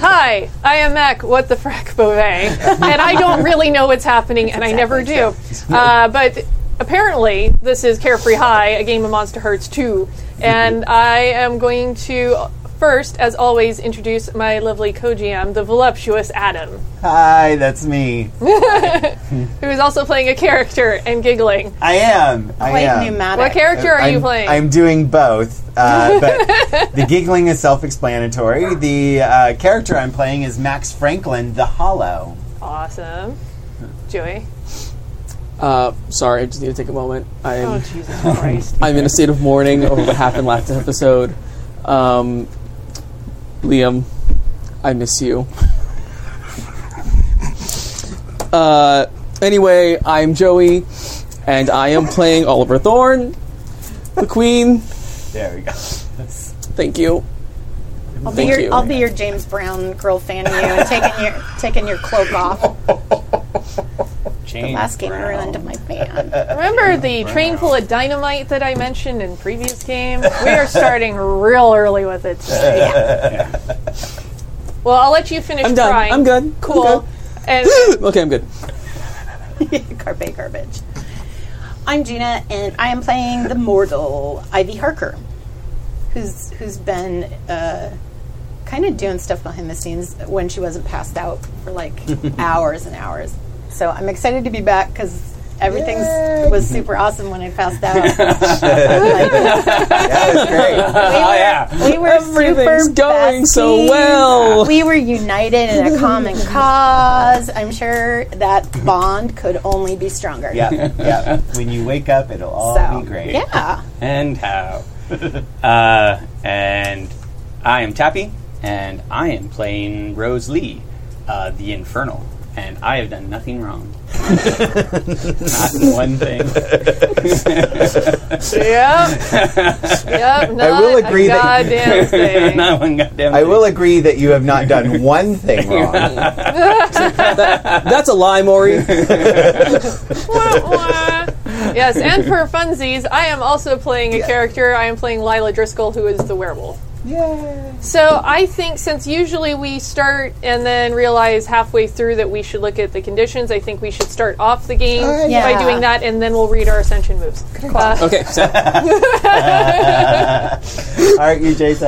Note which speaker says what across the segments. Speaker 1: Hi, I am Mac, what the frack Beauvais, and I don't really know what's happening, and I never do. Uh, but apparently, this is Carefree High, a game of Monster Hearts 2, and
Speaker 2: Mm-hmm.
Speaker 1: I am going to first, as always, introduce my lovely co GM, the voluptuous Adam,
Speaker 2: Hi, that's me.
Speaker 1: who is also playing a character and giggling.
Speaker 2: I am. I
Speaker 3: Quite
Speaker 2: am.
Speaker 3: pneumatic.
Speaker 1: What character are
Speaker 2: I'm,
Speaker 1: you playing?
Speaker 2: I'm doing both, uh, but the giggling is self-explanatory. The uh, character I'm playing is Max Franklin, the Hollow.
Speaker 1: awesome. Joey.
Speaker 4: Uh, sorry, I just need to take a moment. I'm
Speaker 1: Oh, Jesus Christ.
Speaker 4: I'm in a state of mourning over what happened last episode. Um, Liam, I miss you. Uh, anyway, I'm Joey, and I am playing Oliver Thorne, the Queen.
Speaker 2: There we go.
Speaker 4: Thank you.
Speaker 3: I'll be
Speaker 4: Thank
Speaker 3: your
Speaker 4: you.
Speaker 3: I'll be your James Brown girl fan you and taking your taking your cloak off.
Speaker 2: James
Speaker 3: Last game ruined my fan.
Speaker 1: Remember the train full of dynamite that I mentioned in previous game? We are starting real early with it today. Well, I'll let you finish
Speaker 4: I'm done.
Speaker 1: crying.
Speaker 4: I'm good.
Speaker 1: Cool.
Speaker 4: I'm
Speaker 1: And
Speaker 4: good. okay, I'm good.
Speaker 3: Carpe garbage. I'm Gina and I am playing the mortal Ivy Harker, who's who's been uh, kind of doing stuff behind the scenes when she wasn't passed out for like hours and hours. So I'm excited to be back because everything was super awesome when I passed out.
Speaker 2: That was great.
Speaker 3: We were, we were
Speaker 4: Oh, Everything's
Speaker 3: super
Speaker 4: going so
Speaker 3: besties.
Speaker 4: well.
Speaker 3: We were united in a common cause. I'm sure that bond could only be stronger.
Speaker 2: yeah, yeah. When you wake up, it'll all
Speaker 3: So
Speaker 2: be great.
Speaker 3: yeah,
Speaker 5: and how. uh, and I am Tappy, and I am playing Rose Lee, uh, the Infernal, and I have done nothing wrong. Not one thing.
Speaker 1: yep, yep. Not
Speaker 2: will agree
Speaker 1: a
Speaker 2: that-
Speaker 1: goddamn thing.
Speaker 5: Not one goddamn.
Speaker 2: I
Speaker 5: thing.
Speaker 2: will agree that you have not done one thing wrong.
Speaker 4: That's a lie, Maury.
Speaker 1: Wah, wah. yes, and for funsies, I am also playing a character. I am playing Lila Driscoll, who is the werewolf.
Speaker 2: Yay.
Speaker 1: So I think since usually we start and then realize halfway through that we should look at the conditions, I think we should start off the game
Speaker 2: Alright.
Speaker 1: by
Speaker 3: Yeah.
Speaker 1: doing that, and then we'll read our ascension moves. Uh,
Speaker 4: Okay, so,
Speaker 2: All right, you Jason.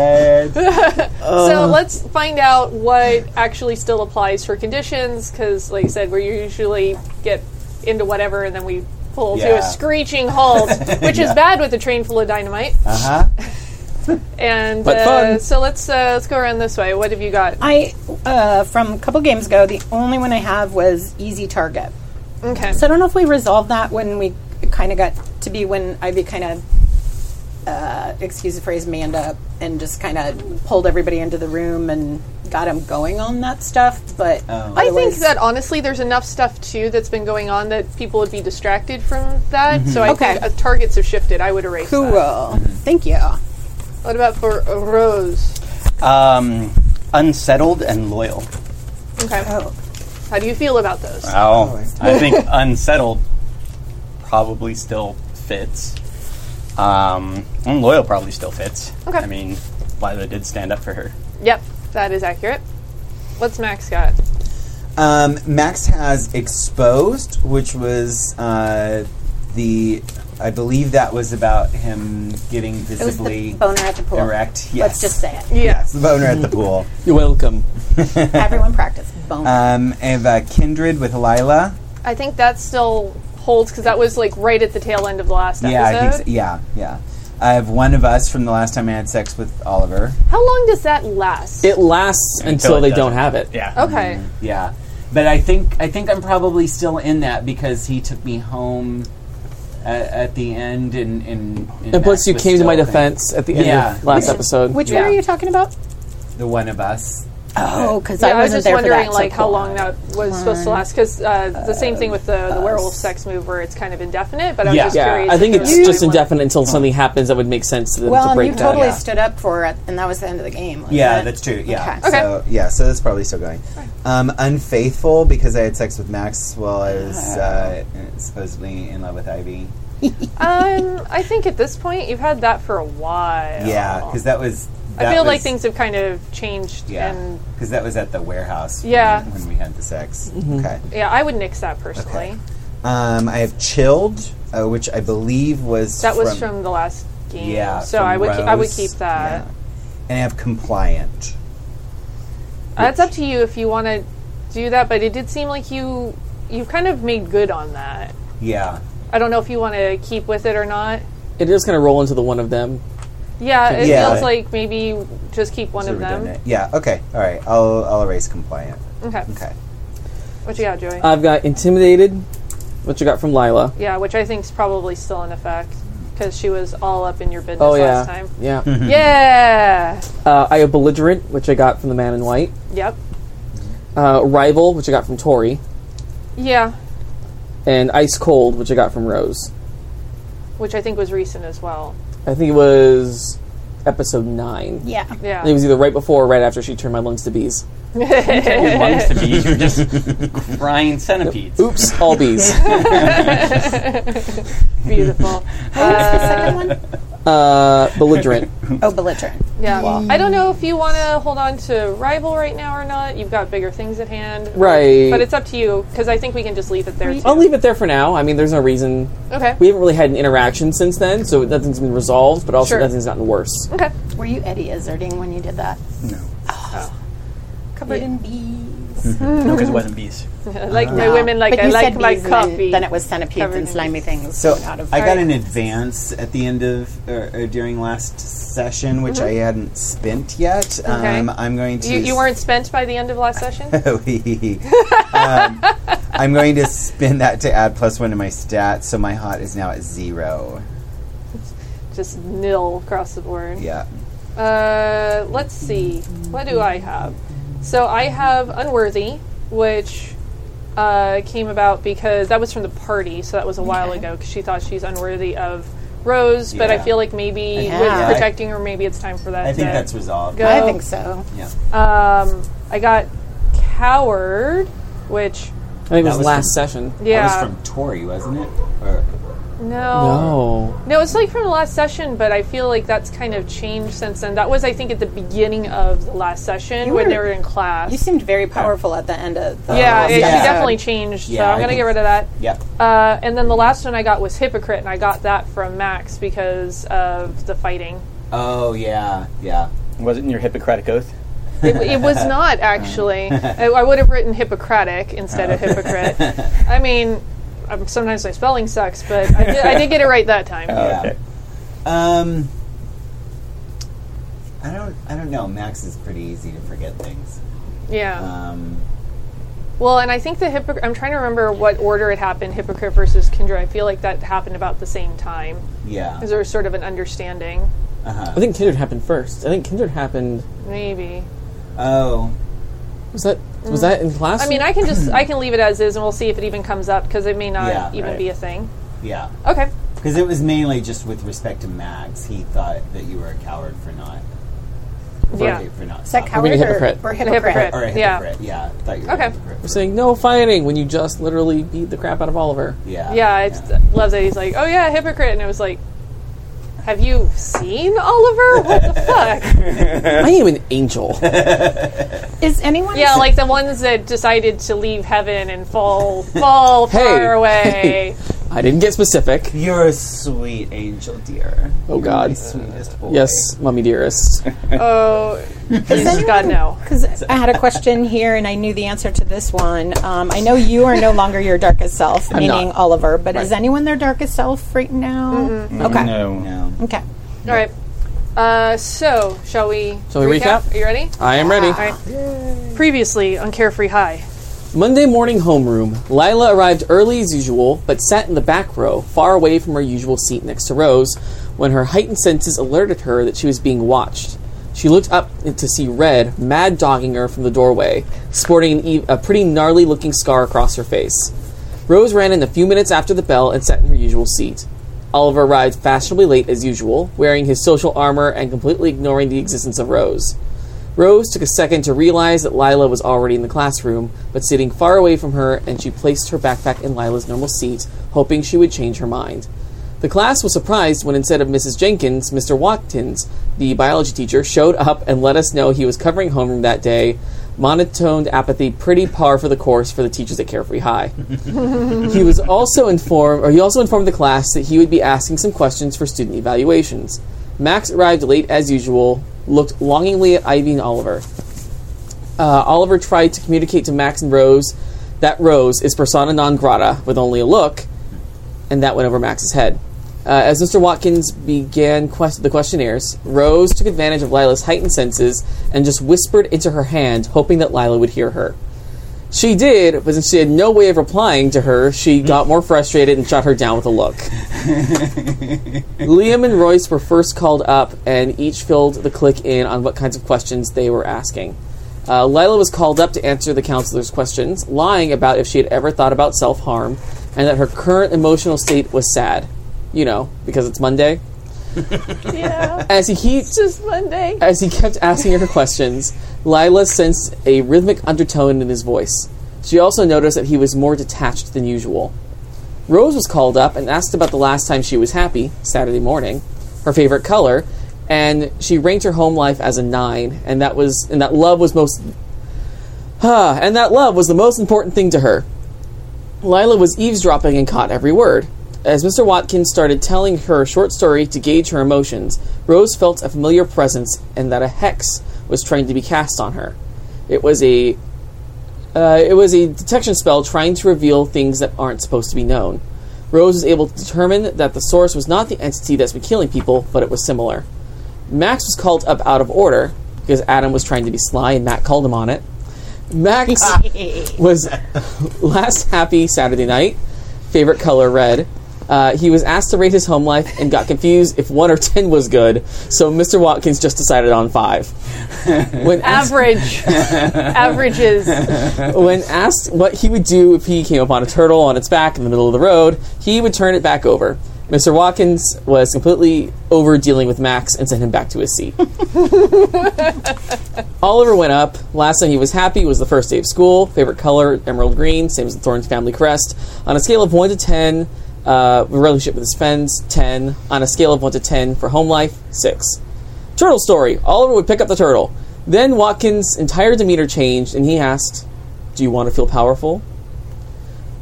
Speaker 4: Uh-huh.
Speaker 1: so let's find out what actually still applies for conditions, because like I said, we usually get into whatever and then we pull to
Speaker 2: Yeah.
Speaker 1: a screeching halt, which is bad with a train full of dynamite.
Speaker 2: Uh huh.
Speaker 1: And
Speaker 4: Uh-huh. But
Speaker 1: uh,
Speaker 4: fun.
Speaker 1: so let's uh, let's go around this way. What have you got?
Speaker 3: I uh, from a couple games ago, the only one I have was easy target.
Speaker 1: Okay.
Speaker 3: So I don't know if we resolved that when we kind of got to be when Ivy kind of. Uh, excuse the phrase, manned up and just kind of pulled everybody into the room and got them going on that stuff. But
Speaker 2: Oh.
Speaker 1: I think
Speaker 3: otherwise-
Speaker 1: that honestly, there's enough stuff too that's been going on that people would be distracted from that.
Speaker 2: Mm-hmm.
Speaker 1: So I
Speaker 3: Okay.
Speaker 1: think uh, targets have shifted. I would erase
Speaker 3: Cool.
Speaker 1: that.
Speaker 3: Thank you.
Speaker 1: What about for uh, Rose?
Speaker 5: Um, unsettled and loyal.
Speaker 1: Okay.
Speaker 3: Oh,
Speaker 1: How do you feel about those?
Speaker 5: Wow. I think unsettled probably still fits. Um, and loyal probably still fits.
Speaker 1: Okay.
Speaker 5: I mean, Lila did stand up for her.
Speaker 1: Yep, that is accurate. What's Max got?
Speaker 2: Um, Max has exposed, which was uh, the. I believe that was about him getting
Speaker 3: it was the
Speaker 2: visibly
Speaker 3: boner at the pool.
Speaker 2: erect. Yes.
Speaker 3: Let's just say it.
Speaker 2: Yes, the boner at the pool.
Speaker 4: you're welcome.
Speaker 3: Everyone practice boner.
Speaker 2: Um, I have uh, Kindred with Lila.
Speaker 1: I think that still holds because that was like right at the tail end of the last
Speaker 2: Yeah, I think
Speaker 1: episode.
Speaker 2: so. yeah, yeah. I have one of us from the last time I had sex with Oliver.
Speaker 1: How long does that last?
Speaker 4: It lasts until,
Speaker 5: it
Speaker 4: they
Speaker 5: doesn't.
Speaker 4: don't have it.
Speaker 5: Yeah.
Speaker 1: okay.
Speaker 2: Mm. Yeah, but I think I think I'm probably still in that because he took me home at, at the end, and and,
Speaker 4: And plus, you came to my defense at the end
Speaker 2: Yeah.
Speaker 4: of last episode.
Speaker 3: Which
Speaker 1: yeah.
Speaker 3: one are you talking about?
Speaker 2: The one of us.
Speaker 3: Oh, because
Speaker 1: Yeah,
Speaker 3: I
Speaker 1: I was
Speaker 3: wasn't
Speaker 1: just
Speaker 3: there
Speaker 1: wondering
Speaker 3: for that. so
Speaker 1: like how
Speaker 3: cool.
Speaker 1: long that was supposed to last because uh, the same thing with the, the werewolf sex move where it's kind of indefinite. But I was
Speaker 2: Yeah.
Speaker 1: just
Speaker 4: Yeah,
Speaker 1: curious.
Speaker 4: I think
Speaker 1: if
Speaker 4: it's
Speaker 1: there was
Speaker 4: just
Speaker 1: really one-
Speaker 4: indefinite until something happens that would make sense to them
Speaker 3: Well,
Speaker 4: to
Speaker 3: and
Speaker 4: break
Speaker 3: you
Speaker 4: down.
Speaker 3: totally
Speaker 2: Yeah.
Speaker 3: stood up for it, and that was the end of the game. wasn't
Speaker 2: Yeah,
Speaker 3: it?
Speaker 2: that's true. Yeah.
Speaker 3: Okay.
Speaker 1: Okay.
Speaker 2: So yeah, so that's probably still going. Um, unfaithful because I had sex with Max while I
Speaker 1: Ah.
Speaker 2: was uh, supposedly in love with Ivy.
Speaker 1: Um, I think at this point you've had that for a while.
Speaker 2: Yeah, because that was
Speaker 1: I
Speaker 6: That
Speaker 1: feel like
Speaker 6: was-
Speaker 1: things have kind of changed,
Speaker 6: Yeah,
Speaker 1: and
Speaker 6: because that was at the warehouse.
Speaker 1: Yeah.
Speaker 6: when, when we had the sex. Okay.
Speaker 1: yeah, I would nix that personally.
Speaker 6: Okay. Um, I have chilled, uh, which I believe was
Speaker 1: That was from, the last game,
Speaker 6: yeah.
Speaker 1: So
Speaker 6: from
Speaker 1: I would keep, I would
Speaker 6: Rose.
Speaker 1: keep that.
Speaker 6: Yeah. And I have compliant.
Speaker 1: That's Uh, up to you if you want to do that. But it did seem like you you kind of made good on that.
Speaker 6: Yeah,
Speaker 1: I don't know if you want to keep with it or not.
Speaker 4: It is going to roll into the one of them.
Speaker 1: Yeah, it
Speaker 6: Yeah.
Speaker 1: feels like maybe just keep one
Speaker 6: So
Speaker 1: of
Speaker 6: we're
Speaker 1: them.
Speaker 6: doing it. Yeah. Okay. All right. I'll I'll erase compliant.
Speaker 1: Okay.
Speaker 6: Okay. Uh,
Speaker 1: What you got, Joey?
Speaker 4: I've got intimidated. What you got from Lila?
Speaker 1: yeah, which I think's probably still in effect because she was all up in your business
Speaker 4: Oh
Speaker 1: last
Speaker 4: yeah,
Speaker 1: time.
Speaker 4: yeah.
Speaker 5: Hmm.
Speaker 6: Mm-hmm.
Speaker 1: Yeah.
Speaker 4: Uh, I have belligerent, which I got from the man in white.
Speaker 1: Yep.
Speaker 4: Uh, rival, which I got from Tori,
Speaker 1: Yeah.
Speaker 4: and ice cold, which I got from Rose.
Speaker 1: Which I think was recent as well.
Speaker 4: I think it was episode nine.
Speaker 3: Yeah.
Speaker 4: I
Speaker 1: Yeah.
Speaker 4: think it was either right before or right after she turned my lungs to bees.
Speaker 5: Lungs to be, you're just crying centipedes.
Speaker 4: Oops, all bees.
Speaker 1: Beautiful.
Speaker 4: uh, belligerent.
Speaker 3: Oh, belligerent.
Speaker 1: Yeah. I don't know if you want to hold on to rival right now or not. You've got bigger things at hand.
Speaker 4: Right.
Speaker 1: But it's up to you because I think we can just leave it there. Too.
Speaker 4: I'll leave it there for now. I mean, there's no reason.
Speaker 1: Okay.
Speaker 4: We haven't really had an interaction since then, so nothing's been resolved, but also
Speaker 1: Sure.
Speaker 4: nothing's gotten worse.
Speaker 1: okay.
Speaker 3: Were you Eddie Izzarding when you did that? Oh.
Speaker 6: No.
Speaker 1: Oh.
Speaker 3: Covered in bees.
Speaker 5: No, because it wasn't bees.
Speaker 1: Like my women, like
Speaker 3: but
Speaker 1: I
Speaker 3: you
Speaker 1: like
Speaker 3: said
Speaker 1: my
Speaker 3: bees, and then-
Speaker 1: coffee.
Speaker 3: Then it was centipedes
Speaker 1: Covered in
Speaker 3: and slimy things.
Speaker 6: So
Speaker 3: coming out of
Speaker 6: I got
Speaker 1: Alright.
Speaker 6: an advance at the end of or, or during last session, which I hadn't spent yet.
Speaker 1: Mm-hmm. Okay.
Speaker 6: Um, I'm going to.
Speaker 1: You, you weren't spent by the end of last session.
Speaker 6: um, I'm going to spin that to add plus one to my stats, so my hot is now at zero.
Speaker 1: just nil across the board.
Speaker 6: Yeah.
Speaker 1: Uh, let's see. What do I have? So I have Unworthy, which uh, came about because that was from the party, so that was a while ago because she thought she's unworthy of Rose, but I
Speaker 6: Yeah.
Speaker 1: feel like maybe
Speaker 3: Yeah.
Speaker 1: with
Speaker 3: Yeah,
Speaker 6: I-
Speaker 1: protecting her, maybe it's time for that.
Speaker 6: I think
Speaker 1: to-
Speaker 6: that's resolved.
Speaker 1: Go.
Speaker 3: I think so.
Speaker 6: Yeah.
Speaker 1: Um, I got Coward, which,
Speaker 4: I think it was,
Speaker 6: was
Speaker 4: last
Speaker 6: from-
Speaker 4: session.
Speaker 6: That
Speaker 1: yeah.
Speaker 6: was from Tori, wasn't it? Or,
Speaker 1: no.
Speaker 4: No.
Speaker 1: No, it's like from the last session, but I feel like that's kind of changed since then. That was, I think, at the beginning of the last session when they
Speaker 3: were-
Speaker 1: were in class.
Speaker 3: You seemed very powerful at the end of the
Speaker 1: Yeah, it, she
Speaker 6: Oh, yeah.
Speaker 1: definitely changed. so
Speaker 6: Yeah,
Speaker 1: I'm
Speaker 6: I
Speaker 1: gonna
Speaker 6: think
Speaker 1: get rid of that.
Speaker 6: yep.
Speaker 1: Uh, and then the last one I got was hypocrite, and I got that from Max because of the fighting.
Speaker 6: Oh yeah, yeah.
Speaker 5: Was it in your Hippocratic oath?
Speaker 1: It, it was not actually. I, I would have written Hippocratic instead of hypocrite. I mean, um sometimes my spelling sucks, but I did, I did get it right that time.
Speaker 6: Oh, yeah.
Speaker 5: okay.
Speaker 6: Um, I don't. I don't know. Max is pretty easy to forget things.
Speaker 1: yeah.
Speaker 6: Um,
Speaker 1: Well, and I think the hypocrite. I'm trying to remember what order it happened. Hypocrite versus Kindred. I feel like that happened about the same time.
Speaker 6: yeah.
Speaker 1: Is there was sort of an understanding?
Speaker 4: I think Kindred happened first. I think Kindred happened.
Speaker 1: Maybe.
Speaker 6: Oh,
Speaker 4: Was that was that in class?
Speaker 1: Mm. I mean, I can just I can leave it as is, and we'll see if it even comes up because it may not
Speaker 6: Yeah,
Speaker 1: even
Speaker 6: right.
Speaker 1: be a thing.
Speaker 6: yeah.
Speaker 1: Okay.
Speaker 6: Because it was mainly just with respect to Max. He thought that you were a coward for not. For,
Speaker 1: Yeah.
Speaker 6: For not.
Speaker 3: Is that
Speaker 6: stopping.
Speaker 3: coward
Speaker 4: being a
Speaker 3: or,
Speaker 4: hypocrite.
Speaker 3: or
Speaker 1: hypocrite.
Speaker 3: hypocrite?
Speaker 6: Or a
Speaker 1: Yeah.
Speaker 6: hypocrite. Yeah. I thought you were a
Speaker 1: Okay.
Speaker 6: hypocrite for-
Speaker 4: We're saying no fighting when you just literally beat the crap out of Oliver.
Speaker 6: Yeah.
Speaker 1: Yeah, I just love that he's like, oh yeah, hypocrite, and it was like, have you seen Oliver? What the fuck?
Speaker 4: I am an angel.
Speaker 3: Is anyone?
Speaker 1: yeah, like the ones that decided to leave heaven and fall fall
Speaker 4: Hey.
Speaker 1: far away.
Speaker 4: Hey. I didn't get specific.
Speaker 6: You're a sweet angel, dear.
Speaker 4: Oh God.
Speaker 6: My sweetest boy.
Speaker 4: Yes, mummy dearest.
Speaker 1: Oh, please God no.
Speaker 3: Because I had a question here, and I knew the answer to this one. Um, I know you are no longer your darkest self, meaning
Speaker 4: not.
Speaker 3: Oliver. But is anyone their darkest self right now? Okay.
Speaker 6: No.
Speaker 3: Okay.
Speaker 1: All right. Uh, so shall we?
Speaker 4: Shall we recap? Ah.
Speaker 1: Are you ready?
Speaker 4: I am ready.
Speaker 1: All right. Previously on Carefree High.
Speaker 4: Monday morning homeroom. Lila arrived early as usual, but sat in the back row, far away from her usual seat next to Rose, when her heightened senses alerted her that she was being watched. She looked up to see Red mad dogging her from the doorway, sporting an e- a pretty gnarly looking scar across her face. Rose ran in a few minutes after the bell and sat in her usual seat. Oliver arrived fashionably late as usual, wearing his social armor and completely ignoring the existence of Rose. Rose took a second to realize that Lila was already in the classroom, but sitting far away from her, and she placed her backpack in Lila's normal seat, hoping she would change her mind. The class was surprised when instead of Mrs. Jenkins, Mr. Watkins, the biology teacher, showed up and let us know he was covering homeroom that day. Monotoned apathy, pretty par for the course for the teachers at Carefree High. he was also informed, or he also informed the class that he would be asking some questions for student evaluations. Max arrived late as usual, looked longingly at Ivy and Oliver. Uh, Oliver tried to communicate to Max and Rose that Rose is persona non grata with only a look, and that went over Max's head. Uh, as Mr. Watkins began quest- the questionnaires, Rose took advantage of Lila's heightened senses and just whispered into her hand, hoping that Lila would hear her. She did, but since she had no way of replying to her, she got more frustrated and shut her down with a look. Liam and Royce were first called up, and each filled the click in on what kinds of questions they were asking. Uh, Lila was called up to answer the counselor's questions, lying about if she had ever thought about self harm, and that her current emotional state was sad. You know, because it's Monday.
Speaker 1: Yeah.
Speaker 4: As he keeps
Speaker 1: it's just Monday.
Speaker 4: as he kept asking her questions, Lila sensed a rhythmic undertone in his voice. She also noticed that he was more detached than usual. Rose was called up and asked about the last time she was happy, Saturday morning, her favorite color, and she ranked her home life as a 9, and that was and that love was most Ah, and that love was the most important thing to her. Lila was eavesdropping and caught every word. As Mr. Watkins started telling her a short story to gauge her emotions, Rose felt a familiar presence and that a hex was trying to be cast on her. It was a uh, it was a detection spell trying to reveal things that aren't supposed to be known. Rose was able to determine that the source was not the entity that's been killing people, but it was similar. Max was called up out of order because Adam was trying to be sly and Matt called him on it. Max was last happy Saturday night, favorite color red. Uh, he was asked to rate his home life and got confused if one or ten was good, so Mr. Watkins just decided on five. When asked,
Speaker 1: Average. Averages.
Speaker 4: when asked what he would do if he came upon a turtle on its back in the middle of the road, he would turn it back over. Mr. Watkins was completely over dealing with Max and sent him back to his seat. Oliver went up. Last time he was happy was the first day of school. Favorite color, emerald green, same as the Thorns family crest. On a scale of 1 to 10, uh, relationship with his friends, 10. On a scale of 1 to 10 for home life, 6. Turtle story. Oliver would pick up the turtle. Then Watkins' entire demeanor changed and he asked, Do you want to feel powerful?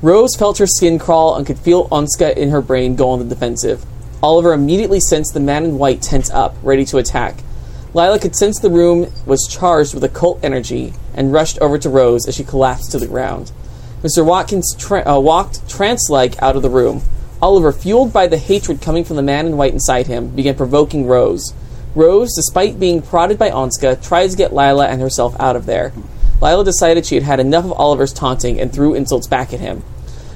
Speaker 4: Rose felt her skin crawl and could feel Onska in her brain go on the defensive. Oliver immediately sensed the man in white tense up, ready to attack. Lila could sense the room was charged with occult energy and rushed over to Rose as she collapsed to the ground. Mr. Watkins tra- uh, walked trance like out of the room. Oliver, fueled by the hatred coming from the man in white inside him, began provoking Rose. Rose, despite being prodded by Onska, tried to get Lila and herself out of there. Lila decided she had had enough of Oliver's taunting and threw insults back at him.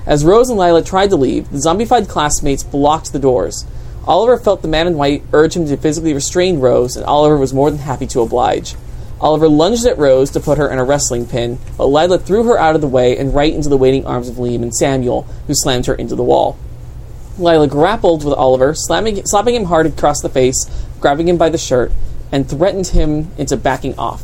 Speaker 4: As Rose and Lila tried to leave, the zombified classmates blocked the doors. Oliver felt the man in white urge him to physically restrain Rose, and Oliver was more than happy to oblige. Oliver lunged at Rose to put her in a wrestling pin, but Lila threw her out of the way and right into the waiting arms of Liam and Samuel, who slammed her into the wall. Lila grappled with Oliver, slamming, slapping him hard across the face, grabbing him by the shirt, and threatened him into backing off.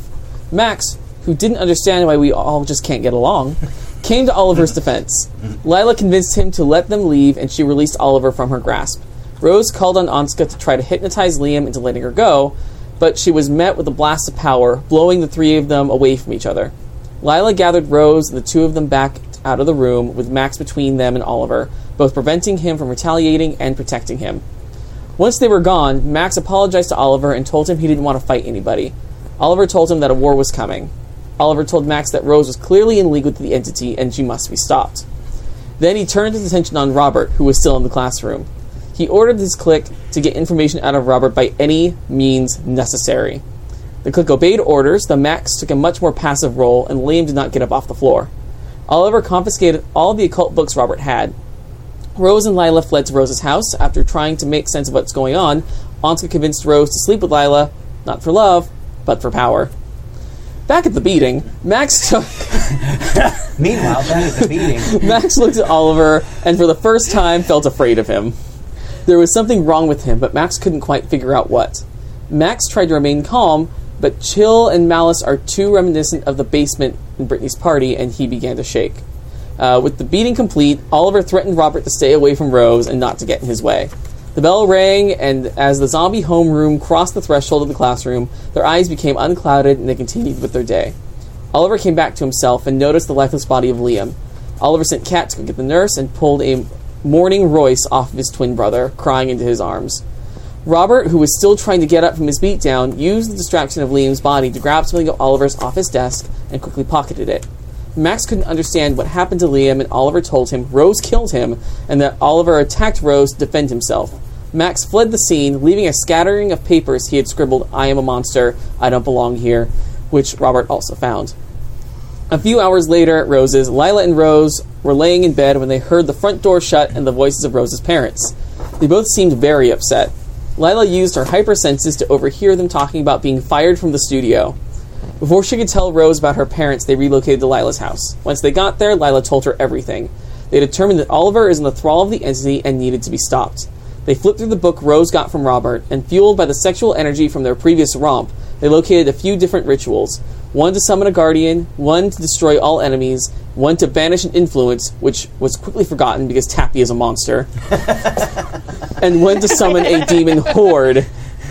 Speaker 4: Max, who didn't understand why we all just can't get along, came to Oliver's defense. Lila convinced him to let them leave, and she released Oliver from her grasp. Rose called on Anska to try to hypnotize Liam into letting her go, but she was met with a blast of power, blowing the three of them away from each other. Lila gathered Rose and the two of them back out of the room, with Max between them and Oliver, both preventing him from retaliating and protecting him. Once they were gone, Max apologized to Oliver and told him he didn't want to fight anybody. Oliver told him that a war was coming. Oliver told Max that Rose was clearly in league with the entity and she must be stopped. Then he turned his attention on Robert, who was still in the classroom. He ordered his clique to get information out of Robert by any means necessary. The clique obeyed orders, the Max took a much more passive role, and Liam did not get up off the floor. Oliver confiscated all the occult books Robert had. Rose and Lila fled to Rose's house. After trying to make sense of what's going on, Anska convinced Rose to sleep with Lila, not for love, but for power. Back at the beating, Max took
Speaker 6: Meanwhile, that is a beating.
Speaker 4: Max looked at Oliver and for the first time felt afraid of him. There was something wrong with him, but Max couldn't quite figure out what. Max tried to remain calm, but chill and malice are too reminiscent of the basement in Brittany's party, and he began to shake. Uh, with the beating complete, Oliver threatened Robert to stay away from Rose and not to get in his way. The bell rang, and as the zombie homeroom crossed the threshold of the classroom, their eyes became unclouded and they continued with their day. Oliver came back to himself and noticed the lifeless body of Liam. Oliver sent Kat to go get the nurse and pulled a mourning Royce off of his twin brother, crying into his arms. Robert, who was still trying to get up from his beatdown, used the distraction of Liam's body to grab something of Oliver's off his desk and quickly pocketed it. Max couldn't understand what happened to Liam, and Oliver told him Rose killed him and that Oliver attacked Rose to defend himself. Max fled the scene, leaving a scattering of papers he had scribbled, I am a monster, I don't belong here, which Robert also found. A few hours later at Rose's, Lila and Rose were laying in bed when they heard the front door shut and the voices of Rose's parents. They both seemed very upset. Lila used her hypersenses to overhear them talking about being fired from the studio. Before she could tell Rose about her parents, they relocated to Lila's house. Once they got there, Lila told her everything. They determined that Oliver is in the thrall of the entity and needed to be stopped. They flipped through the book Rose got from Robert, and fueled by the sexual energy from their previous romp, they located a few different rituals one to summon a guardian, one to destroy all enemies, one to banish an influence, which was quickly forgotten because Tappy is a monster, and one to summon a demon horde.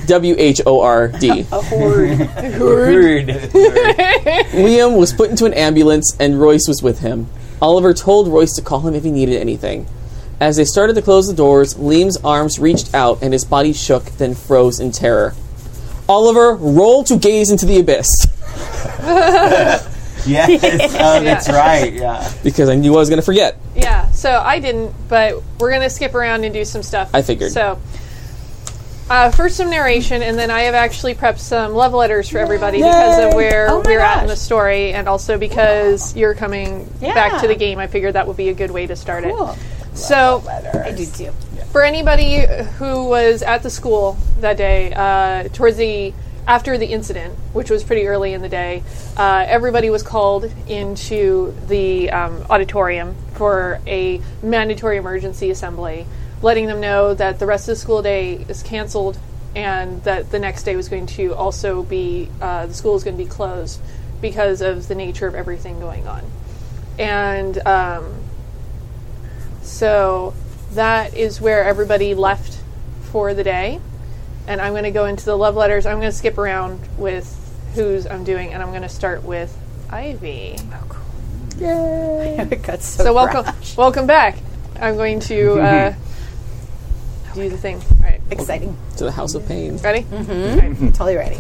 Speaker 4: W H O R D.
Speaker 3: A horde.
Speaker 4: Liam was put into an ambulance and Royce was with him. Oliver told Royce to call him if he needed anything. As they started to close the doors, Liam's arms reached out and his body shook, then froze in terror. Oliver, roll to gaze into the abyss.
Speaker 6: Yes. Oh, that's right. Yeah.
Speaker 4: Because I knew I was going to forget.
Speaker 1: Yeah, so I didn't, but we're going to skip around and do some stuff.
Speaker 4: I figured.
Speaker 1: So, uh, first some narration, and then I have actually prepped some love letters for everybody because of where
Speaker 3: Oh my
Speaker 1: we're at in the
Speaker 3: gosh.
Speaker 1: story, and also because you're coming back to
Speaker 3: Yeah.
Speaker 1: the game. I figured that would be a good way to start
Speaker 3: Cool.
Speaker 1: it. So,
Speaker 3: I do too.
Speaker 1: for anybody who was at the school that day, uh, towards the after the incident, which was pretty early in the day, uh, everybody was called into the um, auditorium for a mandatory emergency assembly, letting them know that the rest of the school day is canceled and that the next day was going to also be uh, the school is going to be closed because of the nature of everything going on. And um, so that is where everybody left for the day. And I'm going to go into the love letters. I'm going to skip around with whose I'm doing, and I'm going to start with Ivy.
Speaker 3: It got so,
Speaker 1: So welcome,
Speaker 3: rash.
Speaker 1: welcome back. I'm going to uh, do the thing. All right,
Speaker 3: Exciting.
Speaker 4: To the House of Pain.
Speaker 1: ready?
Speaker 3: Totally ready.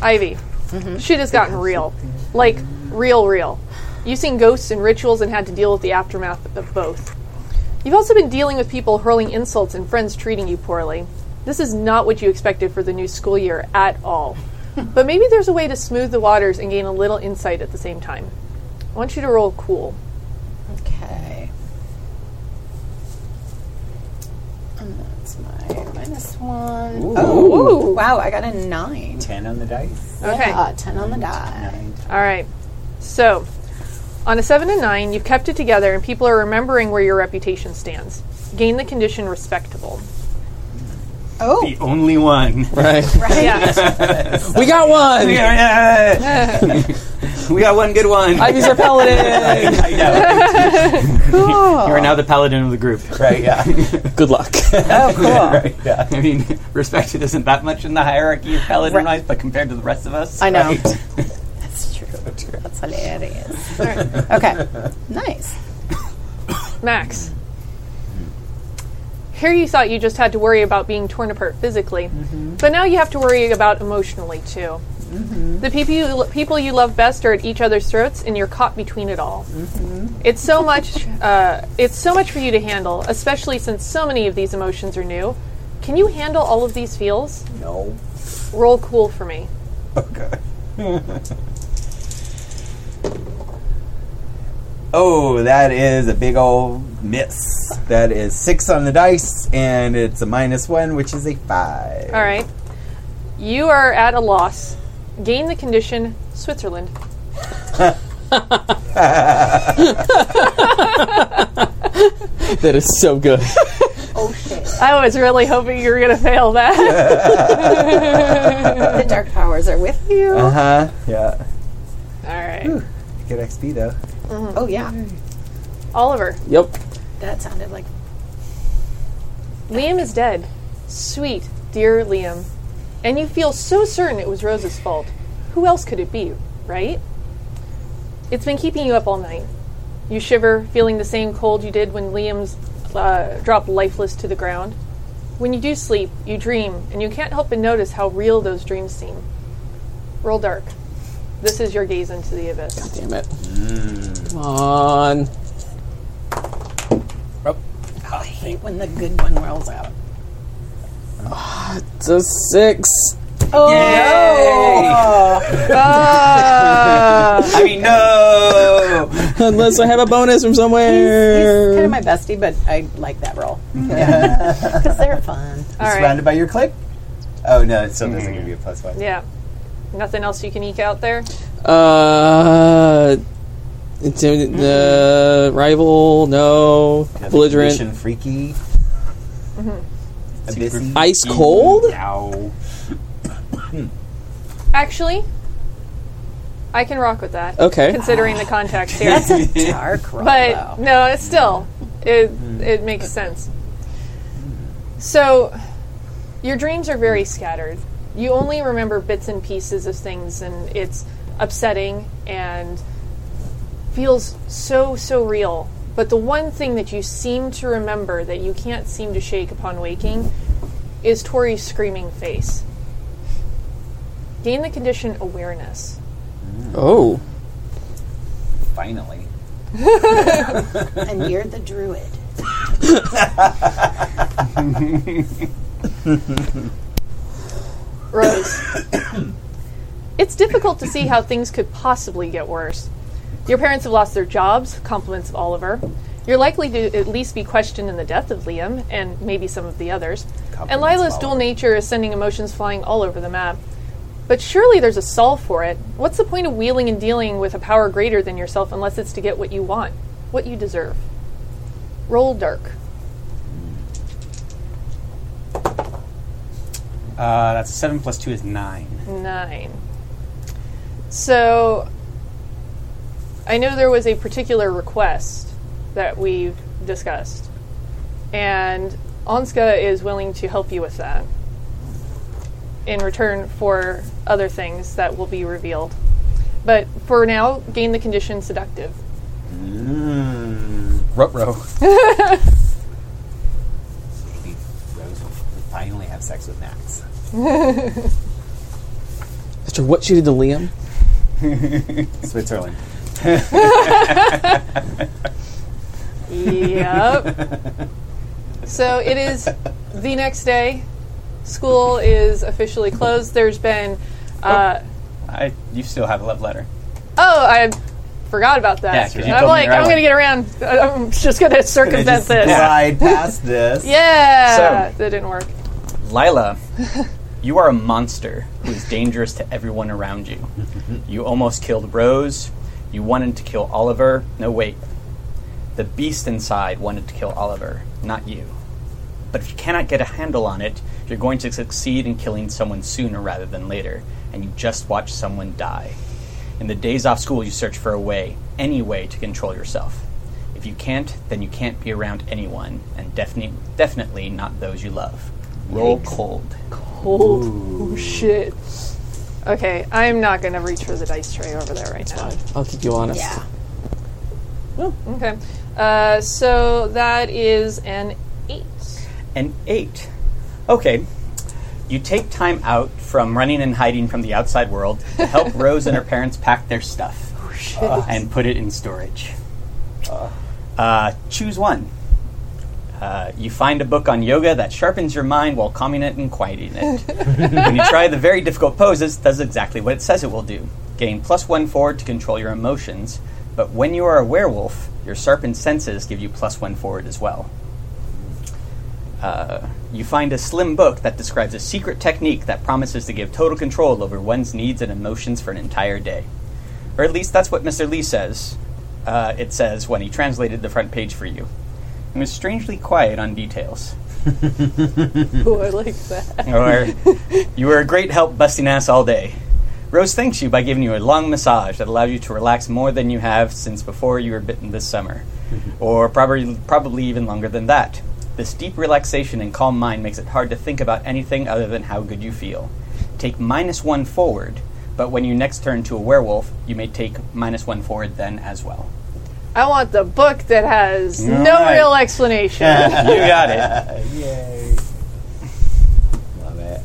Speaker 1: Ivy, shit has gotten real, like real, real. You've seen ghosts and rituals and had to deal with the aftermath of both. You've also been dealing with people hurling insults and friends treating you poorly. This is not what you expected for the new school year at all. but maybe there's a way to smooth the waters and gain a little insight at the same time. I want you to roll cool.
Speaker 3: Okay. And that's my minus one. Oh, wow, I got a nine.
Speaker 6: Ten on the dice.
Speaker 1: Okay.
Speaker 3: Yeah, ten on the die.
Speaker 1: All right. So, on a 7 and 9, you've kept it together and people are remembering where your reputation stands. Gain the condition respectable.
Speaker 3: Oh,
Speaker 5: The only one.
Speaker 4: Right.
Speaker 1: Yeah.
Speaker 4: we got one!
Speaker 5: we got one good one.
Speaker 4: Ivy's our paladin!
Speaker 6: I know.
Speaker 3: cool.
Speaker 5: you are now the paladin of the group.
Speaker 6: Right. Yeah.
Speaker 4: Good luck.
Speaker 3: oh, cool.
Speaker 6: Right. Yeah.
Speaker 5: I mean, respected isn't that much in the hierarchy of paladin
Speaker 3: Right.
Speaker 5: wise, but compared to the rest of us,
Speaker 3: I know.
Speaker 5: right?
Speaker 3: That's true. That's hilarious. Okay. Nice.
Speaker 1: Max. Here you thought you just had to worry about being torn apart physically, but now you have to worry about emotionally too. The people you, lo- people you love best are at each other's throats, and you're caught between it all. It's so much. Uh, it's so much for you to handle, especially since so many of these emotions are new. Can you handle all of these feels?
Speaker 6: No.
Speaker 1: Roll cool for me.
Speaker 6: Okay. oh, that is a big old miss. That is six on the dice, and it's a minus one, which is a five.
Speaker 1: All right. You are at a loss. Gain the condition Switzerland.
Speaker 4: that is so good.
Speaker 3: Oh shit.
Speaker 1: I was really hoping you were going to fail that.
Speaker 3: the dark powers are with you.
Speaker 6: Uh huh. Yeah.
Speaker 1: All right.
Speaker 6: Good XP though.
Speaker 3: Oh yeah.
Speaker 1: Oliver,
Speaker 4: Yep.
Speaker 3: That sounded like
Speaker 1: Liam is dead. Sweet, dear Liam. And you feel so certain it was Rose's fault. Who else could it be, right? It's been keeping you up all night. You shiver, feeling the same cold you did when Liam's uh, dropped lifeless to the ground. When you do sleep, you dream, and you can't help but notice how real those dreams seem. Roll dark. This is your gaze into the abyss.
Speaker 4: Damn it.
Speaker 3: Mm.
Speaker 4: Come on. Oh.
Speaker 3: I hate when the good one rolls out.
Speaker 4: It's a six.
Speaker 3: Oh!
Speaker 1: Ah!
Speaker 5: I mean, no.
Speaker 4: Unless I have a bonus from somewhere.
Speaker 3: He's kind of my bestie, but I like that roll. Because they're fun.
Speaker 1: All right.
Speaker 6: Surrounded by your click? Oh, no, it still doesn't give you a plus one.
Speaker 1: Yeah. Nothing else you can eke out there?
Speaker 4: Uh, intimidate the rival. No, belligerent. Mm-hmm.
Speaker 6: Mission freaky. Abyssy.
Speaker 4: Ice cold.
Speaker 5: Ow.
Speaker 1: Actually, I can rock with that.
Speaker 4: Okay.
Speaker 1: Considering the context here.
Speaker 3: Dark roll.
Speaker 1: But
Speaker 3: though.
Speaker 1: no, it's still it it makes sense. So your dreams are very scattered. You only remember bits and pieces of things and it's upsetting and feels so so real. But the one thing that you seem to remember that you can't seem to shake upon waking is Tori's screaming face. Gain the condition awareness.
Speaker 4: Oh,
Speaker 6: Finally.
Speaker 3: and you're the druid.
Speaker 1: Rose. it's difficult to see how things could possibly get worse. Your parents have lost their jobs, compliments of Oliver. You're likely to at least be questioned in the death of Liam and maybe some of the others. and
Speaker 6: Compliments of
Speaker 1: Lila's
Speaker 6: Oliver.
Speaker 1: dual nature is sending emotions flying all over the map. But surely there's a solve for it. What's the point of wheeling and dealing with a power greater than yourself unless it's to get what you want, what you deserve? Roll dark.
Speaker 5: Uh, that's seven plus two is nine.
Speaker 1: Nine. So, I know there was a particular request that we've discussed, and Onska is willing to help you with that in return for other things that will be revealed. But for now, gain the condition seductive.
Speaker 6: Mm.
Speaker 5: Rutro.
Speaker 6: Maybe Rose will finally have sex with Max.
Speaker 4: after what she did to Liam.
Speaker 6: Switzerland.
Speaker 1: Yep. so it is the next day. School is officially closed. There's been. Uh,
Speaker 5: I, you still have a love letter.
Speaker 1: Oh, I forgot about
Speaker 5: Yeah,
Speaker 1: that.
Speaker 5: 'cause you
Speaker 1: I'm
Speaker 5: told me
Speaker 1: like,
Speaker 5: your
Speaker 1: I'm going to
Speaker 5: island.
Speaker 1: get around. I'm just going to
Speaker 6: Gonna
Speaker 1: circumvent
Speaker 6: just
Speaker 1: this. Yeah,
Speaker 6: Slide past this.
Speaker 5: So-
Speaker 1: that didn't work.
Speaker 5: Lila, you are a monster who is dangerous to everyone around you. You almost killed Rose. You wanted to kill Oliver. No, wait. The beast inside wanted to kill Oliver, not you. But if you cannot get a handle on it, you're going to succeed in killing someone sooner rather than later, and you just watch someone die. In the days off school, you search for a way, any way to control yourself. If you can't, then you can't be around anyone, and definitely, definitely not those you love. Roll cold.
Speaker 1: Hold. Oh, shit. Okay, I'm not going to reach for the dice tray over there right now.
Speaker 4: I'll keep you honest.
Speaker 3: Yeah.
Speaker 1: Okay. Uh, so that is an eight.
Speaker 5: and eight. Okay. You take time out from running and hiding from the outside world to help Rose and her parents pack their stuff uh, and put it in storage. Uh, choose one. Uh, you find a book on yoga that sharpens your mind while calming it and quieting it. when you try the very difficult poses, it does exactly what it says it will do. Gain plus one forward to control your emotions, but when you are a werewolf, your sharpened senses give you plus one forward as well. Uh, you find a slim book that describes a secret technique that promises to give total control over one's needs and emotions for an entire day. Or at least that's what Mr. Lee says. Uh, it says when he translated the front page for you. He was strangely quiet on details.
Speaker 1: Oh, I like that.
Speaker 5: Or, you were a great help busting ass all day. Rose thanks you by giving you a long massage that allowed you to relax more than you have since before you were bitten this summer, or probably probably even longer than that. This deep relaxation and calm mind makes it hard to think about anything other than how good you feel. Take minus one forward, but when you next turn to a werewolf, you may take minus one forward then as well.
Speaker 1: I want the book that has no
Speaker 5: Alright.
Speaker 1: real explanation.
Speaker 5: you got it.
Speaker 6: Yay. Love it.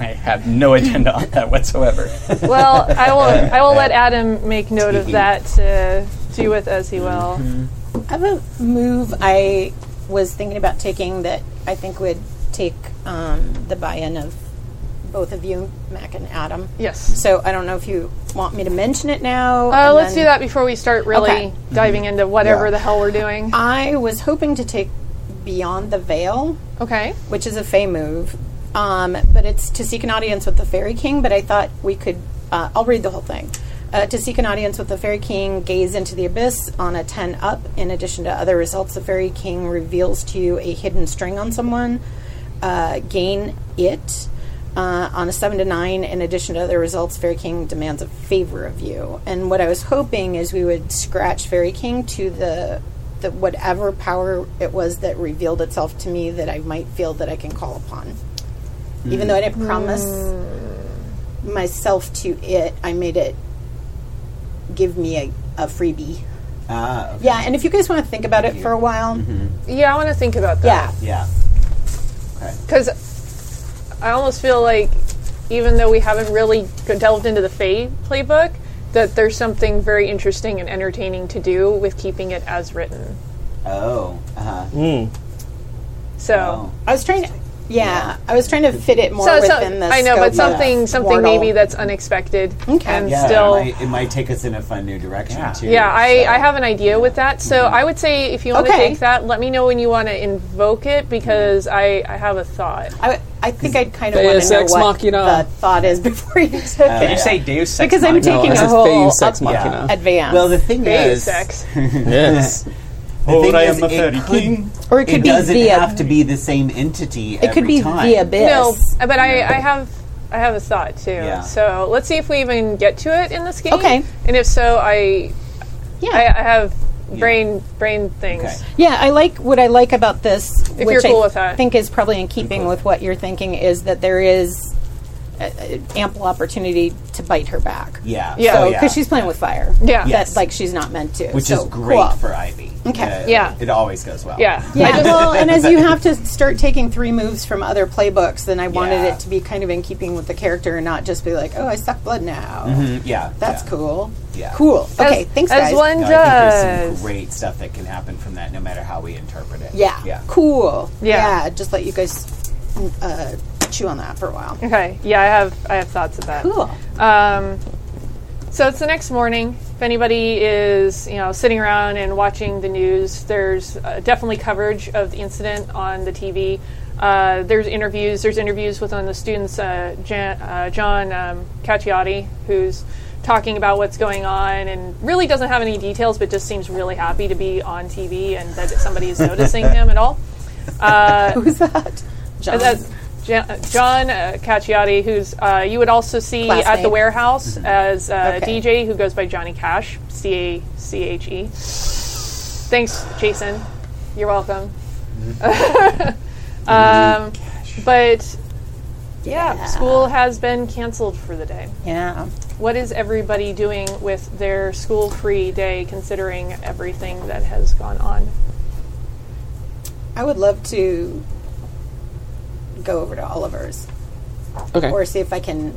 Speaker 5: I have no agenda on that whatsoever.
Speaker 1: well, I will. I will let Adam make note of that to do with as he will.
Speaker 6: Mm-hmm.
Speaker 3: I have a move I was thinking about taking that I think would take um, the buy-in of both of you, Mac and Adam.
Speaker 1: Yes.
Speaker 3: So I don't know if you want me to mention it now.
Speaker 1: Uh,
Speaker 3: and
Speaker 1: let's
Speaker 3: then-
Speaker 1: do that before we start really
Speaker 3: Okay. Um,
Speaker 1: diving into whatever
Speaker 6: Yeah.
Speaker 1: the hell we're doing.
Speaker 3: I was hoping to take Beyond the Veil,
Speaker 1: Okay.
Speaker 3: which is a Fey move, um, but it's to seek an audience with the Fairy King. But I thought we could. Uh, I'll read the whole thing. Uh, to seek an audience with the Fairy King, gaze into the abyss on a 10 up. In addition to other results, the Fairy King reveals to you a hidden string on someone. Uh, gain it. Uh, on a 7 to 9, in addition to other results, Fairy King demands a favor of you. And what I was hoping is we would scratch Fairy King to the, the whatever power it was that revealed itself to me that I might feel that I can call upon.
Speaker 6: Hmm.
Speaker 3: Even though I didn't promise myself to it, I made it give me a, a freebie.
Speaker 6: Ah, okay. Mm-hmm.
Speaker 3: Yeah, and if you guys want to think about it for a while,
Speaker 1: Yeah, I want to think about that.
Speaker 3: yeah.
Speaker 6: Yeah.
Speaker 1: Because I almost feel like, even though we haven't really delved into the Fae playbook, that there's something very interesting and entertaining to do with keeping it as written.
Speaker 6: Oh. Uh-huh.
Speaker 1: So.
Speaker 6: Oh.
Speaker 3: I was trying to. Yeah, I was trying to fit it more
Speaker 1: So, so-
Speaker 3: within the
Speaker 1: I know,
Speaker 3: scope
Speaker 1: but something
Speaker 3: of
Speaker 1: something
Speaker 3: Wordle.
Speaker 1: maybe that's unexpected
Speaker 3: Okay.
Speaker 1: and
Speaker 6: Yeah,
Speaker 1: still
Speaker 6: it, might, it might take us in a fun new direction
Speaker 5: Yeah.
Speaker 6: too.
Speaker 1: Yeah, I,
Speaker 6: so-
Speaker 1: I have an idea with that. So I would say if you want to
Speaker 3: Okay.
Speaker 1: take that, let me know when you want to invoke it because I, I have a thought.
Speaker 3: I, I think I'd kind of
Speaker 4: Deus
Speaker 3: want to know
Speaker 4: ex
Speaker 3: what
Speaker 4: machina.
Speaker 3: the thought is before you took
Speaker 6: Uh,
Speaker 5: Did
Speaker 3: it.
Speaker 5: you say Deus Ex
Speaker 3: because I'm
Speaker 5: Machina?
Speaker 3: taking
Speaker 4: I
Speaker 3: a
Speaker 4: said
Speaker 3: whole
Speaker 4: Fey Sex Machina.
Speaker 3: advance.
Speaker 6: Well, the thing
Speaker 1: Hey,
Speaker 6: is,
Speaker 1: sex.
Speaker 4: Yes.
Speaker 6: the
Speaker 5: Oh,
Speaker 6: thing
Speaker 5: I
Speaker 6: is,
Speaker 5: am a
Speaker 6: it
Speaker 5: fairy
Speaker 6: could-
Speaker 5: king.
Speaker 3: or it could
Speaker 6: It
Speaker 3: be
Speaker 6: doesn't
Speaker 3: the
Speaker 6: have to be the same entity.
Speaker 3: it could be
Speaker 6: time.
Speaker 3: the abyss.
Speaker 1: No, but I, I have I have a thought too.
Speaker 6: Yeah.
Speaker 1: So let's see if we even get to it in this game.
Speaker 3: Okay.
Speaker 1: And if so, I
Speaker 3: Yeah,
Speaker 1: I, I have brain brain things.
Speaker 6: Okay.
Speaker 3: yeah. I like what I like about this,
Speaker 1: If
Speaker 3: which
Speaker 1: you're cool
Speaker 3: I
Speaker 1: with that.
Speaker 3: think is probably in keeping with what you're thinking, is that there is uh, uh, ample opportunity to bite her back.
Speaker 6: Yeah.
Speaker 1: Yeah.
Speaker 6: So,
Speaker 3: So,
Speaker 6: yeah.
Speaker 3: because she's playing with fire.
Speaker 1: Yeah.
Speaker 6: Yes.
Speaker 3: That's like she's not meant to.
Speaker 6: which
Speaker 3: so,
Speaker 6: is great
Speaker 3: cool.
Speaker 6: for Ivy.
Speaker 3: Okay.
Speaker 6: Uh,
Speaker 1: Yeah.
Speaker 6: It always goes well.
Speaker 1: Yeah.
Speaker 3: Yeah, well, and as you have to start taking three moves from other playbooks, then I wanted
Speaker 6: Yeah.
Speaker 3: it to be kind of in keeping with the character and not just be like, oh, I suck blood now.
Speaker 2: Mm-hmm.
Speaker 6: Mm, Yeah.
Speaker 3: That's
Speaker 6: yeah.
Speaker 3: cool.
Speaker 6: Yeah.
Speaker 3: Cool. Okay,
Speaker 1: As-
Speaker 3: thanks,
Speaker 1: as
Speaker 3: guys.
Speaker 1: one
Speaker 6: No, I think there's
Speaker 1: does.
Speaker 6: some great stuff that can happen from that, no matter how we interpret it.
Speaker 3: Yeah.
Speaker 6: Yeah.
Speaker 3: Cool.
Speaker 1: Yeah.
Speaker 3: Yeah. Just let you guys uh, chew on that for a while.
Speaker 1: Okay. Yeah, I have I have thoughts of that.
Speaker 3: Cool.
Speaker 1: Um, so it's the next morning. If anybody is, you know, sitting around and watching the news, there's uh, definitely coverage of the incident on the TV. Uh, there's interviews. There's interviews with one of the students, uh, Jan, uh, John um, Cacciotti, who's talking about what's going on and really doesn't have any details, but just seems really happy to be on TV and that somebody is noticing him at all.
Speaker 3: Who's that? John.
Speaker 1: Uh, That's Ja- John uh, Cacciotti, who's uh, you would also see
Speaker 3: Classmate.
Speaker 1: at the warehouse as uh,
Speaker 3: Okay.
Speaker 1: DJ, who goes by Johnny Cash, C A C H E. Thanks, Jason. You're welcome. um, but yeah, school has been canceled for the day.
Speaker 3: yeah.
Speaker 1: What is everybody doing with their school-free day, considering everything that has gone on?
Speaker 3: I would love to go over to Oliver's
Speaker 4: Okay.
Speaker 3: or see if I can,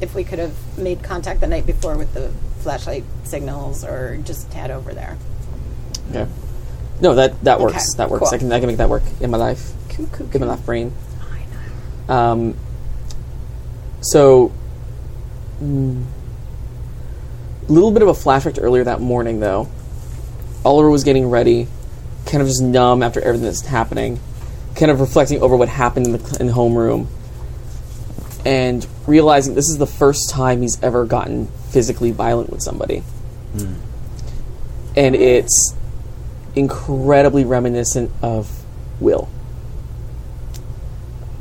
Speaker 3: if we could have made contact the night before with the flashlight signals or just head over there.
Speaker 4: Okay. No, that that works.
Speaker 3: Okay,
Speaker 4: that works.
Speaker 3: cool.
Speaker 4: I can I can make that work in my life.
Speaker 3: Coo, coo,
Speaker 4: In my
Speaker 3: coo.
Speaker 4: life brain. Um. So. A little bit of a flashback to earlier that morning, though. Oliver was getting ready, kind of just numb after everything that's happening, kind of reflecting over what happened in the, cl- in the homeroom, and realizing this is the first time he's ever gotten physically violent with somebody. And it's incredibly reminiscent of Will.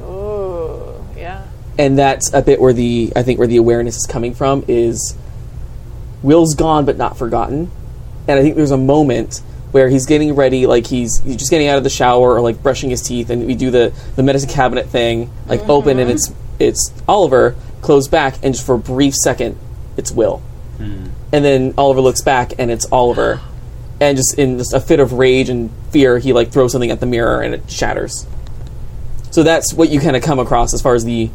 Speaker 1: Oh, yeah.
Speaker 4: and that's a bit where the I think where the awareness is coming from is Will's gone but not forgotten, and I think there's a moment where he's getting ready, like he's, he's just getting out of the shower or like brushing his teeth, and we do the the medicine cabinet thing, like open and it's it's Oliver, close back, and just for a brief second, it's Will, and then Oliver looks back and it's Oliver, and just in just a fit of rage and fear, he like throws something at the mirror and it shatters. So that's what you kind of come across as far as the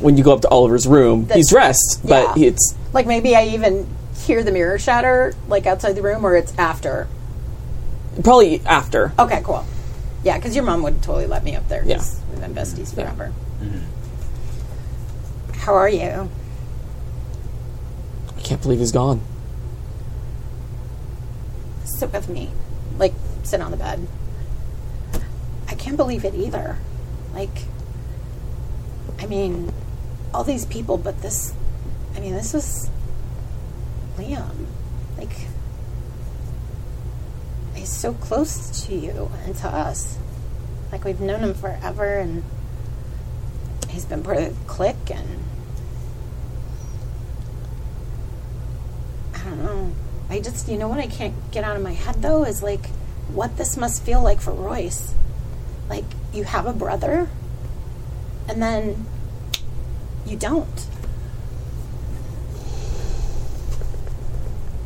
Speaker 4: when you go up to Oliver's room.
Speaker 3: The-
Speaker 4: he's dressed, but
Speaker 3: Yeah.
Speaker 4: it's
Speaker 3: Like maybe I even hear the mirror shatter, like outside the room, or it's after.
Speaker 4: probably after.
Speaker 3: Okay, cool. Yeah, because your mom would totally let me up there. 'cause We've been besties
Speaker 4: Yeah.
Speaker 3: forever. How are you?
Speaker 4: I can't believe he's gone.
Speaker 3: Sit with me. Like, sit on the bed. I can't believe it either. Like, I mean, all these people, but this, I mean, this is Liam. Like, he's so close to you and to us. Like, we've known him forever, and he's been part of the clique, and I don't know. I just, you know what I can't get out of my head, though, is like what this must feel like for Royce. Like, you have a brother, and then you don't.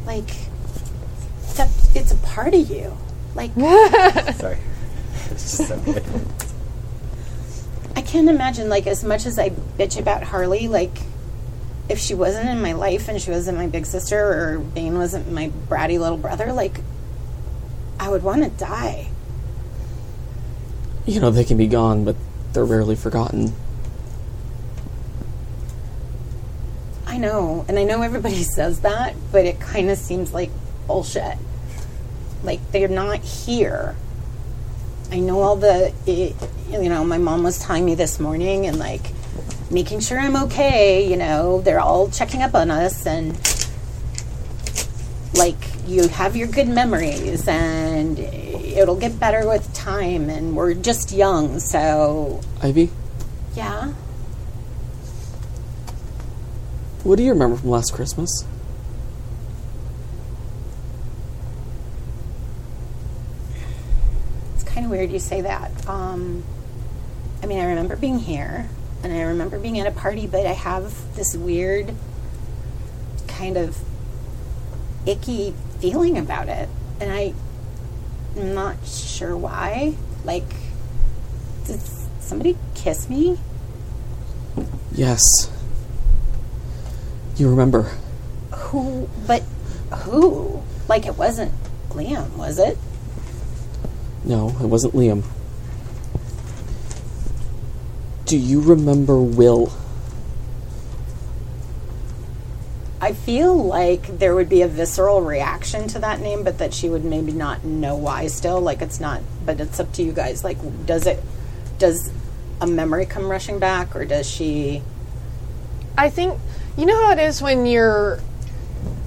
Speaker 3: Like, that, it's a part of you. Like,
Speaker 6: Sorry. It's just so good.
Speaker 3: I can't imagine, like, as much as I bitch about Harley, like, if she wasn't in my life and she wasn't my big sister or Bane wasn't my bratty little brother, like, I would want to die.
Speaker 4: You know they can be gone, but they're rarely forgotten.
Speaker 3: I know, and I know everybody says that, but it kind of seems like bullshit. Like they're not here. I know all the, it, you know, my mom was telling me this morning and like making sure I'm okay. You know, they're all checking up on us and like you have your good memories and it'll get better with time and we're just young, so
Speaker 4: Ivy,
Speaker 3: yeah.
Speaker 4: what do you remember from last Christmas?
Speaker 3: It's kind of weird you say that. Um, I mean, I remember being here and I remember being at a party, but I have this weird kind of icky feeling about it. And I, I'm not sure why. Like, did somebody kiss me?
Speaker 4: Yes. You remember.
Speaker 3: Who, but who? Like, it wasn't Liam, was it?
Speaker 4: No, it wasn't Liam. Do you remember Will?
Speaker 3: I feel like there would be a visceral reaction to that name, but that she would maybe not know why still. Like it's not, but it's up to you guys. Like, does it, does a memory come rushing back, or does she?
Speaker 1: I think you know how it is when you're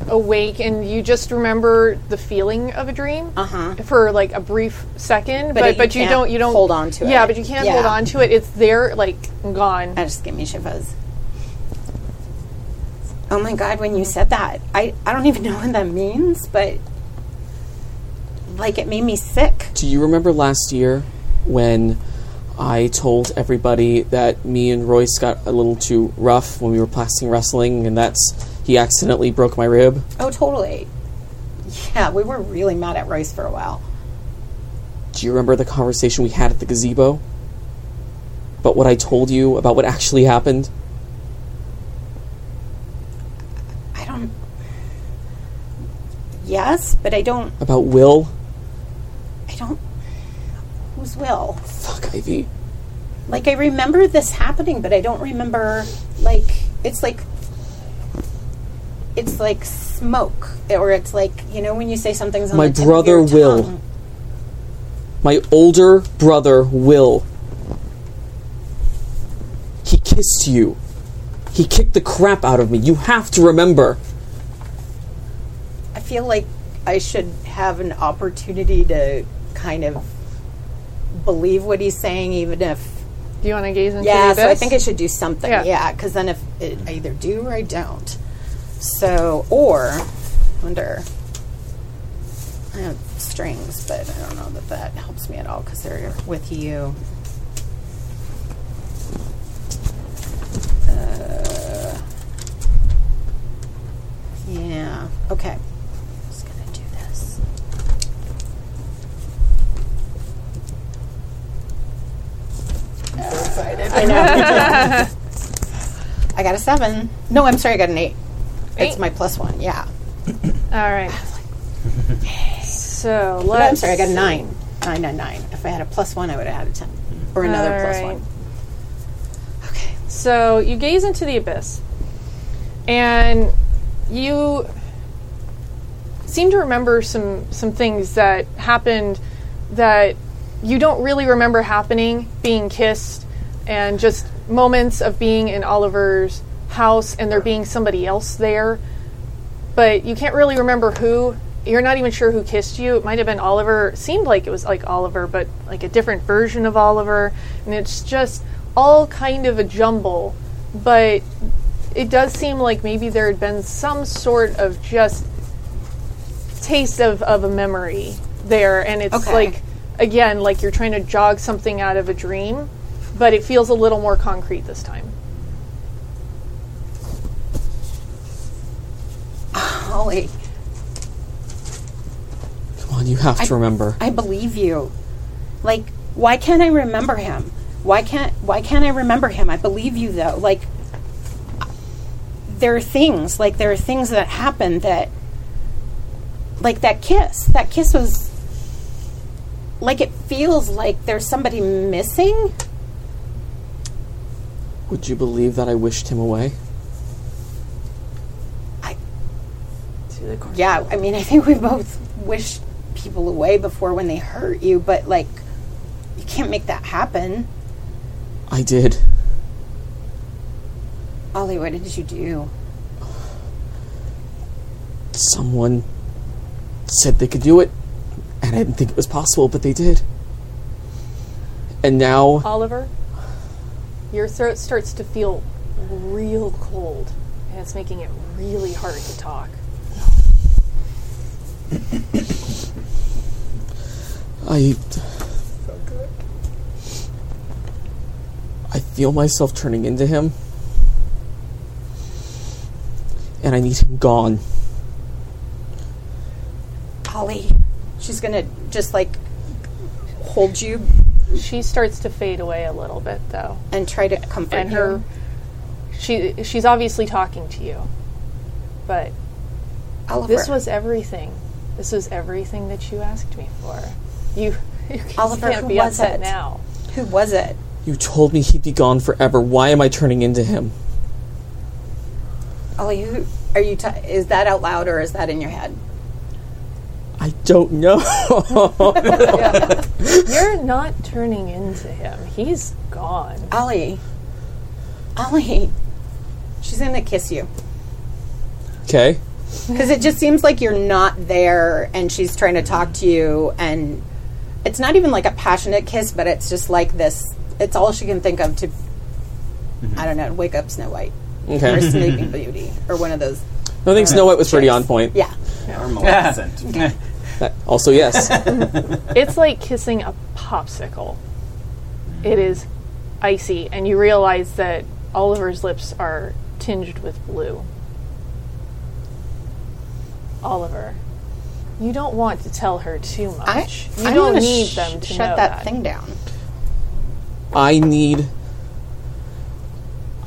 Speaker 1: awake and you just remember the feeling of a dream
Speaker 3: Uh-huh.
Speaker 1: for like a brief second, but
Speaker 3: it-
Speaker 1: but,
Speaker 3: you
Speaker 1: you,
Speaker 3: can't
Speaker 1: don't you don't
Speaker 3: hold on to it.
Speaker 1: Yeah, but you can't hold
Speaker 3: Yeah.
Speaker 1: on to it. It's there, like gone.
Speaker 3: That just gave me shivers. Oh my god, when you said that, I I don't even know what that means, but like it made me sick.
Speaker 4: Do you remember last year when I told everybody that me and Royce got a little too rough when we were plastic wrestling, and that's he accidentally broke my rib?
Speaker 3: Oh, totally. Yeah, we were really mad at Royce for a while.
Speaker 4: Do you remember the conversation we had at the gazebo? About what I told you about what actually happened?
Speaker 3: I don't. Yes, but I don't.
Speaker 4: About Will?
Speaker 3: I don't. Who's Will?
Speaker 4: Fuck, Ivy.
Speaker 3: Like, I remember this happening, but I don't remember. Like, it's like. It's like smoke, or it's like you know when you say something's on
Speaker 4: My
Speaker 3: the tip of
Speaker 4: brother
Speaker 3: your
Speaker 4: Will.
Speaker 3: tongue.
Speaker 4: My older brother, Will. He kissed you. He kicked the crap out of me. You have to remember.
Speaker 3: I feel like I should have an opportunity to kind of believe what he's saying, even if
Speaker 1: Do you want to gaze into
Speaker 3: Yeah,
Speaker 1: the
Speaker 3: so I
Speaker 1: abyss?
Speaker 3: think I should do something.
Speaker 1: Yeah.
Speaker 3: Yeah, because then if it, I either do or I don't. So, or wonder. I have strings, but I don't know that that helps me at all because they're with you. Uh, yeah. Okay. I'm just gonna do this. I know. I got a seven. No, I'm sorry. I got an eight. It's
Speaker 1: Eight?
Speaker 3: my plus one. Yeah.
Speaker 1: All right. So
Speaker 3: But
Speaker 1: let's.
Speaker 3: I'm sorry, I got a nine. Nine, nine, nine. If I had a plus one, I would have had a ten. Or another
Speaker 1: All
Speaker 3: plus
Speaker 1: right.
Speaker 3: one. Okay.
Speaker 1: So you gaze into the abyss, and you seem to remember some some things that happened that you don't really remember happening. Being kissed, and just moments of being in Oliver's house, and there being somebody else there, but you can't really remember who. You're not even sure who kissed you. It might have been Oliver. It seemed like it was like Oliver, but like a different version of Oliver. And it's just all kind of a jumble. But it does seem like maybe there had been some sort of just taste of, of a memory there. And it's
Speaker 3: Okay.
Speaker 1: like, again, like you're trying to jog something out of a dream, but it feels a little more concrete this time.
Speaker 3: Holly,
Speaker 4: Come on, you have to remember.
Speaker 3: I believe you. Like, why can't I remember him? Why can't why can't I remember him? I believe you though. Like there are things, like there are things that happen that like that kiss. That kiss was like it feels like there's somebody missing.
Speaker 4: Would you believe that I wished him away?
Speaker 3: yeah, I mean, I think we both wish people away before when they hurt you, but like, you can't make that happen.
Speaker 4: I did.
Speaker 3: Ollie, what did you do?
Speaker 4: Someone said they could do it, and I didn't think it was possible, but they did. And now
Speaker 1: Oliver, your throat starts to feel real cold, and it's making it really hard to talk.
Speaker 4: I. I feel myself turning into him. And I need him gone.
Speaker 3: Ollie, she's gonna just like hold you
Speaker 1: She starts to fade away a little bit, though,
Speaker 3: and try to comfort
Speaker 1: and
Speaker 3: you.
Speaker 1: her she she's obviously talking to you, but
Speaker 3: Oliver,
Speaker 1: this was everything. This was everything that you asked me for. You, you
Speaker 3: Oliver,
Speaker 1: can't
Speaker 3: who
Speaker 1: be
Speaker 3: was
Speaker 1: upset
Speaker 3: it?
Speaker 1: now.
Speaker 3: who was it?
Speaker 4: You told me he'd be gone forever. Why am I turning into him?
Speaker 3: Ollie, who are you? T- is that out loud or is that in your head?
Speaker 4: I don't know.
Speaker 1: You're not turning into him. He's gone.
Speaker 3: Ollie, Ollie, she's gonna kiss you.
Speaker 4: okay.
Speaker 3: because it just seems like you're not there and she's trying to talk to you and it's not even like a passionate kiss but it's just like this it's all she can think of to i don't know wake up snow white or
Speaker 4: Okay.
Speaker 3: sleeping beauty or one of those
Speaker 4: No, I think Snow White was pretty on point.
Speaker 3: yeah
Speaker 6: Or Maleficent.
Speaker 4: That- also, yes.
Speaker 1: It's like kissing a popsicle. It is icy, and you realize that Oliver's lips are tinged with blue. Oliver, you don't want to tell her too
Speaker 3: i,
Speaker 1: much. you
Speaker 3: I
Speaker 1: don't
Speaker 3: wanna
Speaker 1: need
Speaker 3: sh-
Speaker 1: them to
Speaker 3: shut
Speaker 1: know
Speaker 3: that, thing down
Speaker 4: I need.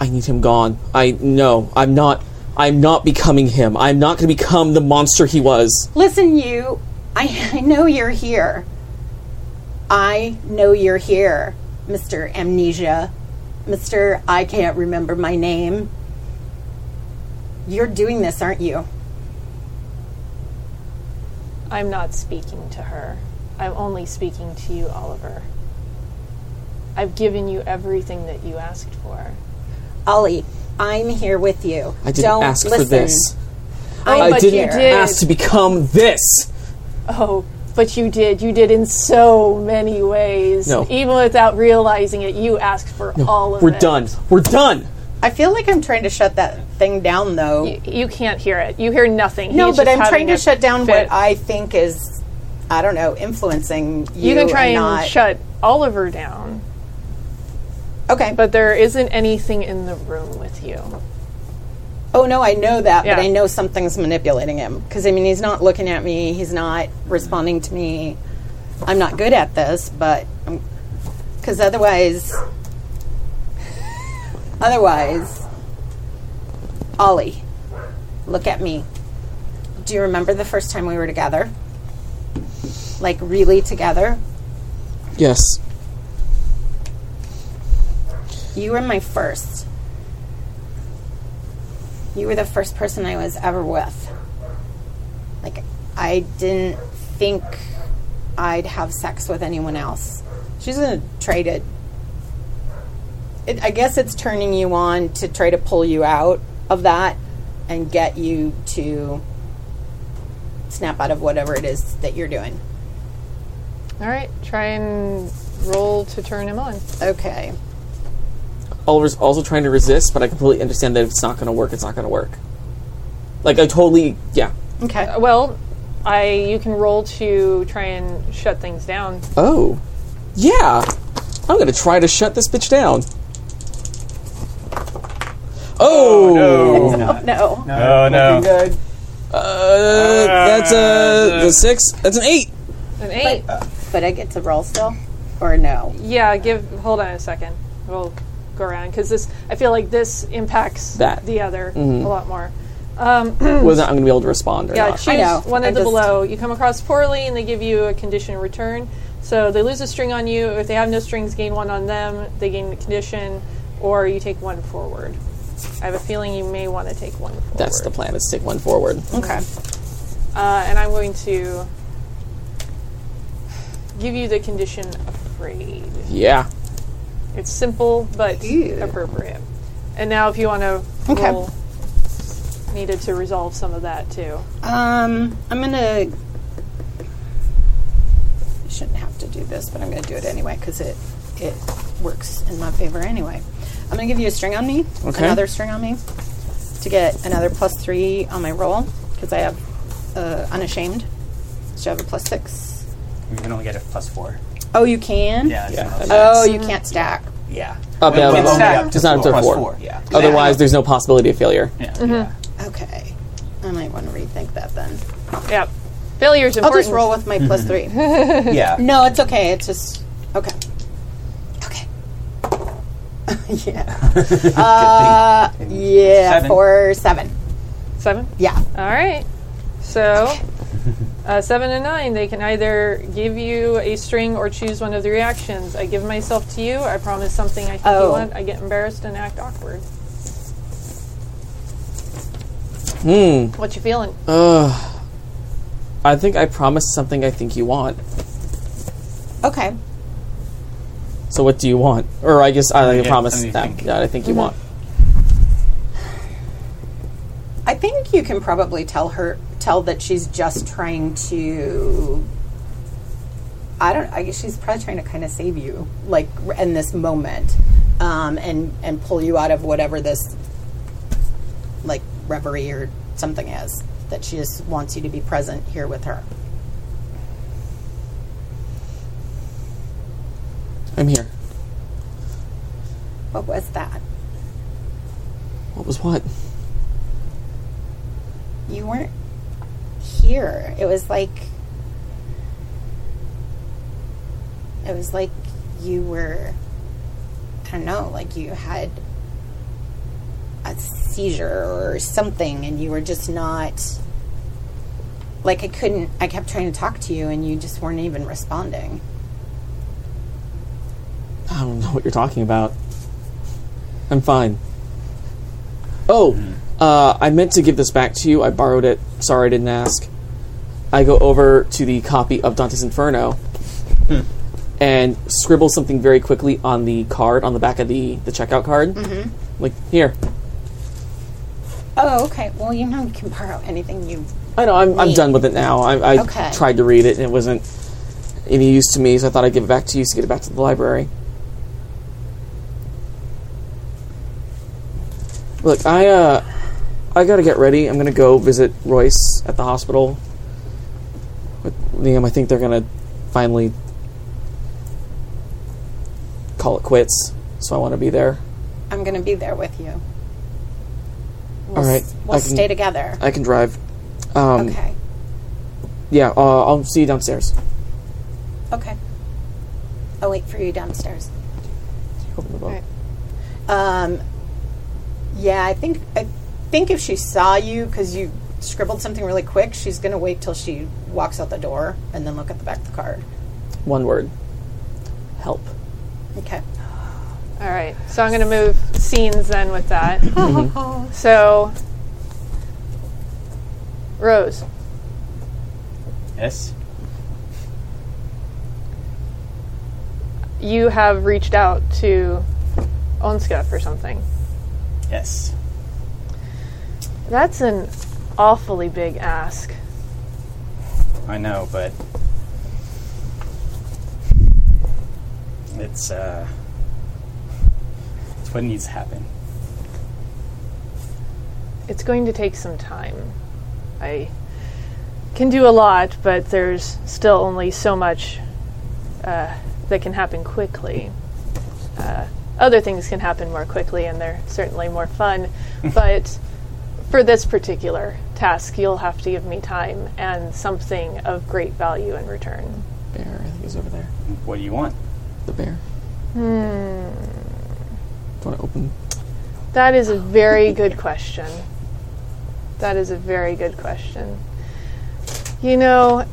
Speaker 4: I need him gone. I. No, I'm not. I'm not becoming him. I'm not going to become the monster he was.
Speaker 3: listen you I, I know you're here i know you're here mr amnesia mr i can't remember my name you're doing this aren't you
Speaker 1: I'm not speaking to her. I'm only speaking to you, Oliver. I've given you everything that you asked for.
Speaker 3: Ollie, I'm here with you.
Speaker 4: I didn't
Speaker 3: Don't
Speaker 4: ask
Speaker 3: listen.
Speaker 4: for this.
Speaker 3: I'm
Speaker 1: Oh, but
Speaker 4: I
Speaker 1: you
Speaker 4: didn't
Speaker 1: did.
Speaker 4: ask to become this.
Speaker 1: Oh, but you did. You did in so many ways.
Speaker 4: No.
Speaker 1: Even without realizing it, you asked for all of
Speaker 4: We're
Speaker 1: it.
Speaker 4: done. We're done.
Speaker 3: I feel like I'm trying to shut that thing down, though.
Speaker 1: You can't hear it. You hear nothing.
Speaker 3: no,
Speaker 1: He's
Speaker 3: but
Speaker 1: just
Speaker 3: I'm
Speaker 1: having
Speaker 3: trying to
Speaker 1: a
Speaker 3: shut down
Speaker 1: fit.
Speaker 3: what I think is I don't know, influencing you.
Speaker 1: You, can try and
Speaker 3: not,
Speaker 1: shut Oliver down,
Speaker 3: Okay, but
Speaker 1: but there isn't anything in the room with you.
Speaker 3: oh no, I know that,
Speaker 1: Yeah.
Speaker 3: but I know something's manipulating him because I mean he's not looking at me, he's not responding to me. I'm not good at this, but because otherwise, otherwise, Ollie, look at me. Do you remember the first time we were together? Like really together?
Speaker 4: Yes.
Speaker 3: You were my first. You were the first person I was ever with. Like, I didn't think I'd have sex with anyone else. She's gonna try to. It, I guess it's turning you on to try to pull you out of that and get you to snap out of whatever it is that you're doing.
Speaker 1: All right, try and roll to turn him on.
Speaker 3: Okay.
Speaker 4: Oliver's also trying to resist, but I completely understand that if it's not going to work, it's not going to work. Like I totally, yeah.
Speaker 3: Okay.
Speaker 1: Well, I you can roll to try and shut things down.
Speaker 4: Oh, yeah. I'm going to try to shut this bitch down. Oh,
Speaker 5: Oh,
Speaker 3: No.
Speaker 5: Oh, no.
Speaker 6: Good.
Speaker 4: Uh, that's a the six. That's an eight.
Speaker 1: An eight.
Speaker 3: But I get to roll still? Or no?
Speaker 1: yeah, give. Hold on a second. We'll go around because this. I feel like this impacts
Speaker 4: That.
Speaker 1: the other a lot more.
Speaker 4: Whether I'm going to be able to respond or
Speaker 1: Yeah,
Speaker 4: not.
Speaker 1: choose
Speaker 3: know.
Speaker 1: one
Speaker 3: Mm-hmm. I
Speaker 1: of the
Speaker 3: just-
Speaker 1: below. You come across poorly, and they give you a condition in return. So they lose a string on you. If they have no strings, gain one on them. They gain the condition, or you take one forward. I have a feeling you may want to take one forward.
Speaker 4: That's the plan. Is to take one forward.
Speaker 3: Okay.
Speaker 1: Uh, and I'm going to give you the condition afraid.
Speaker 4: Yeah.
Speaker 1: It's simple but
Speaker 3: Ew.
Speaker 1: appropriate. And now, if you want to
Speaker 3: Okay.
Speaker 1: roll, needed to resolve some of that too.
Speaker 3: Um, I'm gonna. I shouldn't have to do this, but I'm gonna do it anyway because it it works in my favor anyway. I'm gonna give you a string on me,
Speaker 4: Okay.
Speaker 3: another string on me, to get another plus three on my roll because I have uh, unashamed. So I have a plus six.
Speaker 5: You can only get a plus four.
Speaker 3: Oh, you can.
Speaker 5: Yeah.
Speaker 4: Yeah.
Speaker 5: it's-
Speaker 3: Oh, you can't stack.
Speaker 5: yeah.
Speaker 4: Up,
Speaker 5: Well,
Speaker 4: down.
Speaker 5: it's
Speaker 4: It's
Speaker 5: stacked to
Speaker 4: not up to
Speaker 5: plus
Speaker 4: four.
Speaker 5: Yeah.
Speaker 4: Otherwise, there's no possibility of failure.
Speaker 5: Yeah.
Speaker 3: Okay, I might want to rethink that then.
Speaker 1: Yep. Failure's
Speaker 3: I'll
Speaker 1: important.
Speaker 3: just roll with my plus three.
Speaker 6: Yeah.
Speaker 3: No, it's okay. It's just okay. Okay. yeah. uh, yeah.
Speaker 5: Seven.
Speaker 3: For seven.
Speaker 1: seven.
Speaker 3: Yeah.
Speaker 1: All right. So, uh, seven and nine, they can either give you a string or choose one of the reactions. I give myself to you. I promise something I think you
Speaker 3: Oh.
Speaker 1: want. I get embarrassed and act awkward.
Speaker 4: Hmm.
Speaker 1: What you feeling?
Speaker 4: Ugh. I think I promised something I think you want.
Speaker 3: Okay.
Speaker 4: So what do you want? Or I guess I like,
Speaker 5: Yeah,
Speaker 4: promise
Speaker 5: something you
Speaker 4: that
Speaker 5: think.
Speaker 4: that I think you want.
Speaker 3: I think you can probably tell her tell that she's just trying to. I don't. I guess she's probably trying to kind of save you, like r- in this moment, um, and and pull you out of whatever this, like reverie or something is. That she just wants you to be present here with her.
Speaker 4: I'm here.
Speaker 3: What was that?
Speaker 4: What was what?
Speaker 3: you weren't here. It was like it was like you were I don't know, like you had a seizure or something and you were just not like I couldn't I kept trying to talk to you and you just weren't even responding.
Speaker 4: I don't know what you're talking about. I'm fine. Oh,
Speaker 5: Mm-hmm.
Speaker 4: uh, I meant to give this back to you. I borrowed it. Sorry, I didn't ask. I go over to the copy of Dante's Inferno
Speaker 5: Hmm.
Speaker 4: and scribble something very quickly on the card on the back of the the checkout card. Mm-hmm. Like here.
Speaker 3: Oh, okay. Well, you know you can borrow anything you
Speaker 4: I know. I'm, I'm
Speaker 3: Neat.
Speaker 4: done with it now. I, I
Speaker 3: Okay.
Speaker 4: tried to read it and it wasn't any use to me, so I thought I'd give it back to you to get it back to the library. Look, I uh, I gotta get ready. I'm gonna go visit Royce at the hospital with Liam, I think they're gonna finally call it quits. So I want to be there.
Speaker 3: I'm going to be there with you. We'll
Speaker 4: All right,
Speaker 3: s- we'll
Speaker 4: I can-
Speaker 3: stay together.
Speaker 4: I can drive. Um,
Speaker 3: okay.
Speaker 4: Yeah, uh, I'll see you downstairs.
Speaker 3: Okay. I'll wait for you downstairs.
Speaker 4: Open the boat.
Speaker 1: Right.
Speaker 3: Um, yeah, I think I think if she saw you because you scribbled something really quick, she's gonna wait till she walks out the door and then look at the back of the card.
Speaker 4: One word. Help.
Speaker 3: Okay.
Speaker 1: All right, so I'm going to move scenes then with that. so, Rose,
Speaker 5: Yes.
Speaker 1: you have reached out to Onska for something.
Speaker 5: Yes.
Speaker 1: That's an awfully big ask.
Speaker 5: I know, but it's uh, it's what needs to happen.
Speaker 1: It's going to take some time. I can do a lot, but there's still only so much uh, that can happen quickly. Uh, other things can happen more quickly, and they're certainly more fun. but for this particular task, you'll have to give me time and something of great value in return.
Speaker 4: Bear, I think is over there.
Speaker 5: What do you want?
Speaker 4: The bear. Hmm. Do you want to open?
Speaker 1: That is a very good question. That is a very good question. You know,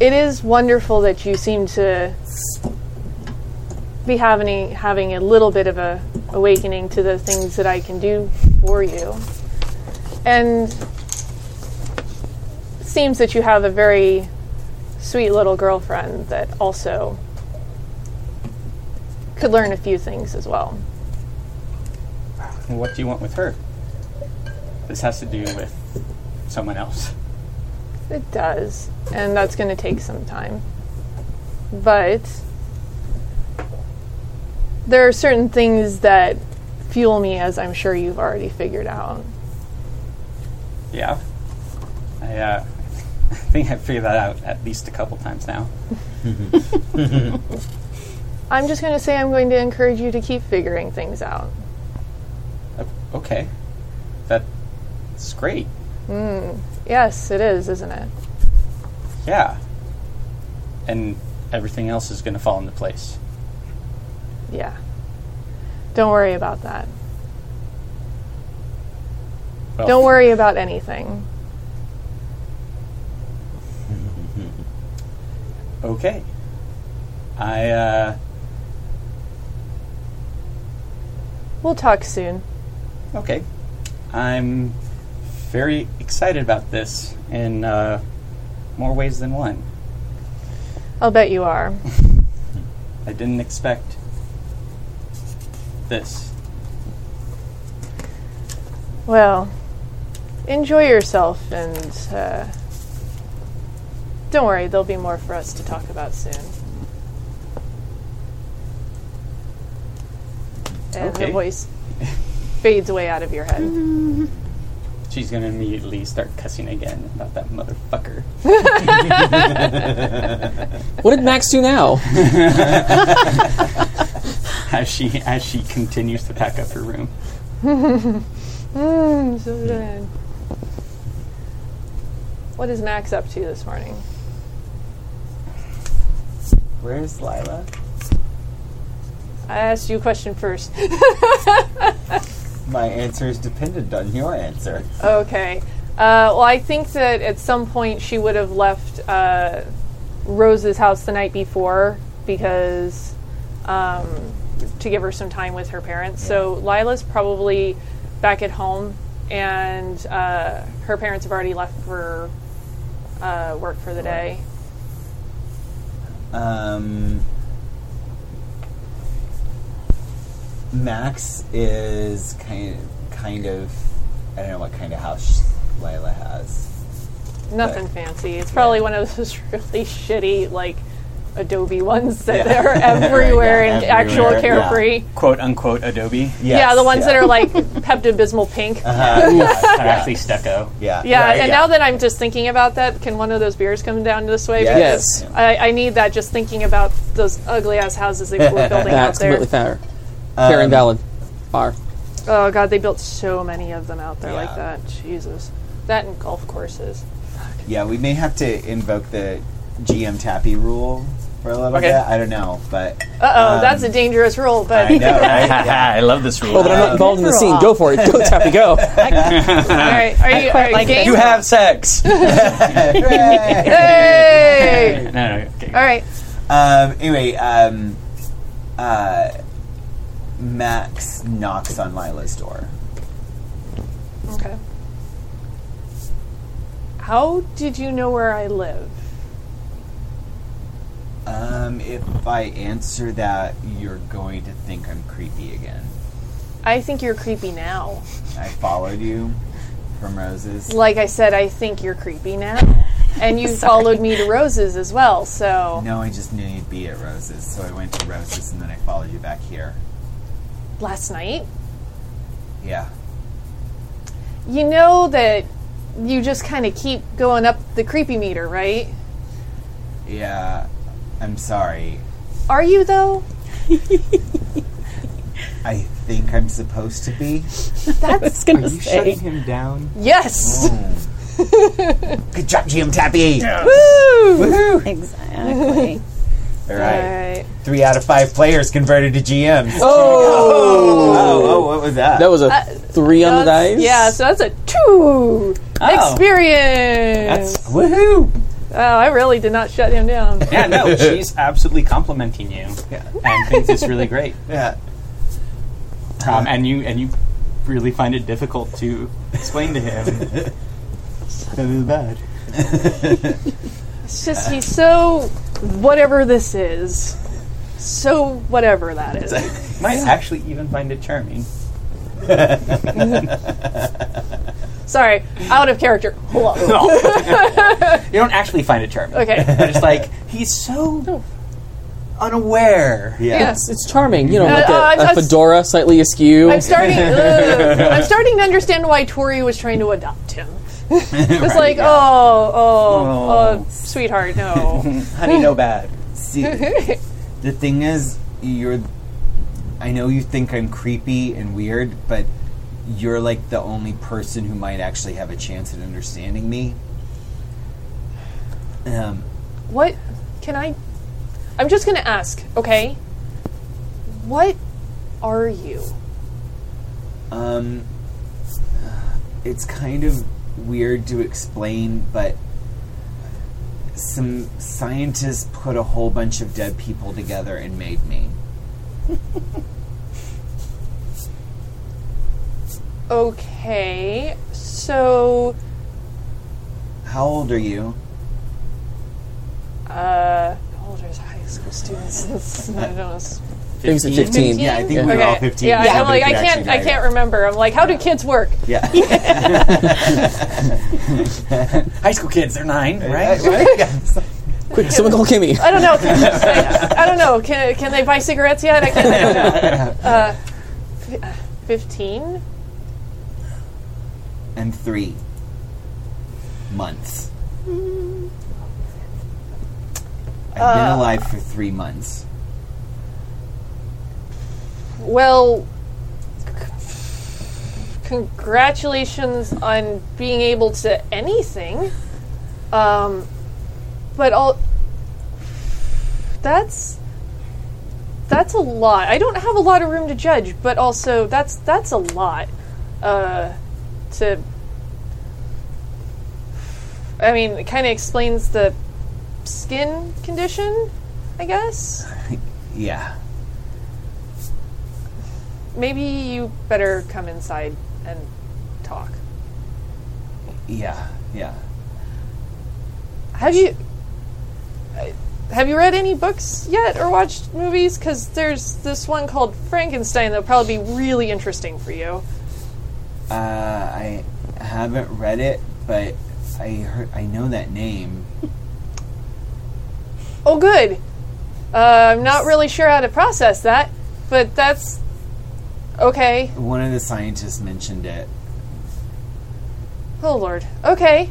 Speaker 1: it is wonderful that you seem to be having having a little bit of a awakening to the things that I can do for you. And it seems that you have a very sweet little girlfriend that also could learn a few things as well.
Speaker 5: What do you want with her? This has to do with someone else.
Speaker 1: It does, and that's going to take some time. But there are certain things that fuel me, as I'm sure you've already figured out.
Speaker 5: Yeah. I uh, I think I figured that out at least a couple times now.
Speaker 1: I'm just going to say I'm going to encourage you to keep figuring things out.
Speaker 5: O- Okay. That's great.
Speaker 1: Yes, it is, isn't it?
Speaker 5: Yeah. And everything else is going to fall into place.
Speaker 1: Yeah. Don't worry about that.
Speaker 5: Well,
Speaker 1: Don't worry about anything.
Speaker 5: Okay. I uh
Speaker 1: We'll talk soon.
Speaker 5: okay. I'm very excited about this in uh, more ways than one.
Speaker 1: I'll bet you are.
Speaker 5: I didn't expect this.
Speaker 1: Well, enjoy yourself and uh, don't worry, there'll be more for us to talk about soon. And the
Speaker 5: Okay.
Speaker 1: voice fades away out of your head.
Speaker 5: She's gonna immediately start cussing again about that motherfucker.
Speaker 4: What did Max do now?
Speaker 5: as she as she continues to pack up her room.
Speaker 1: Mm, so good. What is Max up to this morning?
Speaker 6: Where's Lila?
Speaker 1: I asked you a question first.
Speaker 6: My answer is dependent on your answer.
Speaker 1: Okay. Uh, well, I think that at some point she would have left uh, Rose's house the night before because um, to give her some time with her parents. So Lila's probably back at home, and uh, her parents have already left for uh, work for the day.
Speaker 6: Um, Max is kind kind of I don't know what kind of house Lila has.
Speaker 1: Nothing
Speaker 6: Right.
Speaker 1: fancy. It's probably one of those really shitty, like Adobe ones that are everywhere
Speaker 2: Yeah,
Speaker 1: and
Speaker 2: everywhere, yeah.
Speaker 1: actual carefree. Yeah.
Speaker 5: Quote unquote Adobe.
Speaker 2: Yes,
Speaker 1: the ones that
Speaker 2: yeah.
Speaker 1: are like Pepto Bismol pink.
Speaker 2: Uh-huh, yeah,
Speaker 5: They're actually stucco.
Speaker 2: yeah,
Speaker 1: Yeah,
Speaker 2: Right,
Speaker 1: and now that I'm just thinking about that, can one of those beers come down this way?
Speaker 2: Yes.
Speaker 4: Yes.
Speaker 1: Because I, I need that just thinking about those ugly ass houses they were building out
Speaker 4: That's
Speaker 1: there.
Speaker 4: completely fair. fair and valid. Bar.
Speaker 1: Oh god, they built so many of them out there like
Speaker 2: Yeah.
Speaker 1: that. Jesus, that and golf courses.
Speaker 2: yeah, we may have to invoke the GM Tappy rule for a little
Speaker 5: Okay.
Speaker 2: bit. I don't know, but
Speaker 1: Uh oh, that's a dangerous rule. But
Speaker 2: Um, I know, right?
Speaker 5: I love this rule.
Speaker 4: Oh, but I'm not involved in the scene. Go for it. Go, Tappy, go.
Speaker 1: all right, are you, are you
Speaker 3: like
Speaker 1: game?
Speaker 5: you have sex. no,
Speaker 2: Hooray!
Speaker 1: Hey!
Speaker 5: no,
Speaker 1: all
Speaker 5: okay.
Speaker 1: right.
Speaker 2: Um, anyway, um, uh, Max knocks on Lila's door.
Speaker 1: Okay. How did you know where I live?
Speaker 2: Um, if I answer that, you're going to think I'm creepy again.
Speaker 1: I think you're creepy now.
Speaker 2: I followed you from Roses.
Speaker 1: Like I said, I think you're creepy now. And you followed me to Roses as well, so
Speaker 2: No, I just knew you'd be at Roses, so I went to Roses and then I followed you back here.
Speaker 1: last night.
Speaker 2: Yeah.
Speaker 1: You know that you just kind of keep going up the creepy meter, right?
Speaker 2: Yeah. I'm sorry.
Speaker 1: Are you though?
Speaker 2: I think I'm supposed to be.
Speaker 1: That's
Speaker 3: gonna
Speaker 2: You shutting him down? Mm.
Speaker 1: yes.
Speaker 2: Good job, GM Tappy! Woohoo!
Speaker 3: Exactly.
Speaker 2: All
Speaker 1: All
Speaker 2: right.
Speaker 1: right.
Speaker 2: Three out of five players converted to GMs.
Speaker 4: Oh!
Speaker 2: Oh, oh, what was that?
Speaker 4: That was a three on the
Speaker 1: Uh, That's-
Speaker 4: dice.
Speaker 1: Yeah, so that's a two experience.
Speaker 2: Woohoo!
Speaker 1: oh, I really did not shut him down.
Speaker 5: Yeah, no, she's absolutely complimenting you and thinks it's really great.
Speaker 2: Yeah.
Speaker 5: Um, and you and you really find it difficult to explain to him
Speaker 2: That is bad.
Speaker 1: It's just he's so whatever this is. So whatever that is.
Speaker 5: might actually even find it charming.
Speaker 1: Sorry, out of character. Hold on.
Speaker 5: You don't actually find it charming.
Speaker 1: Okay.
Speaker 5: But it's like he's so unaware.
Speaker 2: Yeah.
Speaker 4: It's, it's charming. You know,
Speaker 1: Uh,
Speaker 4: like a,
Speaker 1: uh, I- I
Speaker 4: a
Speaker 1: was-
Speaker 4: fedora slightly askew.
Speaker 1: I'm starting. ugh. I'm starting to understand why Tori was trying to adopt him. It's like, oh, oh, oh, sweetheart, no.
Speaker 5: Honey, no bad.
Speaker 2: See, the thing is, you're. I know you think I'm creepy and weird, but you're like the only person who might actually have a chance at understanding me. Um,
Speaker 1: what can I? I'm just gonna ask, okay? What are you?
Speaker 2: Um, it's kind of weird to explain, but some scientists put a whole bunch of dead people together and made me.
Speaker 1: Okay, so
Speaker 2: How old are you?
Speaker 1: uh, how old are high school students? It's- I don't know. it's-
Speaker 4: Things at 15.
Speaker 2: Yeah, I think
Speaker 4: Yeah.
Speaker 2: we were all
Speaker 1: okay,
Speaker 2: 15.
Speaker 1: Yeah,
Speaker 2: so
Speaker 1: I'm like,
Speaker 2: we
Speaker 1: I
Speaker 2: could
Speaker 1: can't,
Speaker 2: actually
Speaker 1: I can't
Speaker 2: diagram.
Speaker 1: remember. I'm like, how do kids work?
Speaker 2: Yeah.
Speaker 5: High school kids, they're nine, right?
Speaker 4: Quick, someone call Kimmy.
Speaker 1: I don't know. Can, can I, I don't know. Can, can they buy cigarettes yet? I can't. I don't know. Uh, Fifteen.
Speaker 2: and three months. I've been alive for three months.
Speaker 1: Well, congratulations on being able to anything. Um, but all that's that's a lot. I don't have a lot of room to judge, but also that's that's a lot uh, to. I mean, it kind of explains the skin condition, I guess.
Speaker 2: Yeah.
Speaker 1: Maybe you better come inside and talk.
Speaker 2: Yeah. Yeah.
Speaker 1: Have you I- have you read any books yet or watched movies? Because there's this one called Frankenstein that'll probably be really interesting for you.
Speaker 2: Uh, I haven't read it, but I heard, I know that name.
Speaker 1: Oh, good. Uh, I'm not really sure how to process that, but that's okay.
Speaker 2: One of the scientists mentioned it.
Speaker 1: Oh Lord. Okay.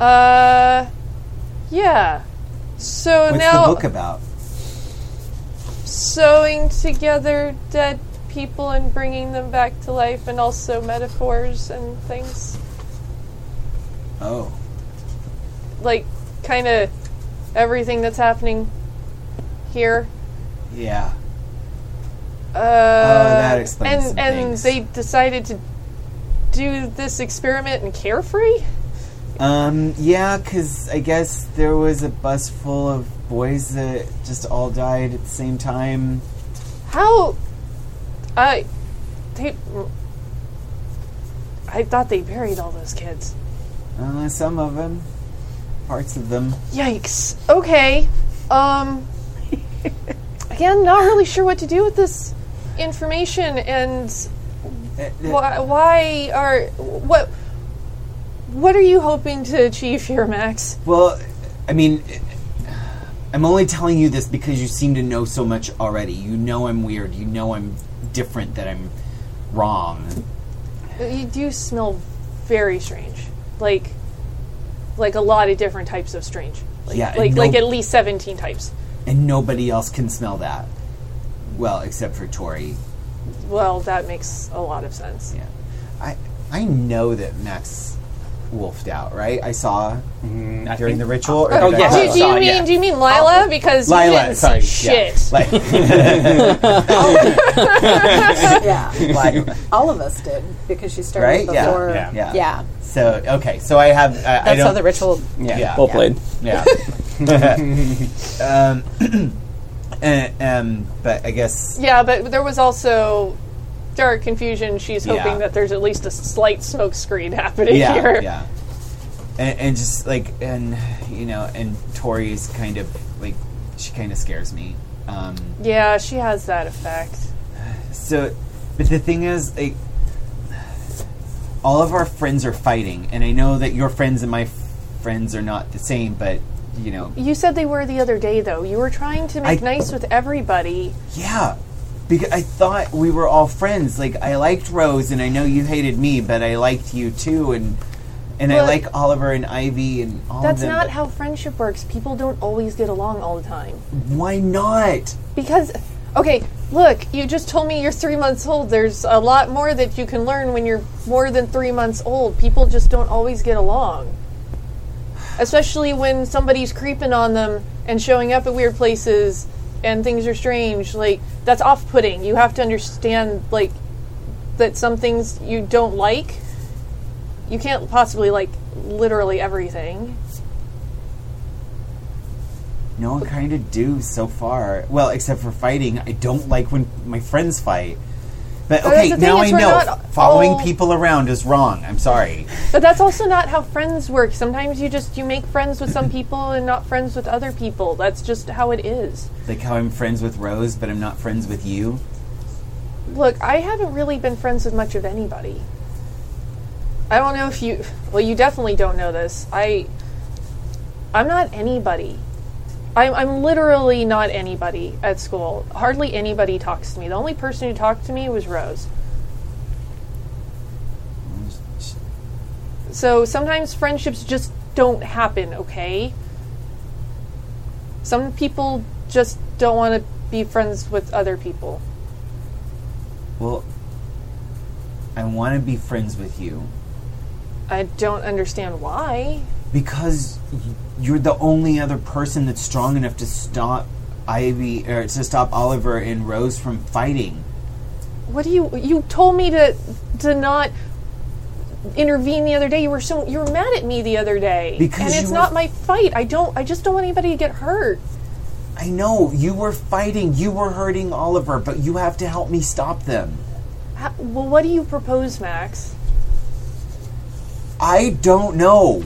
Speaker 1: Uh, yeah. So
Speaker 2: What's
Speaker 1: now
Speaker 2: the book about?
Speaker 1: sewing together dead people and bringing them back to life, and also metaphors and things
Speaker 2: Oh,
Speaker 1: like kind of everything that's happening here.
Speaker 2: yeah.
Speaker 1: Uh,
Speaker 2: Oh, that explains
Speaker 1: and
Speaker 2: some
Speaker 1: and
Speaker 2: things.
Speaker 1: they decided to do this experiment in Carefree.
Speaker 2: Um, yeah, because I guess there was a bus full of boys that just all died at the same time.
Speaker 1: How? I. They. I thought they buried all those kids.
Speaker 2: Uh, some of them, parts of them.
Speaker 1: Yikes. Okay. Um. again, not really sure what to do with this information and
Speaker 2: Eh, eh,
Speaker 1: why, why are what what are you hoping to achieve here, Max?
Speaker 2: Well, I mean, I'm only telling you this because you seem to know so much already. You know I'm weird. You know I'm different. That I'm wrong.
Speaker 1: You do smell very strange. Like like a lot of different types of strange. Like
Speaker 2: Yeah,
Speaker 1: like,
Speaker 2: no-
Speaker 1: like at least 17 types.
Speaker 2: and nobody else can smell that. Well, except for Tori.
Speaker 1: Well, that makes a lot of sense.
Speaker 2: Yeah, I I know that Max wolfed out, right? I saw
Speaker 5: Mm, I
Speaker 2: during
Speaker 5: think-
Speaker 2: the ritual. Or
Speaker 5: Oh,
Speaker 2: did I
Speaker 5: yes,
Speaker 1: Do,
Speaker 2: tell
Speaker 5: I
Speaker 1: do
Speaker 2: her?
Speaker 5: saw
Speaker 1: you
Speaker 5: it,
Speaker 1: mean
Speaker 5: yeah.
Speaker 1: do you mean Lila? Because you
Speaker 2: Oh. Lila,
Speaker 1: didn't
Speaker 2: sorry,
Speaker 1: see
Speaker 2: yeah.
Speaker 1: shit.
Speaker 3: yeah,
Speaker 2: Like,
Speaker 3: all of us did because she started
Speaker 2: Right? Yeah.
Speaker 3: before.
Speaker 5: Yeah.
Speaker 2: yeah.
Speaker 3: yeah.
Speaker 2: so okay, so I have. I, I
Speaker 3: That's
Speaker 2: don't,
Speaker 3: how the ritual.
Speaker 5: Yeah.
Speaker 2: Yeah.
Speaker 4: Well played.
Speaker 2: Yeah. um, eh, um, but I guess
Speaker 1: Yeah, but there was also dark confusion. She's hoping
Speaker 2: Yeah.
Speaker 1: that there's at least a slight smoke screen happening
Speaker 2: yeah,
Speaker 1: here.
Speaker 2: yeah. And, and just like and you know, and Tori's kind of like she kind of scares me. Um,
Speaker 1: Yeah, she has that effect.
Speaker 2: So, but the thing is, like, all of our friends are fighting, and I know that your friends and my f- friends are not the same, but you know,
Speaker 1: You said they were the other day, though. You were trying to make
Speaker 2: I-
Speaker 1: nice with everybody.
Speaker 2: yeah. Because I thought we were all friends. Like I liked Rose, and I know you hated me, but I liked you too, and and I
Speaker 1: Well-
Speaker 2: like Oliver and Ivy and all
Speaker 1: That's
Speaker 2: of them.
Speaker 1: not
Speaker 2: but
Speaker 1: how friendship works. People don't always get along all the time.
Speaker 2: Why not?
Speaker 1: Because, okay, look, you just told me you're three months old. There's a lot more that you can learn when you're more than three months old. People just don't always get along. Especially when somebody's creeping on them and showing up at weird places and things are strange. Like, that's off putting. You have to understand, like, that some things you don't like. You can't possibly like literally everything.
Speaker 2: No, I kind of do so far. Well, except for fighting, I don't like when my friends fight.
Speaker 1: But
Speaker 2: But
Speaker 1: that's
Speaker 2: okay,
Speaker 1: the thing,
Speaker 2: now
Speaker 1: is
Speaker 2: I
Speaker 1: we're
Speaker 2: know
Speaker 1: not
Speaker 2: following
Speaker 1: all-
Speaker 2: people around is wrong. I'm sorry.
Speaker 1: But that's also not how friends work. Sometimes you just you make friends with some people and not friends with other people. That's just how it is.
Speaker 2: Like how I'm friends with Rose, but I'm not friends with you.
Speaker 1: Look, I haven't really been friends with much of anybody. I don't know if you well, you definitely don't know this. I I'm not anybody. I'm, I'm literally not anybody at school. Hardly anybody talks to me. The only person who talked to me was Rose. So sometimes friendships just don't happen, okay? Some people just don't want to be friends with other people.
Speaker 2: Well, I want to be friends with you
Speaker 1: I don't understand why.
Speaker 2: because y- you're the only other person that's strong enough to stop Ivy or to stop Oliver and Rose from fighting.
Speaker 1: What do you you told me to to not intervene the other day. You were so you were mad at me the other day.
Speaker 2: Because
Speaker 1: and
Speaker 2: you
Speaker 1: it's
Speaker 2: were-
Speaker 1: not my fight. I don't I just don't want anybody to get hurt.
Speaker 2: I know you were fighting, you were hurting Oliver, but you have to help me stop them.
Speaker 1: How, well, what do you propose, Max?
Speaker 2: I don't know.